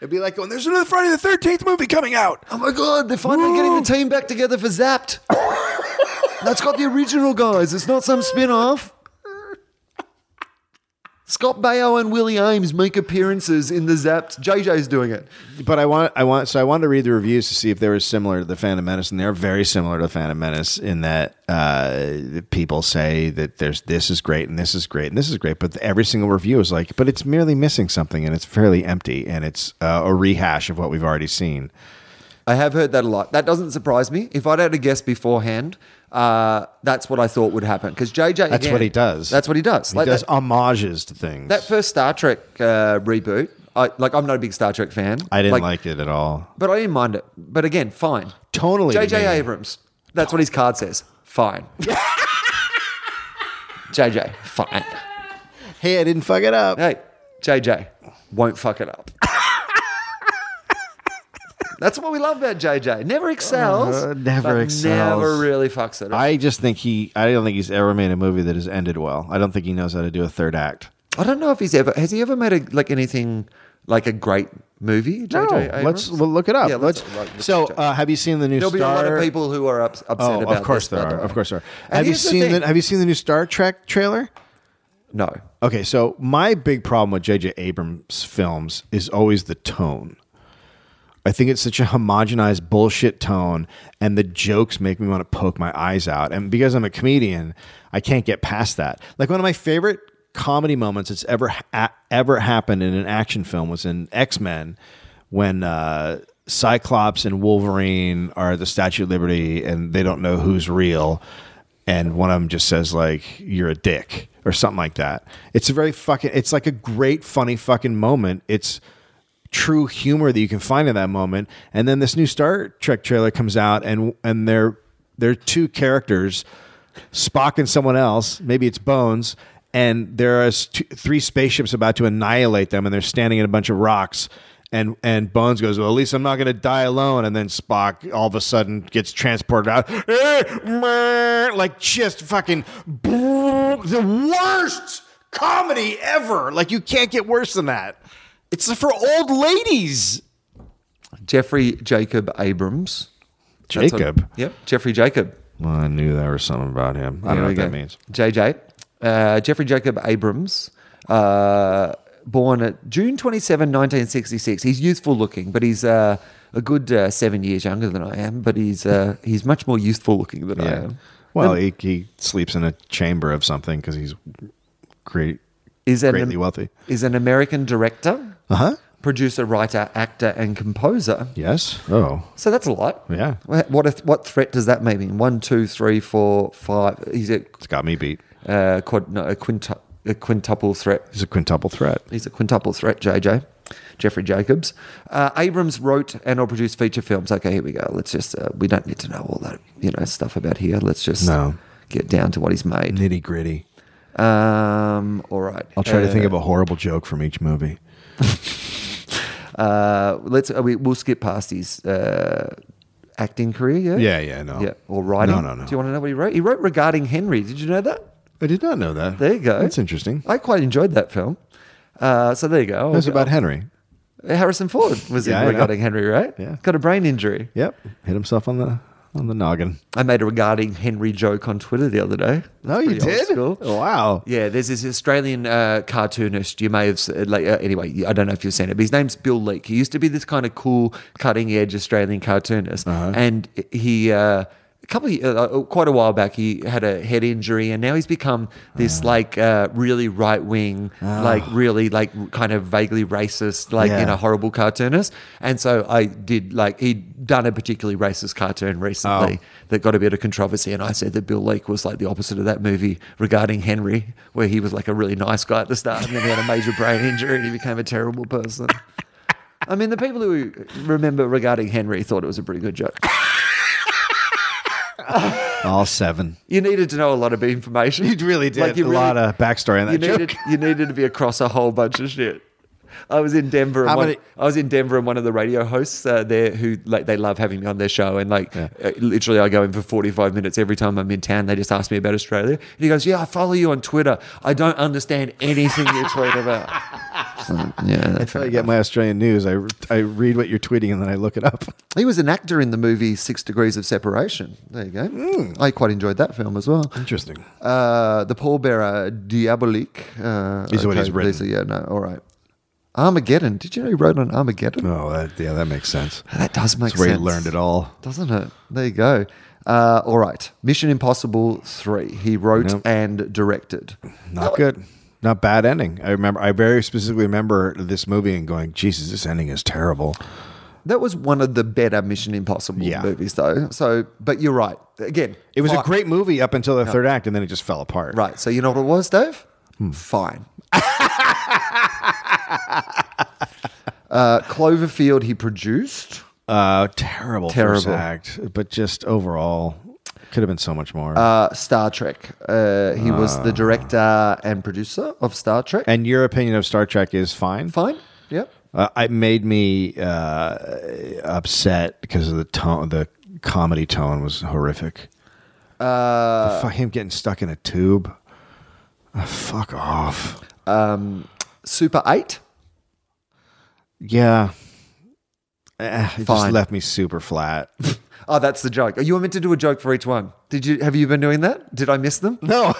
[SPEAKER 3] it'd be like going there's another friday the 13th movie coming out
[SPEAKER 1] oh my god, they're finally getting the team back together for Zapped. That's got the original guys. It's not some spin-off. Scott Baio and Willie Ames make appearances in the Zapped. JJ's doing it.
[SPEAKER 3] but I want I want so I wanted to read the reviews to see if they were similar to the Phantom Menace, and they're very similar to the Phantom Menace in that uh, the people say that there's this is great and this is great and this is great, but every single review is like, but it's merely missing something and it's fairly empty and it's uh, a rehash of what we've already seen.
[SPEAKER 1] I have heard that a lot. That doesn't surprise me. If I'd had a guess beforehand, uh, that's what I thought would happen. Because JJ,
[SPEAKER 3] That's
[SPEAKER 1] again,
[SPEAKER 3] what he does.
[SPEAKER 1] That's what he does.
[SPEAKER 3] He
[SPEAKER 1] like
[SPEAKER 3] does
[SPEAKER 1] that,
[SPEAKER 3] homages to things.
[SPEAKER 1] that first Star Trek uh, reboot. I, like I'm not a big Star Trek fan.
[SPEAKER 3] I didn't like, it at all.
[SPEAKER 1] but I didn't mind it. But again, fine.
[SPEAKER 3] Totally to
[SPEAKER 1] JJ
[SPEAKER 3] me.
[SPEAKER 1] Abrams. That's what his card says. Fine. JJ, fine.
[SPEAKER 3] Hey, I didn't fuck it up.
[SPEAKER 1] Hey, JJ, won't fuck it up. That's what we love about JJ. Never excels.
[SPEAKER 3] Uh, never
[SPEAKER 1] but
[SPEAKER 3] excels.
[SPEAKER 1] Never really fucks it up.
[SPEAKER 3] I just think he. I don't think he's ever made a movie that has ended well. I don't think he knows how to do a third act.
[SPEAKER 1] I don't know if he's ever has he ever made a like anything like a great movie. JJ Abrams?
[SPEAKER 3] Oh, let's we'll look it up.
[SPEAKER 1] Yeah,
[SPEAKER 3] let's,
[SPEAKER 1] let's, like, look
[SPEAKER 3] so,
[SPEAKER 1] at JJ.
[SPEAKER 3] uh, have you seen the new
[SPEAKER 1] there'll be
[SPEAKER 3] Star?
[SPEAKER 1] a lot of people who are ups, upset
[SPEAKER 3] oh,
[SPEAKER 1] about.
[SPEAKER 3] of course
[SPEAKER 1] this, by
[SPEAKER 3] there
[SPEAKER 1] the
[SPEAKER 3] are.
[SPEAKER 1] way.
[SPEAKER 3] Of course there are.
[SPEAKER 1] And
[SPEAKER 3] have you
[SPEAKER 1] here's the
[SPEAKER 3] seen
[SPEAKER 1] thing-
[SPEAKER 3] the Have you seen the new Star Trek trailer?
[SPEAKER 1] No,
[SPEAKER 3] Okay, so my big problem with J.J. Abrams' films is always the tone. I think it's such a homogenized bullshit tone, and the jokes make me want to poke my eyes out. And because I'm a comedian, I can't get past that. Like one of my favorite comedy moments that's ever ha- ever happened in an action film was in X Men when uh, Cyclops and Wolverine are at the Statue of Liberty, and they don't know who's real and one of them just says like you're a dick or something like that it's a very fucking it's like a great funny fucking moment it's true humor that you can find in that moment and then this new star trek trailer comes out and and they're they're two characters spock and someone else maybe it's bones and there are s- two, three spaceships about to annihilate them and they're standing in a bunch of rocks and and Bones goes, well, at least I'm not going to die alone. And then Spock all of a sudden gets transported out, Eh, meh, like just fucking the worst comedy ever. Like you can't get worse than that. It's for old ladies.
[SPEAKER 1] Jeffrey Jacob Abrams. That's what-
[SPEAKER 3] Jacob,
[SPEAKER 1] yep, Jeffrey Jacob.
[SPEAKER 3] well, I knew there was something about him. I don't
[SPEAKER 1] Here
[SPEAKER 3] know
[SPEAKER 1] we
[SPEAKER 3] what that
[SPEAKER 1] go.
[SPEAKER 3] means.
[SPEAKER 1] JJ, uh, Jeffrey Jacob Abrams, uh, born at June 27, 1966. He's youthful looking, but he's uh, a good uh, seven years younger than I am. But he's uh, he's much more youthful looking than I am.
[SPEAKER 3] Well, he, he sleeps in a chamber of something because he's great,
[SPEAKER 1] Is an
[SPEAKER 3] greatly wealthy.
[SPEAKER 1] is an American director,
[SPEAKER 3] Uh huh.
[SPEAKER 1] producer, writer, actor, and composer.
[SPEAKER 3] Yes. Oh.
[SPEAKER 1] So that's a lot.
[SPEAKER 3] Yeah.
[SPEAKER 1] Wha- What a th- what threat does that mean? One, two, three, four, five. He's a
[SPEAKER 3] It's got me beat.
[SPEAKER 1] uh, quad, no, a, quintu- a quintuple threat.
[SPEAKER 3] He's a quintuple threat.
[SPEAKER 1] He's a quintuple threat, JJ. Jeffrey Jacobs. Uh, Abrams wrote and or produced feature films. Okay, here we go. Let's just, uh, we don't need to know all that, you know, stuff about here. Let's just
[SPEAKER 3] No.
[SPEAKER 1] get down to what he's made.
[SPEAKER 3] Nitty gritty.
[SPEAKER 1] Um, all right.
[SPEAKER 3] I'll try to think of a horrible joke from each movie.
[SPEAKER 1] Uh, let's, uh, we, we'll skip past his uh, acting career, yeah?
[SPEAKER 3] Yeah, yeah, no.
[SPEAKER 1] Yeah, or writing.
[SPEAKER 3] No, no, no.
[SPEAKER 1] Do you want to know what he wrote? He wrote Regarding Henry. Did you know that?
[SPEAKER 3] I did not know that.
[SPEAKER 1] There you go.
[SPEAKER 3] That's interesting.
[SPEAKER 1] I quite enjoyed that film. Uh, so there you go.
[SPEAKER 3] That was about Henry.
[SPEAKER 1] Harrison Ford was
[SPEAKER 3] Yeah, I
[SPEAKER 1] in
[SPEAKER 3] know.
[SPEAKER 1] Regarding Henry, right?
[SPEAKER 3] Yeah.
[SPEAKER 1] Got a brain injury.
[SPEAKER 3] Yep, hit himself on the on the noggin.
[SPEAKER 1] I made a regarding Henry joke on Twitter the other day.
[SPEAKER 3] No,
[SPEAKER 1] That's
[SPEAKER 3] Oh, you
[SPEAKER 1] pretty old
[SPEAKER 3] did.
[SPEAKER 1] school.
[SPEAKER 3] Wow.
[SPEAKER 1] Yeah, there's this Australian uh, cartoonist. You may have s- like uh, anyway. I don't know if you've seen it, but his name's Bill Leake. He used to be this kind of cool, cutting edge Australian cartoonist,
[SPEAKER 3] Uh-huh.
[SPEAKER 1] and he. Uh, a couple of, uh, quite a while back he had a head injury and now he's become
[SPEAKER 3] Ah.
[SPEAKER 1] this like uh, really right wing like really like kind of vaguely racist like
[SPEAKER 3] Yeah.
[SPEAKER 1] in a horrible cartoonist and so i did like he'd done a particularly racist cartoon recently
[SPEAKER 3] Oh.
[SPEAKER 1] that got a bit of controversy. And I said that Bill Lake was like the opposite of that movie regarding Henry, where he was like a really nice guy at the start and then he had a major brain injury and he became a terrible person. I mean, the people who remember regarding Henry thought it was a pretty good joke.
[SPEAKER 3] All seven.
[SPEAKER 1] You needed to know a lot of information.
[SPEAKER 3] You really did
[SPEAKER 1] Like, you
[SPEAKER 3] a
[SPEAKER 1] really-
[SPEAKER 3] lot of backstory on that
[SPEAKER 1] you
[SPEAKER 3] joke.
[SPEAKER 1] needed you needed to be across a whole bunch of shit. I was in Denver. And
[SPEAKER 3] How
[SPEAKER 1] one,
[SPEAKER 3] many-
[SPEAKER 1] I was in Denver, and one of the radio hosts uh, there who like they love having me on their show, and like uh, literally, I go in for forty five minutes every time I'm in town. They just ask me about Australia, and he goes, "Yeah, I follow you on Twitter. I don't understand anything you tweet about." So, yeah, that's
[SPEAKER 3] I get my Australian news. I, I read what you're tweeting and then I look it up.
[SPEAKER 1] he was an actor in the movie Six Degrees of Separation. There you go. I quite enjoyed that film as well.
[SPEAKER 3] Hmm. Interesting.
[SPEAKER 1] Uh, the pallbearer Diabolique. Uh,
[SPEAKER 3] These are what he's written.
[SPEAKER 1] these are- yeah, no, all right. Armageddon. Did you know he wrote on Armageddon?
[SPEAKER 3] Oh, that, yeah, that makes sense.
[SPEAKER 1] That does make
[SPEAKER 3] That's where
[SPEAKER 1] sense.
[SPEAKER 3] he learned it all.
[SPEAKER 1] Doesn't it? There you go. Uh, all right. Mission Impossible 3. He wrote
[SPEAKER 3] Yep.
[SPEAKER 1] and directed.
[SPEAKER 3] Not good. Not bad ending. I remember. I very specifically remember this movie and going, "Jesus, this ending is terrible."
[SPEAKER 1] That was one of the better Mission Impossible
[SPEAKER 3] Yeah.
[SPEAKER 1] movies, though. So, but you're right. Again,
[SPEAKER 3] It was a
[SPEAKER 1] fine.
[SPEAKER 3] great movie up until the third act, and then it just fell apart.
[SPEAKER 1] Right. So, you know what it was, Dave?
[SPEAKER 3] Hmm.
[SPEAKER 1] Fine. uh, Cloverfield, he produced.
[SPEAKER 3] Uh, terrible, first
[SPEAKER 1] Terrible.
[SPEAKER 3] act, but just overall could have been so much more.
[SPEAKER 1] uh, Star Trek. Uh, he was
[SPEAKER 3] Ah.
[SPEAKER 1] the director and producer of Star Trek.
[SPEAKER 3] and your opinion of Star Trek is fine.
[SPEAKER 1] Fine. Yep.
[SPEAKER 3] Uh, it made me uh, upset because of the tone. The comedy tone was horrific. Uh, fuck him getting stuck in a tube. Ah, fuck off.
[SPEAKER 1] Super 8?
[SPEAKER 3] Yeah. Eh, it just
[SPEAKER 1] Fine.
[SPEAKER 3] left me super flat.
[SPEAKER 1] Oh, that's the joke. Oh, you were meant to do a joke for each one. Did you have you been doing that? Did I miss them?
[SPEAKER 3] No.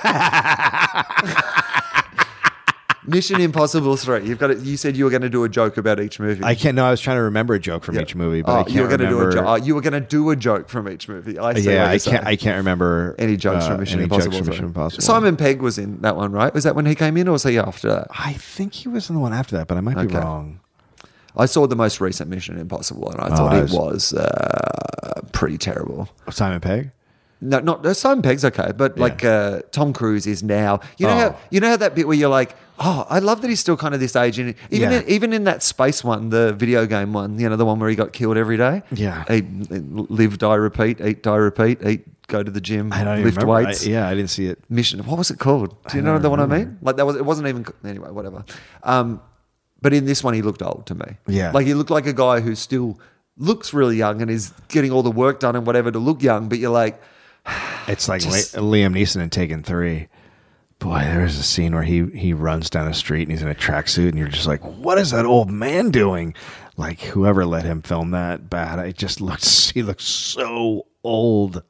[SPEAKER 1] Mission Impossible 3. You've got it. You said you were going to do a joke about each movie.
[SPEAKER 3] I can't. No, I was trying to remember a joke from each movie, but I
[SPEAKER 1] Oh,
[SPEAKER 3] can't
[SPEAKER 1] you were going to do a
[SPEAKER 3] remember-
[SPEAKER 1] joke. Oh, you were going to do a joke from each movie. I see
[SPEAKER 3] yeah,
[SPEAKER 1] what
[SPEAKER 3] I
[SPEAKER 1] you're
[SPEAKER 3] can't.
[SPEAKER 1] saying.
[SPEAKER 3] I can't remember
[SPEAKER 1] any jokes
[SPEAKER 3] uh,
[SPEAKER 1] from Mission
[SPEAKER 3] any jokes
[SPEAKER 1] Impossible.
[SPEAKER 3] from
[SPEAKER 1] three.
[SPEAKER 3] Mission Impossible.
[SPEAKER 1] Simon Pegg was in that one, right? Was that when he came in, or was he after that?
[SPEAKER 3] I think he was in the one after that, but I might be
[SPEAKER 1] Okay.
[SPEAKER 3] wrong.
[SPEAKER 1] I saw the most recent Mission Impossible, and I thought
[SPEAKER 3] Oh, I
[SPEAKER 1] it was
[SPEAKER 3] was-
[SPEAKER 1] uh, pretty terrible.
[SPEAKER 3] Simon Pegg.
[SPEAKER 1] No, not uh, Simon Pegg's okay, but like uh, Tom Cruise is now. You know
[SPEAKER 3] Oh.
[SPEAKER 1] how you know how that bit where you're like, oh, I love that he's still kind of this age, and even
[SPEAKER 3] Yeah.
[SPEAKER 1] in, even in that space one, the video game one, you know, the one where he got killed every day.
[SPEAKER 3] Yeah.
[SPEAKER 1] he, he live, die, repeat, eat, die, repeat, eat, go to the gym,
[SPEAKER 3] I don't even
[SPEAKER 1] lift
[SPEAKER 3] remember. I-
[SPEAKER 1] weights.
[SPEAKER 3] yeah, I didn't see it.
[SPEAKER 1] Mission. What was it called? Do you know the one I mean? Like that was. It wasn't even. Anyway, whatever. Um, but in this one, he looked old to me.
[SPEAKER 3] Yeah.
[SPEAKER 1] Like he looked like a guy who still looks really young and is getting all the work done and whatever to look young. But you're like,
[SPEAKER 3] It's like
[SPEAKER 1] Just-
[SPEAKER 3] La- Liam Neeson in Taken Three. Boy, there is a scene where he he runs down a street and he's in a tracksuit, and you're just like, "What is that old man doing?" Like whoever let him film that bad, it just looks. He looks so old,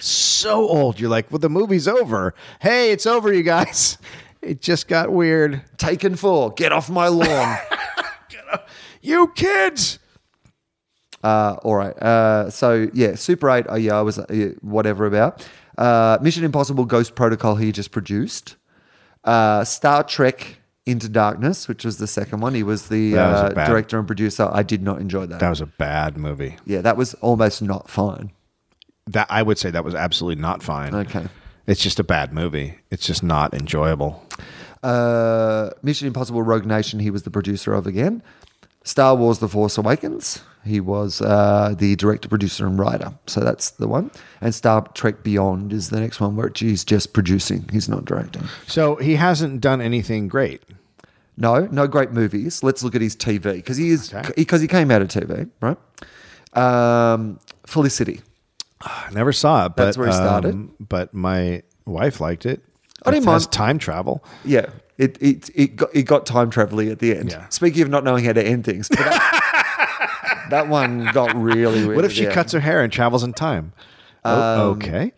[SPEAKER 3] so old. You're like, "Well, the movie's over. Hey, it's over, you guys. It just got weird.
[SPEAKER 1] Taken Four, get off my lawn.
[SPEAKER 3] You kids."
[SPEAKER 1] uh, all right. Uh, so yeah, Super Eight. Oh yeah, I was uh, whatever about. Uh, Mission Impossible Ghost Protocol. He just produced. Uh, Star Trek Into Darkness, which was the second one. He was the
[SPEAKER 3] That was a
[SPEAKER 1] uh,
[SPEAKER 3] bad-
[SPEAKER 1] director and producer. I did not enjoy
[SPEAKER 3] That was a bad movie.
[SPEAKER 1] Yeah, that was almost not fine.
[SPEAKER 3] That I would say that was absolutely not fine.
[SPEAKER 1] Okay.
[SPEAKER 3] It's just a bad movie. It's just not enjoyable.
[SPEAKER 1] Uh, Mission Impossible Rogue Nation, he was the producer of again. Star Wars The Force Awakens, he was uh, the director, producer, and writer. So that's the one. And Star Trek Beyond is the next one where he's just producing, he's not directing.
[SPEAKER 3] So he hasn't done anything great.
[SPEAKER 1] No, no great movies. Let's look at his TV because he is
[SPEAKER 3] Okay.
[SPEAKER 1] because he came out of TV, right? Um, Felicity.
[SPEAKER 3] I never saw it. But,
[SPEAKER 1] That's where he started.
[SPEAKER 3] um, but my wife liked it.
[SPEAKER 1] I didn't
[SPEAKER 3] It has
[SPEAKER 1] mind-
[SPEAKER 3] time travel.
[SPEAKER 1] Yeah, it it it got, it got time traveling at the end.
[SPEAKER 3] Yeah.
[SPEAKER 1] Speaking of not knowing how to end things, but that, that one got really weird.
[SPEAKER 3] What if
[SPEAKER 1] at
[SPEAKER 3] she
[SPEAKER 1] the
[SPEAKER 3] cuts her hair and travels in time? Oh,
[SPEAKER 1] Um,
[SPEAKER 3] okay.
[SPEAKER 1] end.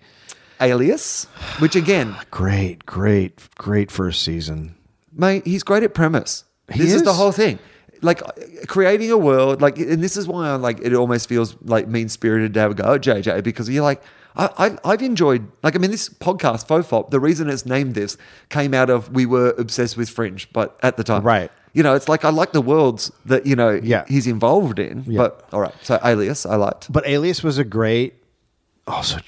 [SPEAKER 1] Alias? Which again,
[SPEAKER 3] Great, great, great first season.
[SPEAKER 1] mate, he's great at premise.
[SPEAKER 3] He
[SPEAKER 1] this is? the
[SPEAKER 3] is?
[SPEAKER 1] whole thing. Like uh, creating a world, like, and this is why I like it. Almost feels like mean spirited to have a go at JJ because you're like, I, I, I've enjoyed. Like, I mean, this podcast Fofop. The reason it's named this came out of we were obsessed with Fringe, but at the time,
[SPEAKER 3] Right.
[SPEAKER 1] You know, it's like I like the worlds that you know
[SPEAKER 3] Yeah.
[SPEAKER 1] he's involved in. But all right, so Alias, I liked.
[SPEAKER 3] But Alias was a great. Also,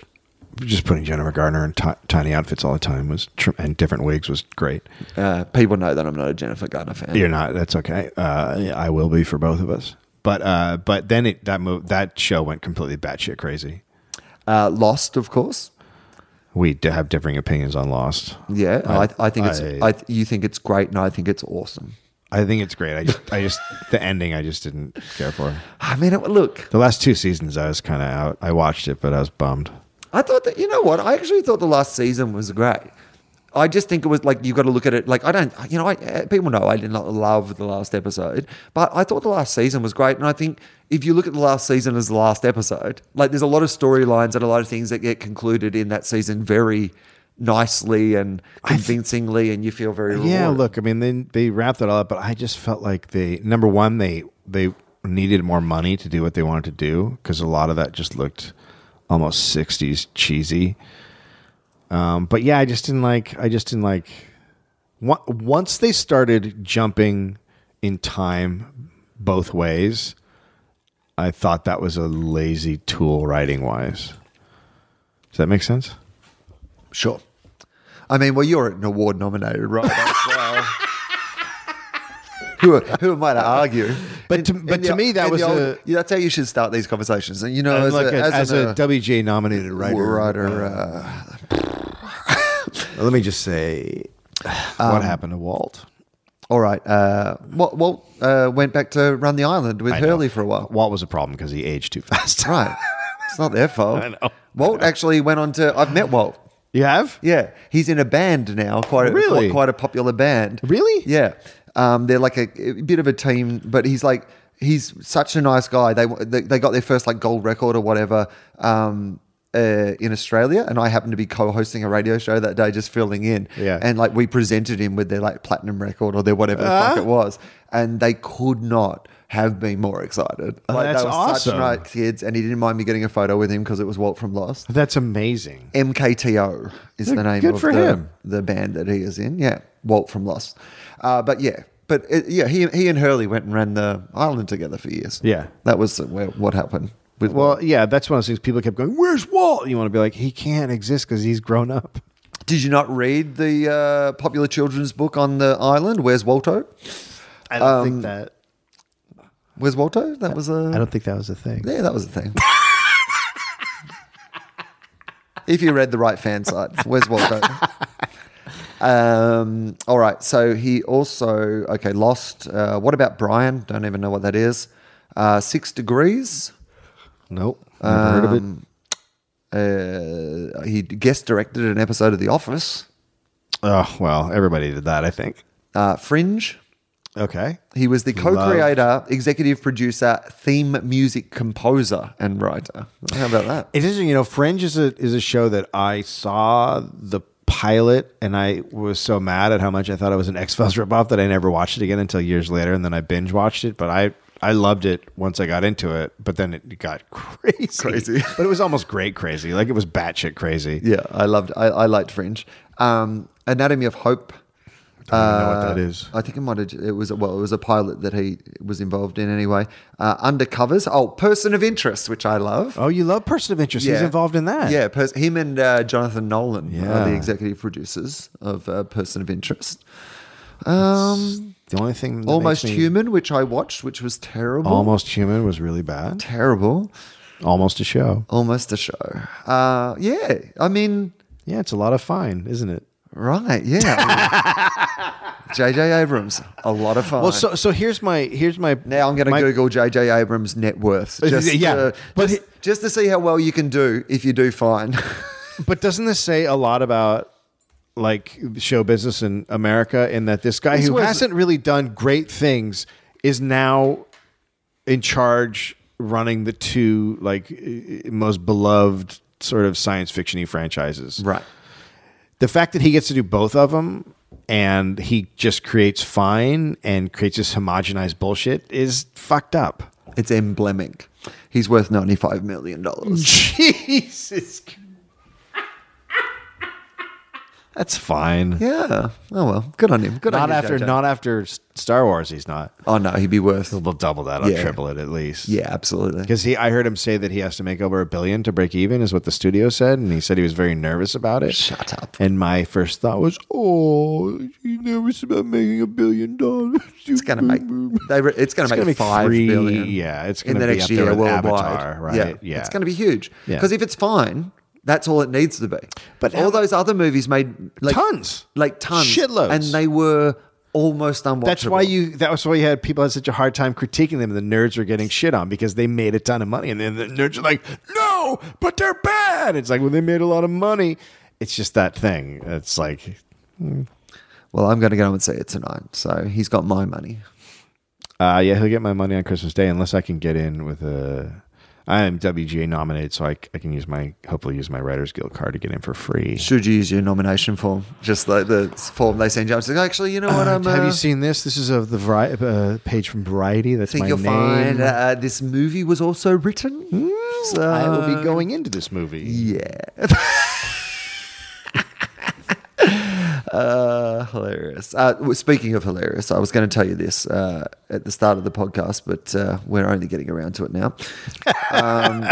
[SPEAKER 3] just putting Jennifer Garner in ti- tiny outfits all the time was tr- and different wigs was great.
[SPEAKER 1] Uh, people know that I'm not a Jennifer Garner fan.
[SPEAKER 3] You're not. That's okay. Uh, I will be for both of us. But uh, but then it, that move that show went completely batshit crazy.
[SPEAKER 1] Uh, Lost, of course.
[SPEAKER 3] We d- have differing opinions on Lost.
[SPEAKER 1] Yeah, I, I, think it's.
[SPEAKER 3] I-
[SPEAKER 1] I, th- you think it's great, and I think it's awesome.
[SPEAKER 3] I think it's great. I just, I just the ending I just didn't care for.
[SPEAKER 1] I mean, Ah, it, look,
[SPEAKER 3] The last two seasons I was kind of out. I watched it, but I was bummed.
[SPEAKER 1] I thought that you know what? I actually thought the last season was great. I just think it was like you got to look at it. Like I don't, you know, I, eh, people know I did not love the last episode, but I thought the last season was great. And I think if you look at the last season as the last episode, like there's a lot of storylines and a lot of things that get concluded in that season very nicely and convincingly, and you feel very
[SPEAKER 3] Yeah,
[SPEAKER 1] rewarded.
[SPEAKER 3] look, I mean, they they wrapped it all up, but I just felt like they number one they they needed more money to do what they wanted to do because a lot of that just looked almost '60s cheesy. Um, but yeah, I just didn't like. I just didn't like. on- Once they started jumping in time both ways, I thought that was a lazy tool writing wise. Does that make sense?
[SPEAKER 1] Sure. I mean, well, you're an award nominated writer. so- who, who am I to argue?
[SPEAKER 3] But to- but to me, that
[SPEAKER 1] in
[SPEAKER 3] was
[SPEAKER 1] old-
[SPEAKER 3] a-
[SPEAKER 1] yeah, that's how you should start these conversations. And you know, as,
[SPEAKER 3] like
[SPEAKER 1] a, as, an, uh,
[SPEAKER 3] WJ nominated
[SPEAKER 1] writer, uh, um,
[SPEAKER 3] Let me just say what happened to Walt.
[SPEAKER 1] All right. Uh, Walt, Walt uh, went back to run the island with
[SPEAKER 3] I know.
[SPEAKER 1] Hurley for a while.
[SPEAKER 3] Walt was a problem because he aged too fast.
[SPEAKER 1] Right. It's not their fault.
[SPEAKER 3] I know.
[SPEAKER 1] Walt actually went on to. I've met Walt.
[SPEAKER 3] You have?
[SPEAKER 1] Yeah, he's in a band now. Quite a,
[SPEAKER 3] Really?
[SPEAKER 1] quite, quite a popular band.
[SPEAKER 3] Really?
[SPEAKER 1] Yeah, um, they're like a, a bit of a team, but he's like he's such a nice guy. They they, they got their first like gold record or whatever. Um, uh, in Australia, and I happened to be co-hosting a radio show that day, just filling in.
[SPEAKER 3] Yeah.
[SPEAKER 1] and like we presented him with their like platinum record or their whatever the
[SPEAKER 3] Uh-huh.
[SPEAKER 1] fuck it was, and they could not have been more excited.
[SPEAKER 3] Oh,
[SPEAKER 1] like
[SPEAKER 3] that's
[SPEAKER 1] they were
[SPEAKER 3] awesome.
[SPEAKER 1] such nice kids, and he didn't mind me getting a photo with him because it was Walt from Lost.
[SPEAKER 3] That's amazing.
[SPEAKER 1] MKTO is the name
[SPEAKER 3] good
[SPEAKER 1] of
[SPEAKER 3] for
[SPEAKER 1] the,
[SPEAKER 3] him.
[SPEAKER 1] the band that he is in. Yeah, Walt from Lost. Uh, but yeah, but it, yeah, he he and Hurley went and ran the island together for years.
[SPEAKER 3] Yeah.
[SPEAKER 1] that was where, what happened. With
[SPEAKER 3] Well, yeah, that's one of those things people kept going, Where's Walt? You want to be like, He can't exist because he's grown up.
[SPEAKER 1] did you not read the uh, popular children's book on the island? Where's Walto?
[SPEAKER 3] I don't think that
[SPEAKER 1] Where's Walto? That was a
[SPEAKER 3] Um, I don't think that was a thing.
[SPEAKER 1] yeah, that was a thing. if you read the right fan site, where's Waldo? um, all right. So he also okay lost. Uh, what about Brian? Don't even know what that is. Uh, six degrees.
[SPEAKER 3] Nope. Never heard
[SPEAKER 1] Um,
[SPEAKER 3] of
[SPEAKER 1] Uh,
[SPEAKER 3] it.
[SPEAKER 1] he guest directed an episode of The Office.
[SPEAKER 3] Oh well, everybody did that, I think.
[SPEAKER 1] Uh, Fringe.
[SPEAKER 3] Okay.
[SPEAKER 1] He was the co-creator, executive producer, theme music composer, and writer. How about that?
[SPEAKER 3] It's interesting, you know, Fringe is a is a show that I saw the pilot and I was so mad at how much I thought it was an X Files ripoff that I never watched it again until years later and then I binge watched it. But I I loved it once I got into it, but then it got crazy.
[SPEAKER 1] Crazy.
[SPEAKER 3] but it was almost great crazy. Like it was batshit crazy.
[SPEAKER 1] Yeah, I loved. I, I liked Fringe. Um, Anatomy of Hope.
[SPEAKER 3] I don't know
[SPEAKER 1] uh,
[SPEAKER 3] what that is.
[SPEAKER 1] I think it might have. It was well. It was a pilot that he was involved in anyway. Uh, undercovers. Oh, Person of Interest, which I love.
[SPEAKER 3] Oh, you love Person of Interest. He's involved in that.
[SPEAKER 1] Yeah, pers- him and uh, Jonathan Nolan
[SPEAKER 3] Yeah.
[SPEAKER 1] are the executive producers of uh, Person of Interest.
[SPEAKER 3] The only thing that
[SPEAKER 1] Almost
[SPEAKER 3] makes me-
[SPEAKER 1] Human, which I watched, which was terrible.
[SPEAKER 3] Almost Human was really bad.
[SPEAKER 1] terrible.
[SPEAKER 3] Almost a show.
[SPEAKER 1] Almost a show. Uh, yeah, I mean,
[SPEAKER 3] Yeah, it's a lot of fun, isn't it?
[SPEAKER 1] right? Yeah. J.J. Abrams, a lot of fun.
[SPEAKER 3] Well, so so here's my here's my
[SPEAKER 1] Now I'm going to
[SPEAKER 3] my-
[SPEAKER 1] Google JJ Abrams net worth. Just,
[SPEAKER 3] Yeah,
[SPEAKER 1] uh,
[SPEAKER 3] but
[SPEAKER 1] just,
[SPEAKER 3] he-
[SPEAKER 1] just to see how well you can do if you do fine.
[SPEAKER 3] But doesn't this say a lot about like show business in America in that this guy
[SPEAKER 1] This
[SPEAKER 3] who
[SPEAKER 1] was-
[SPEAKER 3] hasn't really done great things is now in charge running the two like eh, most beloved sort of science fiction-y franchises. The fact that he gets to do both of them and he just creates fine and creates this homogenized bullshit is fucked up.
[SPEAKER 1] It's emblemic. He's worth $95 million.
[SPEAKER 3] Jesus. That's fine.
[SPEAKER 1] yeah. Oh, well. Good on him. Good
[SPEAKER 3] Not
[SPEAKER 1] on you,
[SPEAKER 3] after,
[SPEAKER 1] JJ.
[SPEAKER 3] not after S- Star Wars. He's not.
[SPEAKER 1] Oh, no. He'd be worth.
[SPEAKER 3] He'll double that. I'll
[SPEAKER 1] Yeah.
[SPEAKER 3] triple it at least.
[SPEAKER 1] Yeah, absolutely.
[SPEAKER 3] Because he, I heard him say that he has to make over a billion to break even, is what the studio said, and he said he was very nervous about it.
[SPEAKER 1] Shut up.
[SPEAKER 3] And my first thought was, "Oh, you nervous about making a billion dollars?
[SPEAKER 1] It's going to make. They re- it's going to
[SPEAKER 3] gonna
[SPEAKER 1] make
[SPEAKER 3] make
[SPEAKER 1] five
[SPEAKER 3] three-
[SPEAKER 1] billion.
[SPEAKER 3] yeah, it's
[SPEAKER 1] in
[SPEAKER 3] gonna
[SPEAKER 1] the
[SPEAKER 3] be
[SPEAKER 1] next
[SPEAKER 3] up there
[SPEAKER 1] year
[SPEAKER 3] with
[SPEAKER 1] worldwide.
[SPEAKER 3] Avatar, right?
[SPEAKER 1] Yeah,
[SPEAKER 3] Yeah.
[SPEAKER 1] it's going to be huge.
[SPEAKER 3] Yeah.
[SPEAKER 1] Because if it's fine, that's all it needs to be.
[SPEAKER 3] But
[SPEAKER 1] all
[SPEAKER 3] how-
[SPEAKER 1] those other movies made like
[SPEAKER 3] Tons.
[SPEAKER 1] like tons,
[SPEAKER 3] Shitloads.
[SPEAKER 1] and they were almost unwatchable.
[SPEAKER 3] That's why you. That was why you had people had such a hard time critiquing them. The nerds were getting shit on because they made a ton of money, and then the nerds are like, "No, but they're bad." It's like, well, they made a lot of money. It's just that thing. It's like,
[SPEAKER 1] Well, I'm going to go and see it tonight. So he's got my money.
[SPEAKER 3] uh, yeah, he'll get my money on Christmas Day unless I can get in with a. I am WGA nominated, so I, c- I can use my hopefully use my Writers Guild card to get in for free.
[SPEAKER 1] Should you use your nomination form? Just like the form they send you. I'm like, actually, you know what? I'm.
[SPEAKER 3] Have
[SPEAKER 1] uh,
[SPEAKER 3] you seen this? This is of the vari- uh, page from Variety. That's
[SPEAKER 1] think
[SPEAKER 3] my
[SPEAKER 1] you'll
[SPEAKER 3] name.
[SPEAKER 1] find uh, this movie was also written. so
[SPEAKER 3] I will be going into this movie.
[SPEAKER 1] Yeah. uh, hilarious. Uh, well, speaking of hilarious, I was going to tell you this uh, at the start of the podcast, but uh, we're only getting around to it now. Um,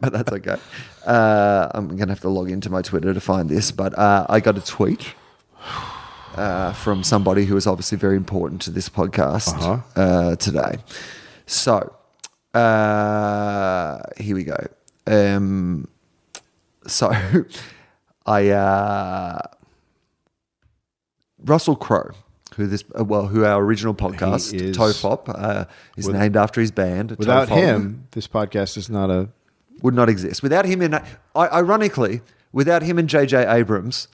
[SPEAKER 1] but that's okay. Uh, I'm going to have to log into my Twitter to find this, but uh, I got a tweet. Uh, from somebody who is obviously very important to this podcast uh
[SPEAKER 3] Uh-huh.
[SPEAKER 1] today. So, uh, here we go. Um, so I uh Russell Crowe who this uh, well, who our original podcast
[SPEAKER 3] He is-
[SPEAKER 1] Tofop uh, is named after his band.
[SPEAKER 3] Without
[SPEAKER 1] Tofop
[SPEAKER 3] him, this podcast is not a.
[SPEAKER 1] would not exist. Without him and I- ironically, without him and JJ Abrams,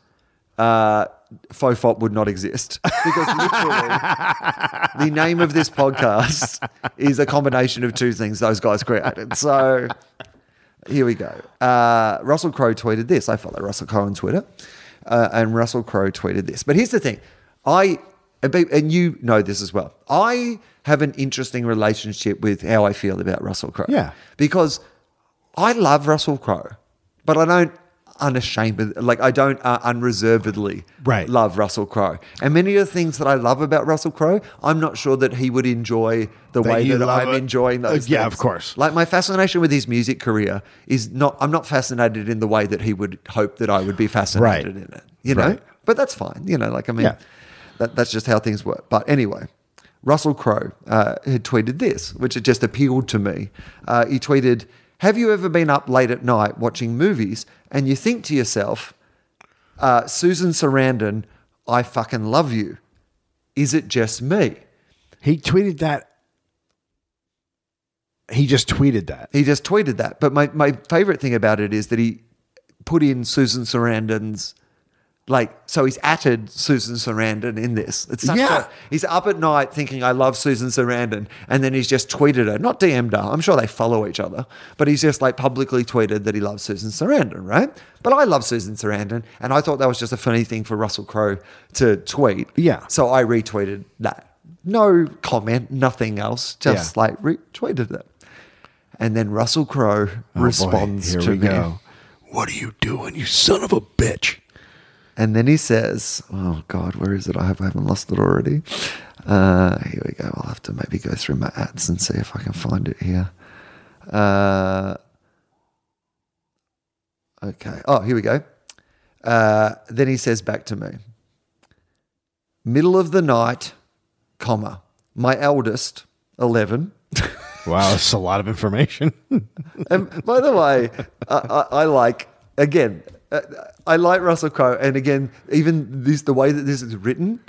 [SPEAKER 1] uh, Fofop would not exist because literally the name of this podcast is a combination of two things those guys created. So here we go. Uh, Russell Crowe tweeted this. I follow Russell Crowe on Twitter, uh, and Russell Crowe tweeted this. But here's the thing, I and be- and you know this as well. I have an interesting relationship with how I feel about Russell Crowe.
[SPEAKER 3] Yeah.
[SPEAKER 1] because I love Russell Crowe, but I don't unashamed like I don't uh, unreservedly
[SPEAKER 4] Right.
[SPEAKER 1] love Russell Crowe. And many of the things that I love about Russell Crowe, I'm not sure that he would enjoy the way
[SPEAKER 4] you
[SPEAKER 1] that
[SPEAKER 4] love
[SPEAKER 1] I'm
[SPEAKER 4] it.
[SPEAKER 1] enjoying those.
[SPEAKER 4] Uh, yeah,
[SPEAKER 1] things.
[SPEAKER 4] of course.
[SPEAKER 1] Like my fascination with his music career is not. I'm not fascinated in the way that he would hope that I would be fascinated
[SPEAKER 4] Right.
[SPEAKER 1] in it. You know,
[SPEAKER 4] Right.
[SPEAKER 1] but that's fine. You know, like I mean,
[SPEAKER 4] Yeah.
[SPEAKER 1] that, that's just how things work. But anyway, Russell Crowe uh, had tweeted this, which had just appealed to me. Uh, he tweeted, "Have you ever been up late at night watching movies and you think to yourself?" uh, Susan Sarandon, I fucking love you. Is it just me?
[SPEAKER 4] He tweeted that. He just tweeted that.
[SPEAKER 1] He just tweeted that. But my, my favorite thing about it is that he put in Susan Sarandon's, like, so he's atted Susan Sarandon in this. It's such
[SPEAKER 4] Yeah.
[SPEAKER 1] a- he's up at night thinking, I love Susan Sarandon. And then he's just tweeted her, not DM'd her. I'm sure they follow each other. But he's just like publicly tweeted that he loves Susan Sarandon, right? But I love Susan Sarandon. And I thought that was just a funny thing for Russell Crowe to tweet.
[SPEAKER 4] Yeah.
[SPEAKER 1] So I retweeted that. No comment, nothing else. Just
[SPEAKER 4] Yeah.
[SPEAKER 1] like retweeted it. And then Russell Crowe
[SPEAKER 4] Oh, boy.
[SPEAKER 1] responds
[SPEAKER 4] Here
[SPEAKER 1] to
[SPEAKER 4] we
[SPEAKER 1] me.
[SPEAKER 4] go. What are you doing, you son of a bitch?
[SPEAKER 1] And then he says, Oh God, where is it? I hope I haven't lost it already. Uh, here we go. I'll have to maybe go through my ads and see if I can find it here. Uh, okay. Oh, here we go. Uh, then he says back to me, Middle of the night, comma, my eldest, 11.
[SPEAKER 4] Wow, that's a lot of information.
[SPEAKER 1] And by the way, I, I, I like again. uh, I like Russell Crowe, and again, even this the way that this is written.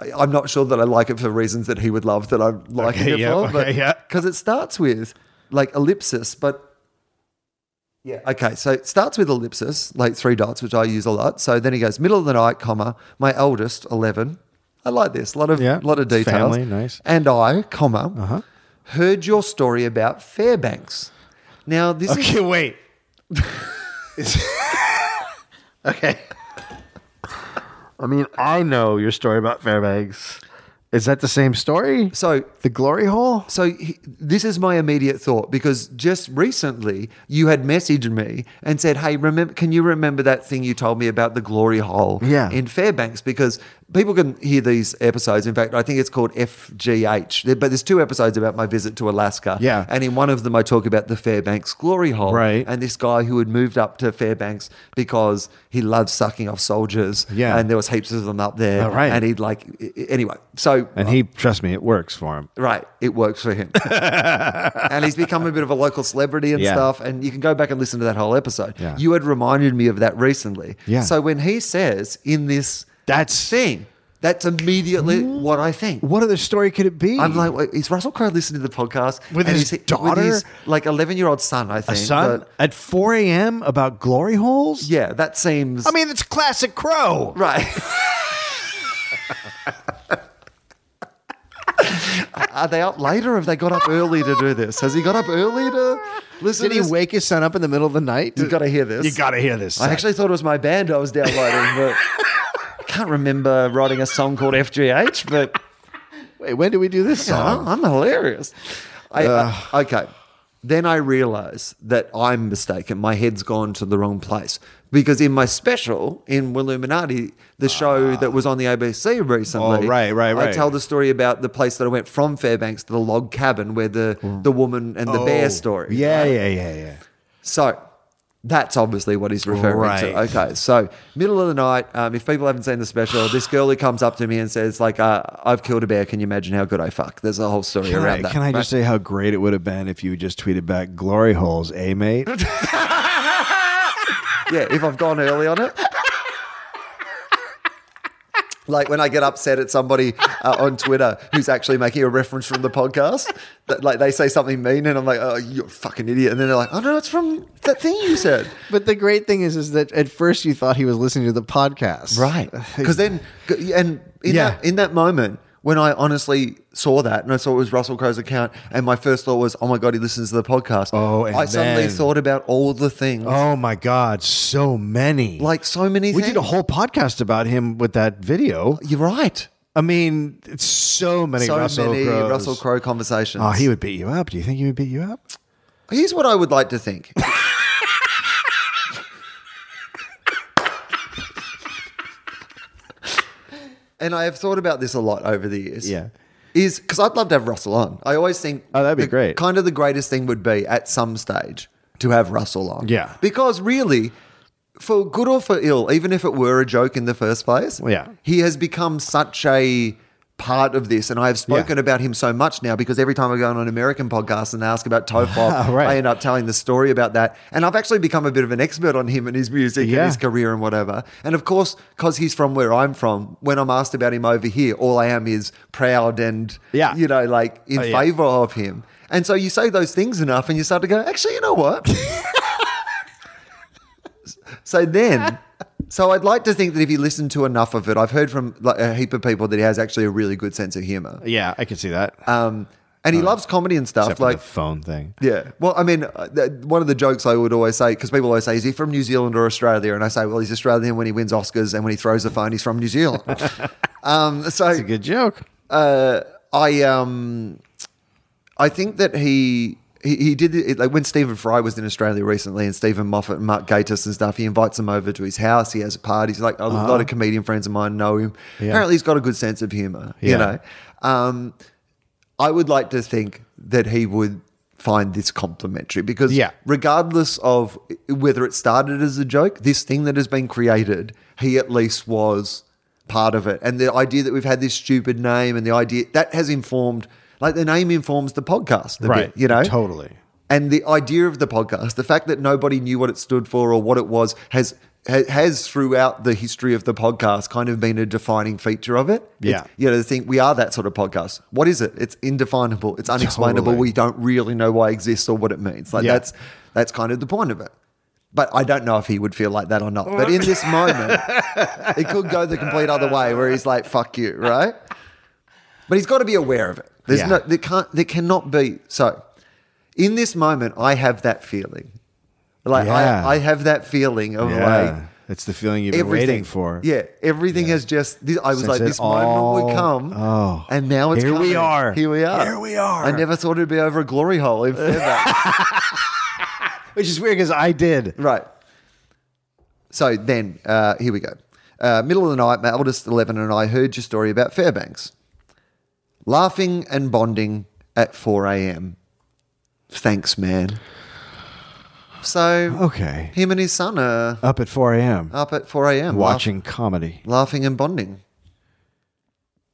[SPEAKER 1] I- I'm not sure that I like it for reasons that he would love that I'm liking
[SPEAKER 4] Okay,
[SPEAKER 1] it
[SPEAKER 4] yeah,
[SPEAKER 1] for,
[SPEAKER 4] okay, yeah.
[SPEAKER 1] because it starts with like ellipsis, but yeah. Okay. So it starts with ellipsis, like three dots, which I use a lot. So then he goes middle of the night, comma, my eldest, eleven. I like this. A lot of
[SPEAKER 4] Yeah,
[SPEAKER 1] lot of
[SPEAKER 4] it's
[SPEAKER 1] details.
[SPEAKER 4] family, nice. Uh-huh.
[SPEAKER 1] And I, comma, heard your story about Fairbanks. Now this is
[SPEAKER 4] okay, wait.
[SPEAKER 6] Okay. I mean, I know your story about Fairbanks. Is that the same story?
[SPEAKER 1] so
[SPEAKER 6] The glory hole?
[SPEAKER 1] so he, this is my immediate thought because just recently you had messaged me and said, "Hey, remember? Can you remember that thing you told me about the glory hole
[SPEAKER 6] Yeah.
[SPEAKER 1] in Fairbanks?" Because people can hear these episodes. In fact, I think it's called FGH. There- But there's two episodes about my visit to Alaska.
[SPEAKER 4] Yeah.
[SPEAKER 1] and in one of them I talk about the Fairbanks glory hole.
[SPEAKER 4] Right.
[SPEAKER 1] and this guy who had moved up to Fairbanks because he loved sucking off soldiers.
[SPEAKER 4] Yeah.
[SPEAKER 1] and there was heaps of them up there.
[SPEAKER 4] Oh, right.
[SPEAKER 1] and he'd like i- i- anyway. So
[SPEAKER 4] And he, trust me, it works for him.
[SPEAKER 1] Right. It works for him. and he's become a bit of a local celebrity and
[SPEAKER 4] Yeah.
[SPEAKER 1] stuff. And you can go back and listen to that whole episode.
[SPEAKER 4] Yeah.
[SPEAKER 1] You had reminded me of that recently.
[SPEAKER 4] Yeah.
[SPEAKER 1] So when he says in this
[SPEAKER 4] That's-
[SPEAKER 1] thing, that's immediately what I think.
[SPEAKER 4] What other story could it be?
[SPEAKER 1] I'm like, wait, is Russell Crowe listening to the podcast
[SPEAKER 4] With
[SPEAKER 1] And
[SPEAKER 4] his
[SPEAKER 1] is he-
[SPEAKER 4] daughter?
[SPEAKER 1] like 11 year old son? I
[SPEAKER 4] a
[SPEAKER 1] think.
[SPEAKER 4] son
[SPEAKER 1] But
[SPEAKER 4] at 4 a.m. about glory holes?
[SPEAKER 1] yeah, that seems
[SPEAKER 4] I mean, it's classic Crow.
[SPEAKER 1] right. Are they up later? Or have they got up early to do this? Has he got up early to listen?
[SPEAKER 3] Did
[SPEAKER 1] to
[SPEAKER 3] he
[SPEAKER 1] this?
[SPEAKER 3] wake his son up in the middle of the night?
[SPEAKER 1] You gotta hear this.
[SPEAKER 4] You got to hear this.
[SPEAKER 1] I actually thought it was my band I was downloading, but I can't remember writing a song called FGH, but
[SPEAKER 3] Wait, when did we do this
[SPEAKER 1] oh,
[SPEAKER 3] song?
[SPEAKER 1] I'm hilarious. I, uh, okay. Then I realize that I'm mistaken. My head's gone to the wrong place. Because in my special in Willuminati, the show that was on the ABC
[SPEAKER 4] Ah.
[SPEAKER 1] recently,
[SPEAKER 4] Oh, right, right,
[SPEAKER 1] I
[SPEAKER 4] right.
[SPEAKER 1] tell the story about the place that I went from Fairbanks to the log cabin where the, the woman and the
[SPEAKER 4] Oh,
[SPEAKER 1] bear story.
[SPEAKER 4] Yeah, yeah, yeah, yeah.
[SPEAKER 1] So that's obviously what he's referring to.
[SPEAKER 4] Right.
[SPEAKER 1] Okay. So middle of the night, um, if people haven't seen the special, this girl who comes up to me and says, like, uh, I've killed a bear. Can you imagine how good I fuck? There's a whole story
[SPEAKER 4] Can
[SPEAKER 1] around
[SPEAKER 4] I,
[SPEAKER 1] that.
[SPEAKER 4] can I
[SPEAKER 1] right?
[SPEAKER 4] just say how great it would have been if you just tweeted back glory holes, eh, mate?
[SPEAKER 1] yeah, if I've gone early on it. Like when I get upset at somebody uh, on Twitter who's actually making a reference from the podcast, that, like they say something mean, and I'm like, "Oh, you're a fucking idiot!" And then they're like, "Oh no, it's from that thing you said."
[SPEAKER 3] But the great thing is, is that at first you thought he was listening to the podcast,
[SPEAKER 1] Because then, and in,
[SPEAKER 3] Yeah.
[SPEAKER 1] that, in that moment, when I honestly saw that and I saw it was Russell Crowe's account, and my first thought was, oh my God, he listens to the podcast.
[SPEAKER 3] Oh, and
[SPEAKER 1] I suddenly
[SPEAKER 3] then-
[SPEAKER 1] thought about all the things,
[SPEAKER 3] Oh my God, so many.
[SPEAKER 1] like so many
[SPEAKER 3] we
[SPEAKER 1] things.
[SPEAKER 3] did a whole podcast about him with that video.
[SPEAKER 1] You're right.
[SPEAKER 3] I mean, it's so many
[SPEAKER 1] So
[SPEAKER 3] Russell
[SPEAKER 1] many
[SPEAKER 3] Crowe.
[SPEAKER 1] Russell Crowe conversations.
[SPEAKER 3] Oh, he would beat you up. Do you think he would beat you up?
[SPEAKER 1] Here's what I would like to think. and I have thought about this a lot over the years.
[SPEAKER 3] Yeah.
[SPEAKER 1] Is because I'd love to have Russell on. I always think
[SPEAKER 3] Oh, that'd be
[SPEAKER 1] the-
[SPEAKER 3] great.
[SPEAKER 1] Kind of the greatest thing would be at some stage to have Russell on.
[SPEAKER 3] Yeah.
[SPEAKER 1] Because really, for good or for ill, even if it were a joke in the first place,
[SPEAKER 3] Yeah.
[SPEAKER 1] he has become such a part of this, and I have spoken about him so much now because every time I go on an American podcast and they ask about Topop,
[SPEAKER 3] Right.
[SPEAKER 1] I end up telling the story about that, and I've actually become a bit of an expert on him and his music and
[SPEAKER 3] Yeah.
[SPEAKER 1] his career and whatever. And of course, because he's from where I'm from, when I'm asked about him over here, all I am is proud and
[SPEAKER 3] Yeah.
[SPEAKER 1] you know, like in
[SPEAKER 3] Oh, yeah.
[SPEAKER 1] favor of him. And so you say those things enough, and you start to go, actually, you know what? So then, so I'd like to think that if you listen to enough of it, I've heard from like, a heap of people that he has actually a really good sense of humor.
[SPEAKER 3] Yeah, I can see that.
[SPEAKER 1] Um, and he loves comedy and stuff.
[SPEAKER 3] Except for
[SPEAKER 1] like,
[SPEAKER 3] the phone thing.
[SPEAKER 1] yeah. Well, I mean, uh, th- one of the jokes I would always say, because people always say, is he from New Zealand or Australia? And I say, well, he's Australian when he wins Oscars and when he throws the phone, he's from New Zealand. um, so
[SPEAKER 3] It's a good joke.
[SPEAKER 1] uh, I um, I think that he. He, he did it like when Stephen Fry was in Australia recently, and Stephen Moffat and Mark Gatiss and stuff. He invites them over to his house. He has parties. Like a lot of comedian friends of mine know him. Apparently, he's got a good sense of humor. You
[SPEAKER 3] Yeah.
[SPEAKER 1] know, um, I would like to think that he would find this complimentary because,
[SPEAKER 3] Yeah.
[SPEAKER 1] regardless of whether it started as a joke, this thing that has been created, he at least was part of it. And the idea that we've had this stupid name and the idea that has informed, like the name informs the podcast, a Bit,
[SPEAKER 3] Right.
[SPEAKER 1] you know,
[SPEAKER 3] Totally.
[SPEAKER 1] and the idea of the podcast, the fact that nobody knew what it stood for or what it was, has ha- has throughout the history of the podcast kind of been a defining feature of it.
[SPEAKER 3] Yeah.
[SPEAKER 1] It's, you know, the thing we are that sort of podcast. What is it? It's indefinable. It's unexplainable.
[SPEAKER 3] Totally.
[SPEAKER 1] We don't really know why it exists or what it means. Like
[SPEAKER 3] Yeah.
[SPEAKER 1] that's that's kind of the point of it. But I don't know if he would feel like that or not. But in this moment, it could go the complete other way where he's like, fuck you, right? But he's got to be aware of it. There's
[SPEAKER 3] Yeah.
[SPEAKER 1] no, there can't, there cannot be. So, in this moment, I have that feeling. Like
[SPEAKER 3] Yeah.
[SPEAKER 1] I, I have that feeling of like
[SPEAKER 3] Yeah. It's the feeling you've been
[SPEAKER 1] everything.
[SPEAKER 3] waiting for.
[SPEAKER 1] Yeah, everything has just. This, I was
[SPEAKER 3] Since
[SPEAKER 1] like,
[SPEAKER 3] it
[SPEAKER 1] this moment would
[SPEAKER 3] all-
[SPEAKER 1] come,
[SPEAKER 3] oh.
[SPEAKER 1] and now it's
[SPEAKER 3] Here we
[SPEAKER 1] coming.
[SPEAKER 3] are.
[SPEAKER 1] Here we are.
[SPEAKER 3] Here we are.
[SPEAKER 1] I never thought it'd be over a glory hole in Fairbanks.
[SPEAKER 3] Which is weird because I did.
[SPEAKER 1] Right. So then, uh, here we go. Uh, middle of the night, my eldest 11 and I heard your story about Fairbanks. Laughing and bonding at 4 a.m. Thanks, man. So,
[SPEAKER 3] Okay.
[SPEAKER 1] him and his son are
[SPEAKER 3] Up at 4 a.m.
[SPEAKER 1] up at 4 a.m. laugh-
[SPEAKER 3] watching comedy.
[SPEAKER 1] laughing and bonding.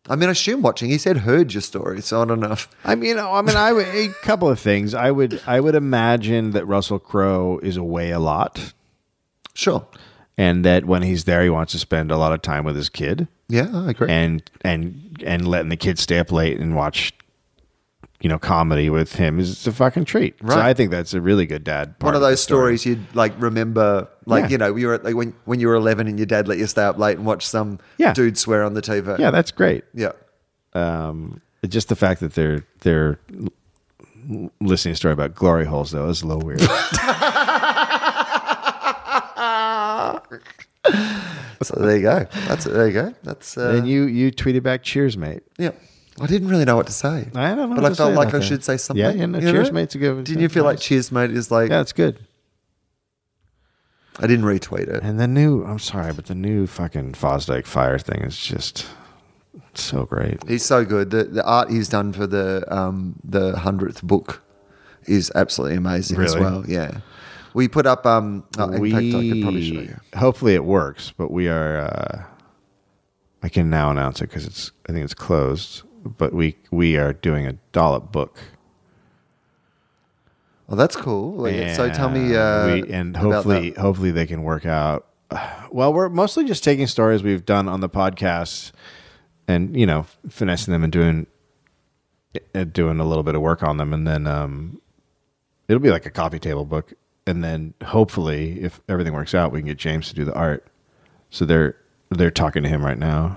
[SPEAKER 1] I mean, I assume watching. He said heard your story, so I don't know. If,
[SPEAKER 3] I mean, I mean, I would, a couple of things. I would, I would imagine that Russell Crowe is away a lot,
[SPEAKER 1] sure.
[SPEAKER 3] and that when he's there, he wants to spend a lot of time with his kid,
[SPEAKER 1] Yeah, I agree.
[SPEAKER 3] and and and letting the kid stay up late and watch, you know, comedy with him is a fucking treat. So
[SPEAKER 1] Right.
[SPEAKER 3] I think that's a really good dad. Part
[SPEAKER 1] one of
[SPEAKER 3] the
[SPEAKER 1] those
[SPEAKER 3] story.
[SPEAKER 1] stories you'd like remember like
[SPEAKER 3] Yeah.
[SPEAKER 1] you know you were like when, when you were 11 and your dad let you stay up late and watch some
[SPEAKER 3] Yeah.
[SPEAKER 1] dude swear on the tv
[SPEAKER 3] Yeah, that's great.
[SPEAKER 1] yeah
[SPEAKER 3] Um, just the fact that they're they're l- listening to a story about glory holes though is a little weird.
[SPEAKER 1] so there you go that's there you go that's uh,
[SPEAKER 3] and you you tweeted back, "Cheers, mate."
[SPEAKER 1] yeah i didn't really know what to say
[SPEAKER 3] I don't
[SPEAKER 1] but
[SPEAKER 3] know what
[SPEAKER 1] i
[SPEAKER 3] to
[SPEAKER 1] felt
[SPEAKER 3] say
[SPEAKER 1] like
[SPEAKER 3] about
[SPEAKER 1] i
[SPEAKER 3] that.
[SPEAKER 1] should say
[SPEAKER 3] Yeah,
[SPEAKER 1] something
[SPEAKER 3] yeah, no,
[SPEAKER 1] you know?
[SPEAKER 3] cheers, mate's a good-
[SPEAKER 1] didn't you feel like
[SPEAKER 3] nice.
[SPEAKER 1] cheers mate is like
[SPEAKER 3] Yeah, it's good.
[SPEAKER 1] i didn't retweet it
[SPEAKER 3] And the new, I'm sorry, but the new fucking Fosdike Fire thing is just so great.
[SPEAKER 1] he's so good the, the art he's done for the um the 100th book is absolutely amazing as
[SPEAKER 3] Really?
[SPEAKER 1] well yeah we put up um
[SPEAKER 3] Uh,
[SPEAKER 1] oh, in fact i could probably show you
[SPEAKER 3] hopefully it works, but we are. Uh, I can now announce it because it's. I think it's closed, but we we are doing a dollop book.
[SPEAKER 1] Oh, that's cool. Like, so tell me,
[SPEAKER 3] And
[SPEAKER 1] uh,
[SPEAKER 3] we, and
[SPEAKER 1] about
[SPEAKER 3] hopefully
[SPEAKER 1] uh, that.
[SPEAKER 3] hopefully they can work out Well, we're mostly just taking stories we've done on the podcast and, you know, finessing them and doing uh, doing a little bit of work on them and then um it'll be like a coffee table book and then hopefully if everything works out we can get James to do the art. So they're they're talking to him right now.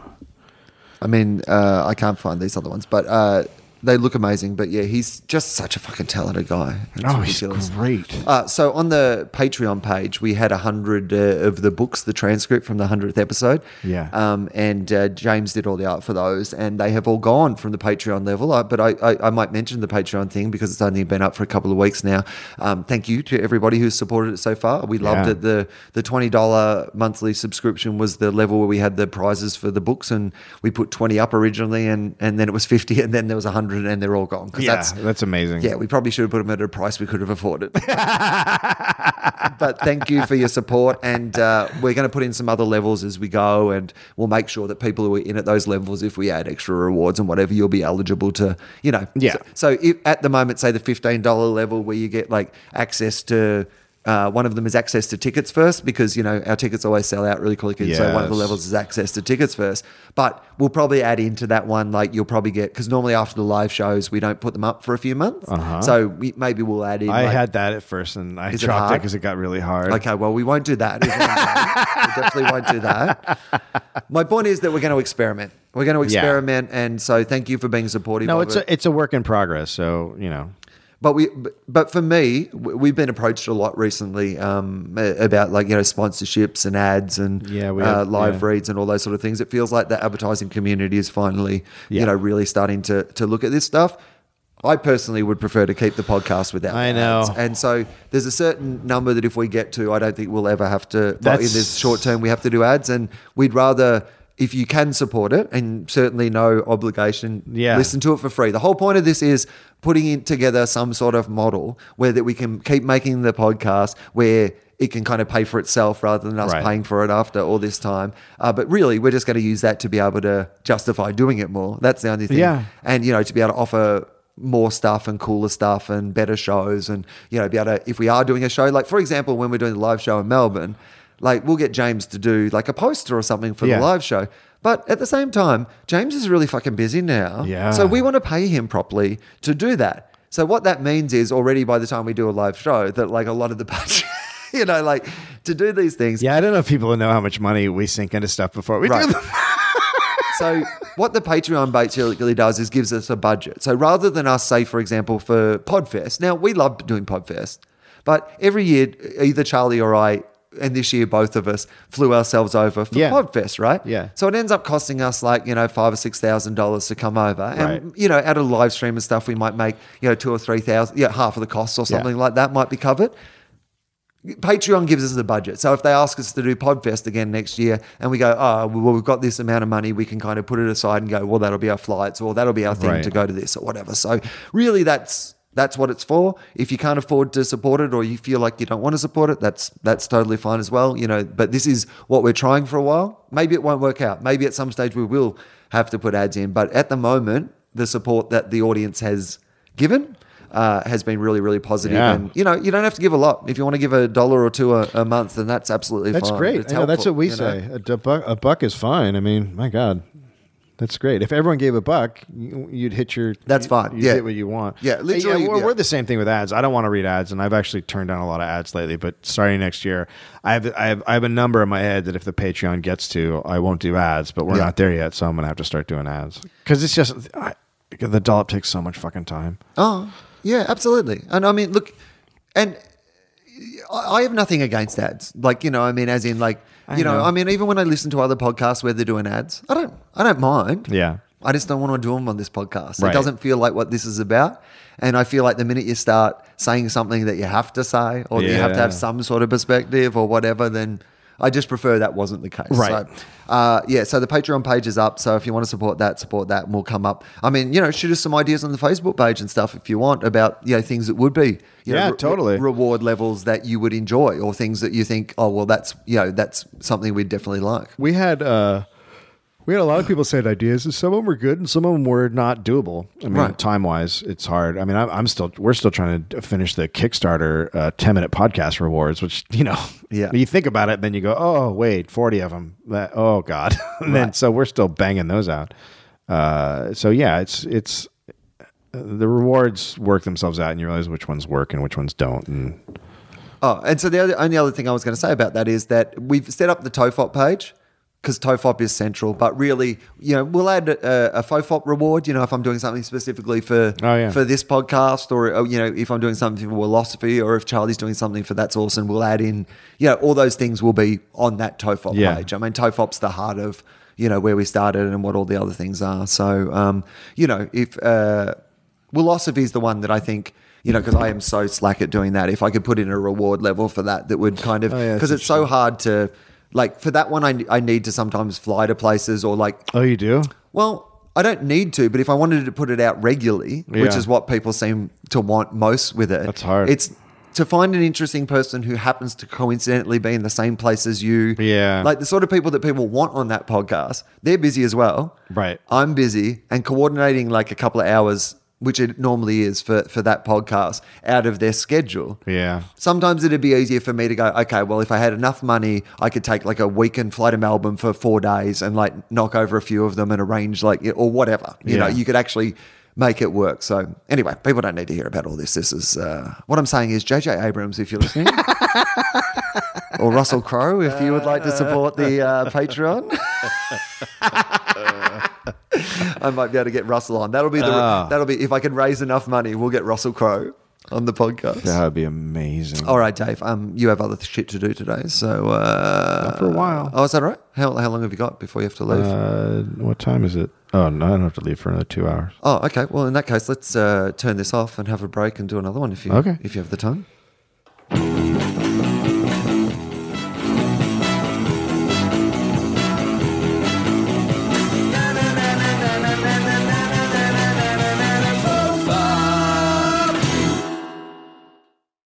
[SPEAKER 1] I mean, uh, I can't find these other ones, but uh, they look amazing. But yeah, he's just such a fucking talented guy. It's
[SPEAKER 3] oh, he's
[SPEAKER 1] ridiculous.
[SPEAKER 3] great.
[SPEAKER 1] Uh, so on the Patreon page, we had a hundred uh, of the books, the transcript from the hundredth episode.
[SPEAKER 3] Yeah.
[SPEAKER 1] Um, and uh, James did all the art for those, and they have all gone from the Patreon level. Uh, but I, I, I might mention the Patreon thing because it's only been up for a couple of weeks now. Um, thank you to everybody who's supported it so far. We loved
[SPEAKER 3] Yeah.
[SPEAKER 1] it. The the twenty dollar monthly subscription was the level where we had the prizes for the books, and we put twenty up originally, and and then it was fifty, and then there was hundred, and they're all gone. 'Cause
[SPEAKER 3] yeah,
[SPEAKER 1] that's-
[SPEAKER 3] that's, amazing.
[SPEAKER 1] yeah, we probably should have put them at a price we could have afforded. but thank you for your support. And uh, we're going to put in some other levels as we go. And we'll make sure that people who are in at those levels, if we add extra rewards and whatever, you'll be eligible to, you know.
[SPEAKER 3] Yeah.
[SPEAKER 1] So, so if, at the moment, say the $15 level where you get like access to. Uh, one of them is access to tickets first because you know our tickets always sell out really quickly. So one of the
[SPEAKER 3] Yes.
[SPEAKER 1] levels is access to tickets first. But we'll probably add into that one, like you'll probably get, because normally after the live shows, we don't put them up for a few months. So we, maybe we'll add in.
[SPEAKER 3] Uh-huh. I
[SPEAKER 1] like-
[SPEAKER 3] had that at first and I
[SPEAKER 1] Is it
[SPEAKER 3] dropped it
[SPEAKER 1] hard?
[SPEAKER 3] because it got really hard.
[SPEAKER 1] Okay, well, we won't do that. is what I'm saying. we definitely won't do that. My point is that we're going to experiment. We're going to
[SPEAKER 3] Yeah.
[SPEAKER 1] experiment. And so thank you for being supportive.
[SPEAKER 3] no,
[SPEAKER 1] of
[SPEAKER 3] it's
[SPEAKER 1] it.
[SPEAKER 3] a, it's a work in progress. So, you know,
[SPEAKER 1] But we, but- but for me, w- we've been approached a lot recently um, a- about like you know sponsorships and ads and
[SPEAKER 3] Yeah, we
[SPEAKER 1] uh,
[SPEAKER 3] had-
[SPEAKER 1] live
[SPEAKER 3] yeah.
[SPEAKER 1] reads and all those sort of things. It feels like the advertising community is finally
[SPEAKER 3] Yeah.
[SPEAKER 1] you know really starting to to look at this stuff. I personally would prefer to keep the podcast without.
[SPEAKER 3] I
[SPEAKER 1] the
[SPEAKER 3] know.
[SPEAKER 1] ads. and so there's a certain number that if we get to, I don't think we'll ever have to. But in
[SPEAKER 3] That's-
[SPEAKER 1] this short term, we have to do ads, and we'd rather. If you can support it, and certainly no obligation,
[SPEAKER 3] Yeah.
[SPEAKER 1] listen to it for free. The whole point of this is putting in together some sort of model where that we can keep making the podcast where it can kind of pay for itself rather than us
[SPEAKER 3] Right.
[SPEAKER 1] paying for it after all this time. Uh, but really, we're just going to use that to be able to justify doing it more. That's the only thing.
[SPEAKER 3] Yeah.
[SPEAKER 1] And, you know, to be able to offer more stuff and cooler stuff and better shows and, you know, be able to, if we are doing a show, like, for example, when we're doing the live show in Melbourne, like, we'll get James to do like a poster or something for
[SPEAKER 3] Yeah.
[SPEAKER 1] the live show. But at the same time, James is really fucking busy now.
[SPEAKER 3] Yeah.
[SPEAKER 1] So we want to pay him properly to do that. So what that means is already by the time we do a live show, that like a lot of the patch, you know, like to do these things.
[SPEAKER 3] yeah, I don't know if people know how much money we sink into stuff before we do
[SPEAKER 1] Right.
[SPEAKER 3] them.
[SPEAKER 1] so what the Patreon basically does is gives us a budget. So rather than us say, for example, for Podfest, now we love doing Podfest, but every year either Charlie or I, and this year both of us flew ourselves over for
[SPEAKER 3] Yeah.
[SPEAKER 1] Podfest, right?
[SPEAKER 3] Yeah.
[SPEAKER 1] So it ends up costing us like you know five or six thousand dollars to come over, and
[SPEAKER 3] Right.
[SPEAKER 1] you know out of live stream and stuff, we might make you know two or three thousand, yeah, half of the costs or
[SPEAKER 3] Yeah.
[SPEAKER 1] something like that might be covered. Patreon gives us the budget. So if they ask us to do Podfest again next year and we go, oh, well, we've got this amount of money, we can kind of put it aside and go, well, that'll be our flights or that'll be our thing
[SPEAKER 3] Right.
[SPEAKER 1] to go to this or whatever. So really that's that's what it's for. If you can't afford to support it or you feel like you don't want to support it, that's that's totally fine as well. You know, but this is what we're trying for a while. Maybe it won't work out. Maybe at some stage we will have to put ads in. But at the moment, the support that the audience has given uh, has been really, really positive
[SPEAKER 3] Yeah.
[SPEAKER 1] and you know, you don't have to give a lot. If you want to give a dollar or two a, a month, then that's absolutely
[SPEAKER 3] That's
[SPEAKER 1] fine.
[SPEAKER 3] great.
[SPEAKER 1] It's
[SPEAKER 3] I know, that's
[SPEAKER 1] helpful,
[SPEAKER 3] what we
[SPEAKER 1] you know?
[SPEAKER 3] say. A, du- buck, a buck is fine. I mean, my God, that's great. If everyone gave a buck, you- you'd hit your.
[SPEAKER 1] That's fine.
[SPEAKER 3] You'd
[SPEAKER 1] Yeah.
[SPEAKER 3] hit what you want.
[SPEAKER 1] Yeah, literally,
[SPEAKER 3] we're,
[SPEAKER 1] yeah.
[SPEAKER 3] we're the same thing with ads. I don't want to read ads, and I've actually turned down a lot of ads lately. But starting next year, I have I have I have a number in my head that if the Patreon gets to, I won't do ads. But we're
[SPEAKER 1] Yeah.
[SPEAKER 3] not there yet, so I'm gonna have to start doing ads because it's just I, the dollop takes so much fucking time.
[SPEAKER 1] Oh, yeah, absolutely. And I mean, look, and I I have nothing against ads. Like you know, I mean, as in like you know,
[SPEAKER 3] know.
[SPEAKER 1] I mean, even when I listen to other podcasts where they're doing ads, I don't, I don't mind.
[SPEAKER 3] Yeah.
[SPEAKER 1] I just don't want to do them on this podcast.
[SPEAKER 3] Right.
[SPEAKER 1] It doesn't feel like what this is about. And I feel like the minute you start saying something that you have to say or that you have to have
[SPEAKER 3] Yeah.
[SPEAKER 1] some sort of perspective or whatever, then I just prefer that wasn't the case.
[SPEAKER 3] Right.
[SPEAKER 1] So, uh, yeah, so the Patreon page is up. So if you want to support that, support that and we'll come up. I mean, you know, shoot us some ideas on the Facebook page and stuff if you want about, you know, things that would be, you know,
[SPEAKER 3] Yeah,
[SPEAKER 1] re-
[SPEAKER 3] totally.
[SPEAKER 1] re- reward levels that you would enjoy or things that you think, oh, well, that's, you know, that's something we'd definitely like.
[SPEAKER 3] We had uh, We had a lot of people said ideas, and some of them were good, and some of them were not doable. I mean, time wise, it's hard. I mean, I'm, I'm still, we're still trying to finish the Kickstarter uh, 10 minute podcast rewards, which you know,
[SPEAKER 1] Yeah.
[SPEAKER 3] you think about it, then you go, oh wait, 40 of them. That, oh god, and then so we're still banging those out. Uh, so yeah, it's it's the rewards work themselves out, and you realize which ones work and which ones don't, and
[SPEAKER 1] Oh, and so the other, only other thing I was going to say about that is that we've set up the TOEFOP page because TOEFOP is central, but really, you know, we'll add a, a FOFOP reward, you know, if I'm doing something specifically for
[SPEAKER 3] Oh, yeah.
[SPEAKER 1] for this podcast or, uh, you know, if I'm doing something for philosophy or if Charlie's doing something for That's Awesome, we'll add in, you know, all those things will be on that TOEFOP
[SPEAKER 3] Yeah.
[SPEAKER 1] page. I mean, TOEFOP's the heart of, you know, where we started and what all the other things are. So, um, you know, if... Uh, Willosophy is the one that I think, you know, because I am so slack at doing that. If I could put in a reward level for that, that would kind of,
[SPEAKER 3] Oh, yeah,
[SPEAKER 1] because it's so hard to, like, for that one, I, I need to sometimes fly to places or, like,
[SPEAKER 3] oh, you do.
[SPEAKER 1] well, I don't need to, but if I wanted to put it out regularly, which
[SPEAKER 3] Yeah.
[SPEAKER 1] is what people seem to want most with it,
[SPEAKER 3] That's hard.
[SPEAKER 1] It's to find an interesting person who happens to coincidentally be in the same place as you.
[SPEAKER 3] Yeah.
[SPEAKER 1] Like the sort of people that people want on that podcast, they're busy as well.
[SPEAKER 3] Right.
[SPEAKER 1] I'm busy and coordinating like a couple of hours, which it normally is for, for that podcast, out of their schedule.
[SPEAKER 3] Yeah,
[SPEAKER 1] Sometimes it'd be easier for me to go, okay, well, if I had enough money, I could take like a weekend flight to Melbourne for four days and like knock over a few of them and arrange like, or whatever. You know,
[SPEAKER 3] Yeah.
[SPEAKER 1] you could actually make it work. So, anyway, people don't need to hear about all this. This is uh, what I'm saying is JJ Abrams, if you're listening, or Russell Crowe, if you would like to support the uh, Patreon. I might be able to get Russell on. That'll be the, that'll be, if I can raise enough money, we'll get Russell Crowe on the podcast.
[SPEAKER 7] That would be amazing.
[SPEAKER 1] All right, Dave. Um, you have other th- shit to do today, so uh,
[SPEAKER 3] for a while.
[SPEAKER 1] Oh, is that right? How how long have you got before you have to leave?
[SPEAKER 3] Uh, what time is it? Oh no, I don't have to leave for another two hours.
[SPEAKER 1] oh, okay. Well, in that case, let's uh, turn this off and have a break and do another one if you
[SPEAKER 3] Okay.
[SPEAKER 1] if you have the time.